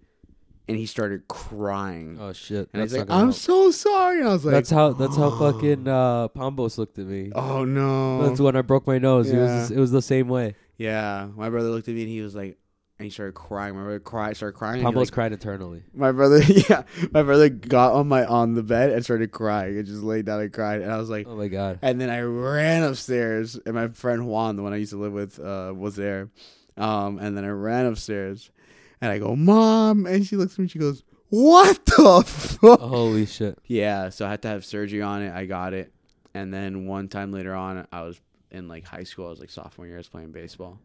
Speaker 1: and he started crying.
Speaker 2: Oh shit.
Speaker 1: and he's
Speaker 2: that's
Speaker 1: like,
Speaker 2: not gonna
Speaker 1: "I'm
Speaker 2: help.
Speaker 1: so sorry." And I was like,
Speaker 2: That's how that's how fucking uh Pombos looked at me.
Speaker 1: "Oh no."
Speaker 2: That's when I broke my nose. It was
Speaker 1: Yeah.
Speaker 2: it was the same way.
Speaker 1: yeah, my brother looked at me and he was like, and he started crying. My brother cried, started crying. and he,
Speaker 2: Pombos
Speaker 1: like,
Speaker 2: cried eternally.
Speaker 1: My brother, yeah, my brother got on my on the bed and started crying. and just laid down and cried, and I was like,
Speaker 2: Oh my god.
Speaker 1: and then I ran upstairs, and my friend Juan, the one I used to live with, uh, was there, um, and then I ran upstairs, and I go, mom, and she looks at me, she goes, what the fuck?
Speaker 2: Holy shit.
Speaker 1: Yeah, so I had to have surgery on it. I got it, and then one time later on, I was in like high school. I was like sophomore year. I was playing baseball,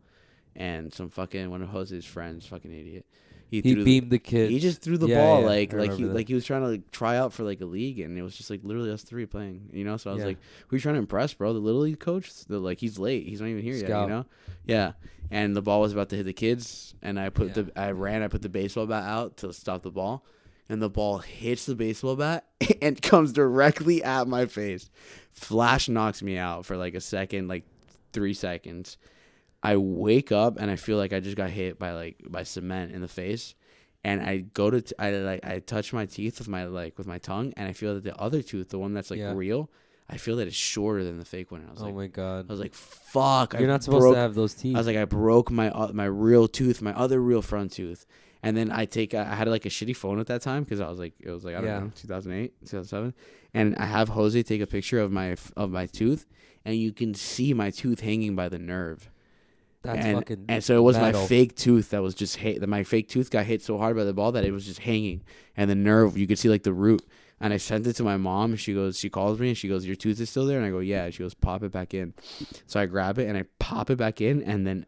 Speaker 1: and some fucking one of Jose's friends, fucking idiot,
Speaker 2: He
Speaker 1: threw the-
Speaker 2: beamed the kid.
Speaker 1: he just threw the
Speaker 2: Yeah,
Speaker 1: ball
Speaker 2: yeah,
Speaker 1: like
Speaker 2: I
Speaker 1: like he
Speaker 2: remember that.
Speaker 1: like he was trying to like, try out for like a league, and it was just like literally us three playing. You know, so I was
Speaker 2: Yeah.
Speaker 1: like, "Who you trying to impress, bro? The little league coach? The, like he's late. He's not even here yet. You
Speaker 2: Scout.
Speaker 1: know? Yeah." And the ball was about to hit the kids, and I put
Speaker 2: Yeah.
Speaker 1: the I ran. I put the baseball bat out to stop the ball, and the ball hits the baseball bat and comes directly at my face. Flash knocks me out for like a second, like three seconds. I wake up and I feel like I just got hit by like by cement in the face, and I go to t- I like I touch my teeth with my like with my tongue, and I feel that the other tooth, the one that's like
Speaker 2: Yeah.
Speaker 1: real, I feel that it's shorter than the fake one. And I was
Speaker 2: Oh
Speaker 1: like,
Speaker 2: my
Speaker 1: I
Speaker 2: god.
Speaker 1: was like, fuck, I
Speaker 2: You're not supposed
Speaker 1: broke-
Speaker 2: to have those teeth.
Speaker 1: I was like, I broke my o my real tooth, my other real front tooth, and then I take I had like a shitty phone at that time because I was like it was like I don't
Speaker 2: Yeah.
Speaker 1: know 2008 2007, and I have Jose take a picture of my f- of my tooth, and you can see my tooth hanging by the nerve
Speaker 2: That's
Speaker 1: and,
Speaker 2: fucking
Speaker 1: and so it was my
Speaker 2: metal.
Speaker 1: fake tooth that was just hit. My fake tooth got hit so hard by the ball that it was just hanging, and the nerve you could see like the root. And I sent it to my mom, and she goes, she calls me, and she goes, "Your tooth is still there?" And I go, "Yeah." And she goes, "Pop it back in." So I grab it and I pop it back in, and then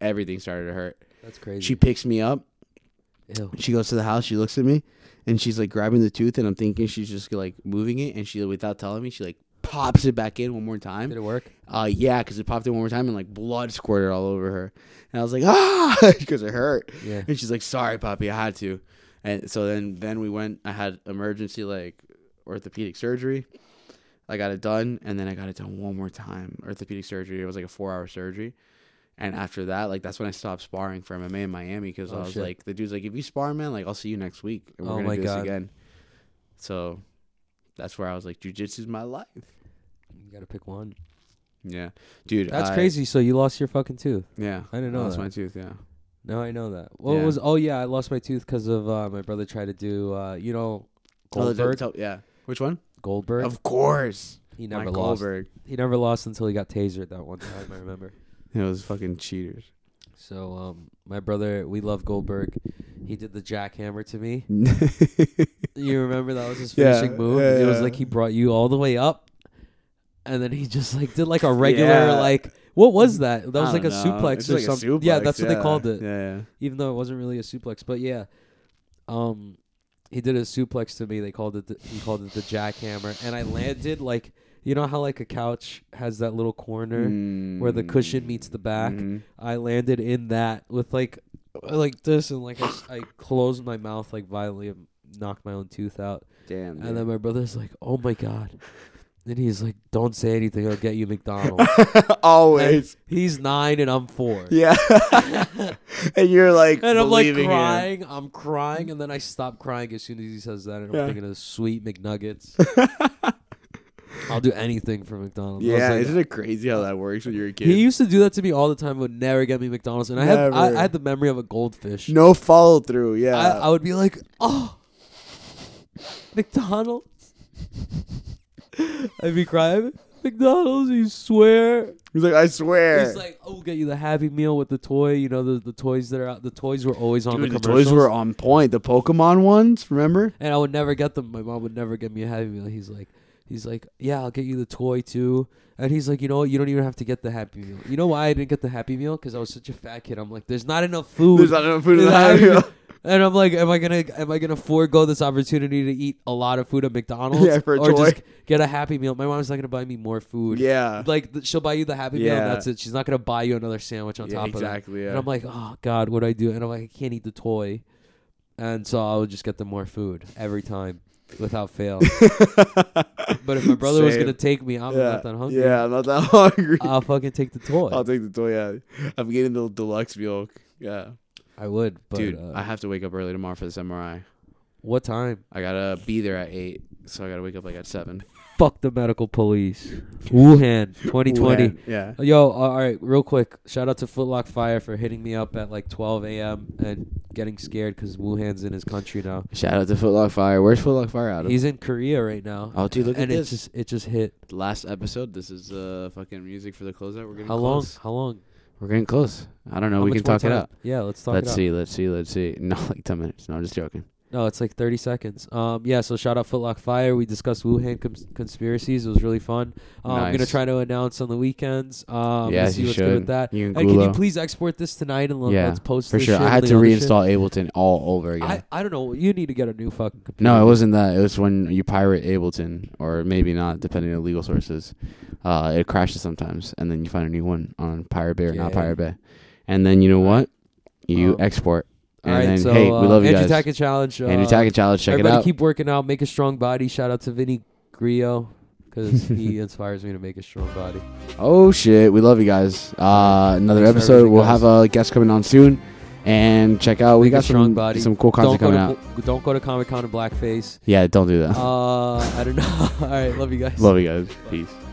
Speaker 1: everything started to hurt.
Speaker 2: That's crazy.
Speaker 1: She picks me up,
Speaker 2: Ew.
Speaker 1: she goes to the house. She looks at me, and she's like grabbing the tooth, and I'm thinking she's just like moving it, and she without telling me, she like pops it back in one more time.
Speaker 2: Did it work?
Speaker 1: Uh, yeah, because it popped in one more time and like blood squirted all over her, and I was like, ah, because it hurt.
Speaker 2: Yeah.
Speaker 1: And she's like, sorry, Poppy, I had to. And so then, then we went. I had emergency like orthopedic surgery. I got it done, and then I got it done one more time. Orthopedic surgery. It was like a four-hour surgery. And after that, like that's when I stopped sparring for MMA in Miami because
Speaker 2: Oh,
Speaker 1: I was
Speaker 2: shit.
Speaker 1: like, the dude's like, if you spar, man, like I'll see you next week, and we're
Speaker 2: Oh
Speaker 1: gonna
Speaker 2: my
Speaker 1: do
Speaker 2: God.
Speaker 1: this again. So that's where I was like, jujitsu's my life.
Speaker 2: You gotta pick one.
Speaker 1: Yeah, dude,
Speaker 2: That's
Speaker 1: I-
Speaker 2: crazy. So you lost your fucking tooth.
Speaker 1: Yeah,
Speaker 2: I didn't know
Speaker 1: Lost
Speaker 2: that.
Speaker 1: my tooth. Yeah.
Speaker 2: Now I know that. What
Speaker 1: Yeah.
Speaker 2: was? Oh yeah, I lost my tooth because of uh, my brother tried to do. Uh, you know, Goldberg.
Speaker 1: yeah. Which one?
Speaker 2: Goldberg.
Speaker 1: Oh, Of course.
Speaker 2: he never
Speaker 1: Mike
Speaker 2: lost.
Speaker 1: Goldberg.
Speaker 2: He never lost until he got tasered that one time. I remember.
Speaker 1: It was fucking cheaters.
Speaker 2: So um, my brother, we love Goldberg. He did the jackhammer to me. You remember that was his
Speaker 1: Yeah,
Speaker 2: finishing move.
Speaker 1: yeah,
Speaker 2: It was
Speaker 1: yeah.
Speaker 2: like he brought you all the way up, and then he just like did like a regular
Speaker 1: Yeah.
Speaker 2: like. What was that? That was
Speaker 1: I
Speaker 2: like a
Speaker 1: don't know.
Speaker 2: suplex
Speaker 1: It's
Speaker 2: or
Speaker 1: like a
Speaker 2: something. yeah,
Speaker 1: suplex,
Speaker 2: that's what they called
Speaker 1: yeah.
Speaker 2: it.
Speaker 1: Yeah, yeah.
Speaker 2: even though it wasn't really a suplex. But yeah, um, he did a suplex to me. They called it. The, he called it the jackhammer, and I landed like you know how like a couch has that little corner
Speaker 1: Mm-hmm.
Speaker 2: where the cushion meets the back.
Speaker 1: Mhm.
Speaker 2: I landed in that with like like this, and like I, s- I closed my mouth like violently and knocked my own tooth out.
Speaker 1: Damn.
Speaker 2: And
Speaker 1: dude.
Speaker 2: then my brother's like, "Oh my god." And he's like, "Don't say anything. I'll get you McDonald's." And
Speaker 1: Always.
Speaker 2: he's nine, and I'm four.
Speaker 1: Yeah. and you're like,
Speaker 2: And I'm like
Speaker 1: believing him.
Speaker 2: crying, I'm crying, and then I stop crying as soon as he says that. And I'm
Speaker 1: Yeah.
Speaker 2: thinking of sweet McNuggets. I'll do anything for McDonald's. I was
Speaker 1: Yeah,
Speaker 2: like-
Speaker 1: isn't it crazy how that works when you're a kid?
Speaker 2: he used to do that to me all the time. Would never get me McDonald's, and I had I,
Speaker 1: Never.
Speaker 2: I had the memory of a goldfish.
Speaker 1: no follow through. Yeah.
Speaker 2: I, I would be like, oh, McDonald's. I'd be crying. McDonald's, you swear.
Speaker 1: He's like, I swear.
Speaker 2: He's like, oh, we'll get you the Happy Meal with the toy. You know, the, the toys that are out. The toys were always on
Speaker 1: Dude,
Speaker 2: the
Speaker 1: the toys
Speaker 2: commercials.
Speaker 1: were on point. The Pokemon ones, remember?
Speaker 2: and I would never get them. My mom would never get me a Happy Meal. He's like, he's like, yeah, I'll get you the toy too. And he's like, you know what? You don't even have to get the Happy Meal. You know why I didn't get the Happy Meal? Because I was such a fat kid. I'm like, there's not enough food.
Speaker 1: There's not enough food in
Speaker 2: There's
Speaker 1: the
Speaker 2: not
Speaker 1: Happy
Speaker 2: even-
Speaker 1: Meal.
Speaker 2: And I'm like, am I gonna am I gonna forego this opportunity to eat a lot of food at McDonald's
Speaker 1: Yeah, for a
Speaker 2: or just
Speaker 1: toy.
Speaker 2: get a Happy Meal? My mom's not gonna buy me more food.
Speaker 1: Yeah.
Speaker 2: Like th- she'll buy you the Happy Meal. And
Speaker 1: Yeah.
Speaker 2: that's it. She's not gonna buy you another sandwich on
Speaker 1: Yeah,
Speaker 2: top of that.
Speaker 1: exactly. Yeah.
Speaker 2: And I'm like, oh God, what do I do? And I'm like, I can't eat the toy. And so I would just get them more food every time without fail. but if my brother was
Speaker 1: Same.
Speaker 2: gonna take me, I'm
Speaker 1: yeah.
Speaker 2: not that hungry.
Speaker 1: Yeah, I'm not that hungry.
Speaker 2: I'll fucking take the toy.
Speaker 1: I'll take the toy. Yeah, I'm getting the deluxe milk. Yeah,
Speaker 2: I would, but
Speaker 1: Dude,
Speaker 2: uh,
Speaker 1: I have to wake up early tomorrow for this MRI.
Speaker 2: what time?
Speaker 1: I gotta be there at eight, so I gotta wake up like at seven.
Speaker 2: Fuck the medical police. Wuhan, 2020.
Speaker 4: Wuhan, Yeah.
Speaker 2: Yo, uh, all right, real quick. Shout out to Footlock Fire for hitting me up at like 12 a.m. and getting scared because Wuhan's in his country now.
Speaker 1: Shout out to Footlock Fire. Where's Footlock Fire out of?
Speaker 2: He's in Korea right now.
Speaker 1: oh, dude, look
Speaker 2: and
Speaker 1: at
Speaker 2: it
Speaker 1: this.
Speaker 2: just it just hit.
Speaker 1: Last episode. This is uh fucking music for the closeout. We're getting
Speaker 2: How long?
Speaker 1: close.
Speaker 2: How long?
Speaker 1: We're getting close. I don't know.
Speaker 2: How
Speaker 1: we
Speaker 2: much
Speaker 1: can
Speaker 2: more
Speaker 1: talk it
Speaker 2: time?
Speaker 1: out.
Speaker 2: Yeah, let's talk.
Speaker 1: Let's
Speaker 2: it out.
Speaker 1: see. Let's see. Let's see. No, like ten minutes. No, I'm just joking.
Speaker 2: No, it's like 30 seconds. Um, yeah, so shout out Footlock Fire. We discussed Wuhan cons- conspiracies. It was really fun. Um, I'm going to
Speaker 1: Nice.
Speaker 2: try to announce on the weekends. Um,
Speaker 1: Yes,
Speaker 2: see
Speaker 1: you
Speaker 2: what's good with
Speaker 1: should.
Speaker 2: that.
Speaker 1: You
Speaker 2: and
Speaker 1: and
Speaker 2: can you
Speaker 1: Gulo.
Speaker 2: please export this tonight and let,
Speaker 1: Yeah,
Speaker 2: let's post
Speaker 1: For
Speaker 2: this
Speaker 1: sure.
Speaker 2: shit
Speaker 1: I had
Speaker 2: and
Speaker 1: to
Speaker 2: the other shit?
Speaker 1: reinstall Ableton all over again.
Speaker 2: I, I don't know. You need to get a new fucking computer.
Speaker 1: no, it wasn't that. It was when you pirate Ableton, or maybe not, depending on legal sources. Uh, it crashes sometimes, and then you find a new one on Pirate Bay or not
Speaker 2: Yeah.
Speaker 1: Pirate Bay, and then you know what? You
Speaker 2: Um,
Speaker 1: export,
Speaker 2: All
Speaker 1: and
Speaker 2: right,
Speaker 1: then
Speaker 2: so
Speaker 1: hey,
Speaker 2: uh,
Speaker 1: we love you
Speaker 2: Andrew
Speaker 1: guys.
Speaker 2: Tackett challenge. Uh,
Speaker 1: Andrew Tackett Challenge, check it
Speaker 2: everybody
Speaker 1: out.
Speaker 2: keep working out. Make a strong body. Shout out to Vinny Grillo because he inspires me to make a strong body.
Speaker 1: Oh shit, we love you guys. Uh, another
Speaker 2: Thanks for
Speaker 1: episode.
Speaker 2: everything,
Speaker 1: We'll
Speaker 2: guys.
Speaker 1: have a guest coming on soon, and check out. We
Speaker 2: Make a
Speaker 1: got
Speaker 2: strong
Speaker 1: some
Speaker 2: body.
Speaker 1: some cool
Speaker 2: Don't
Speaker 1: content
Speaker 2: go
Speaker 1: coming
Speaker 2: to
Speaker 1: out.
Speaker 2: don't go to Comic Con in blackface.
Speaker 1: Yeah, don't do that.
Speaker 2: Uh, I don't Uh, know. All right, love you guys.
Speaker 1: love you guys. Peace.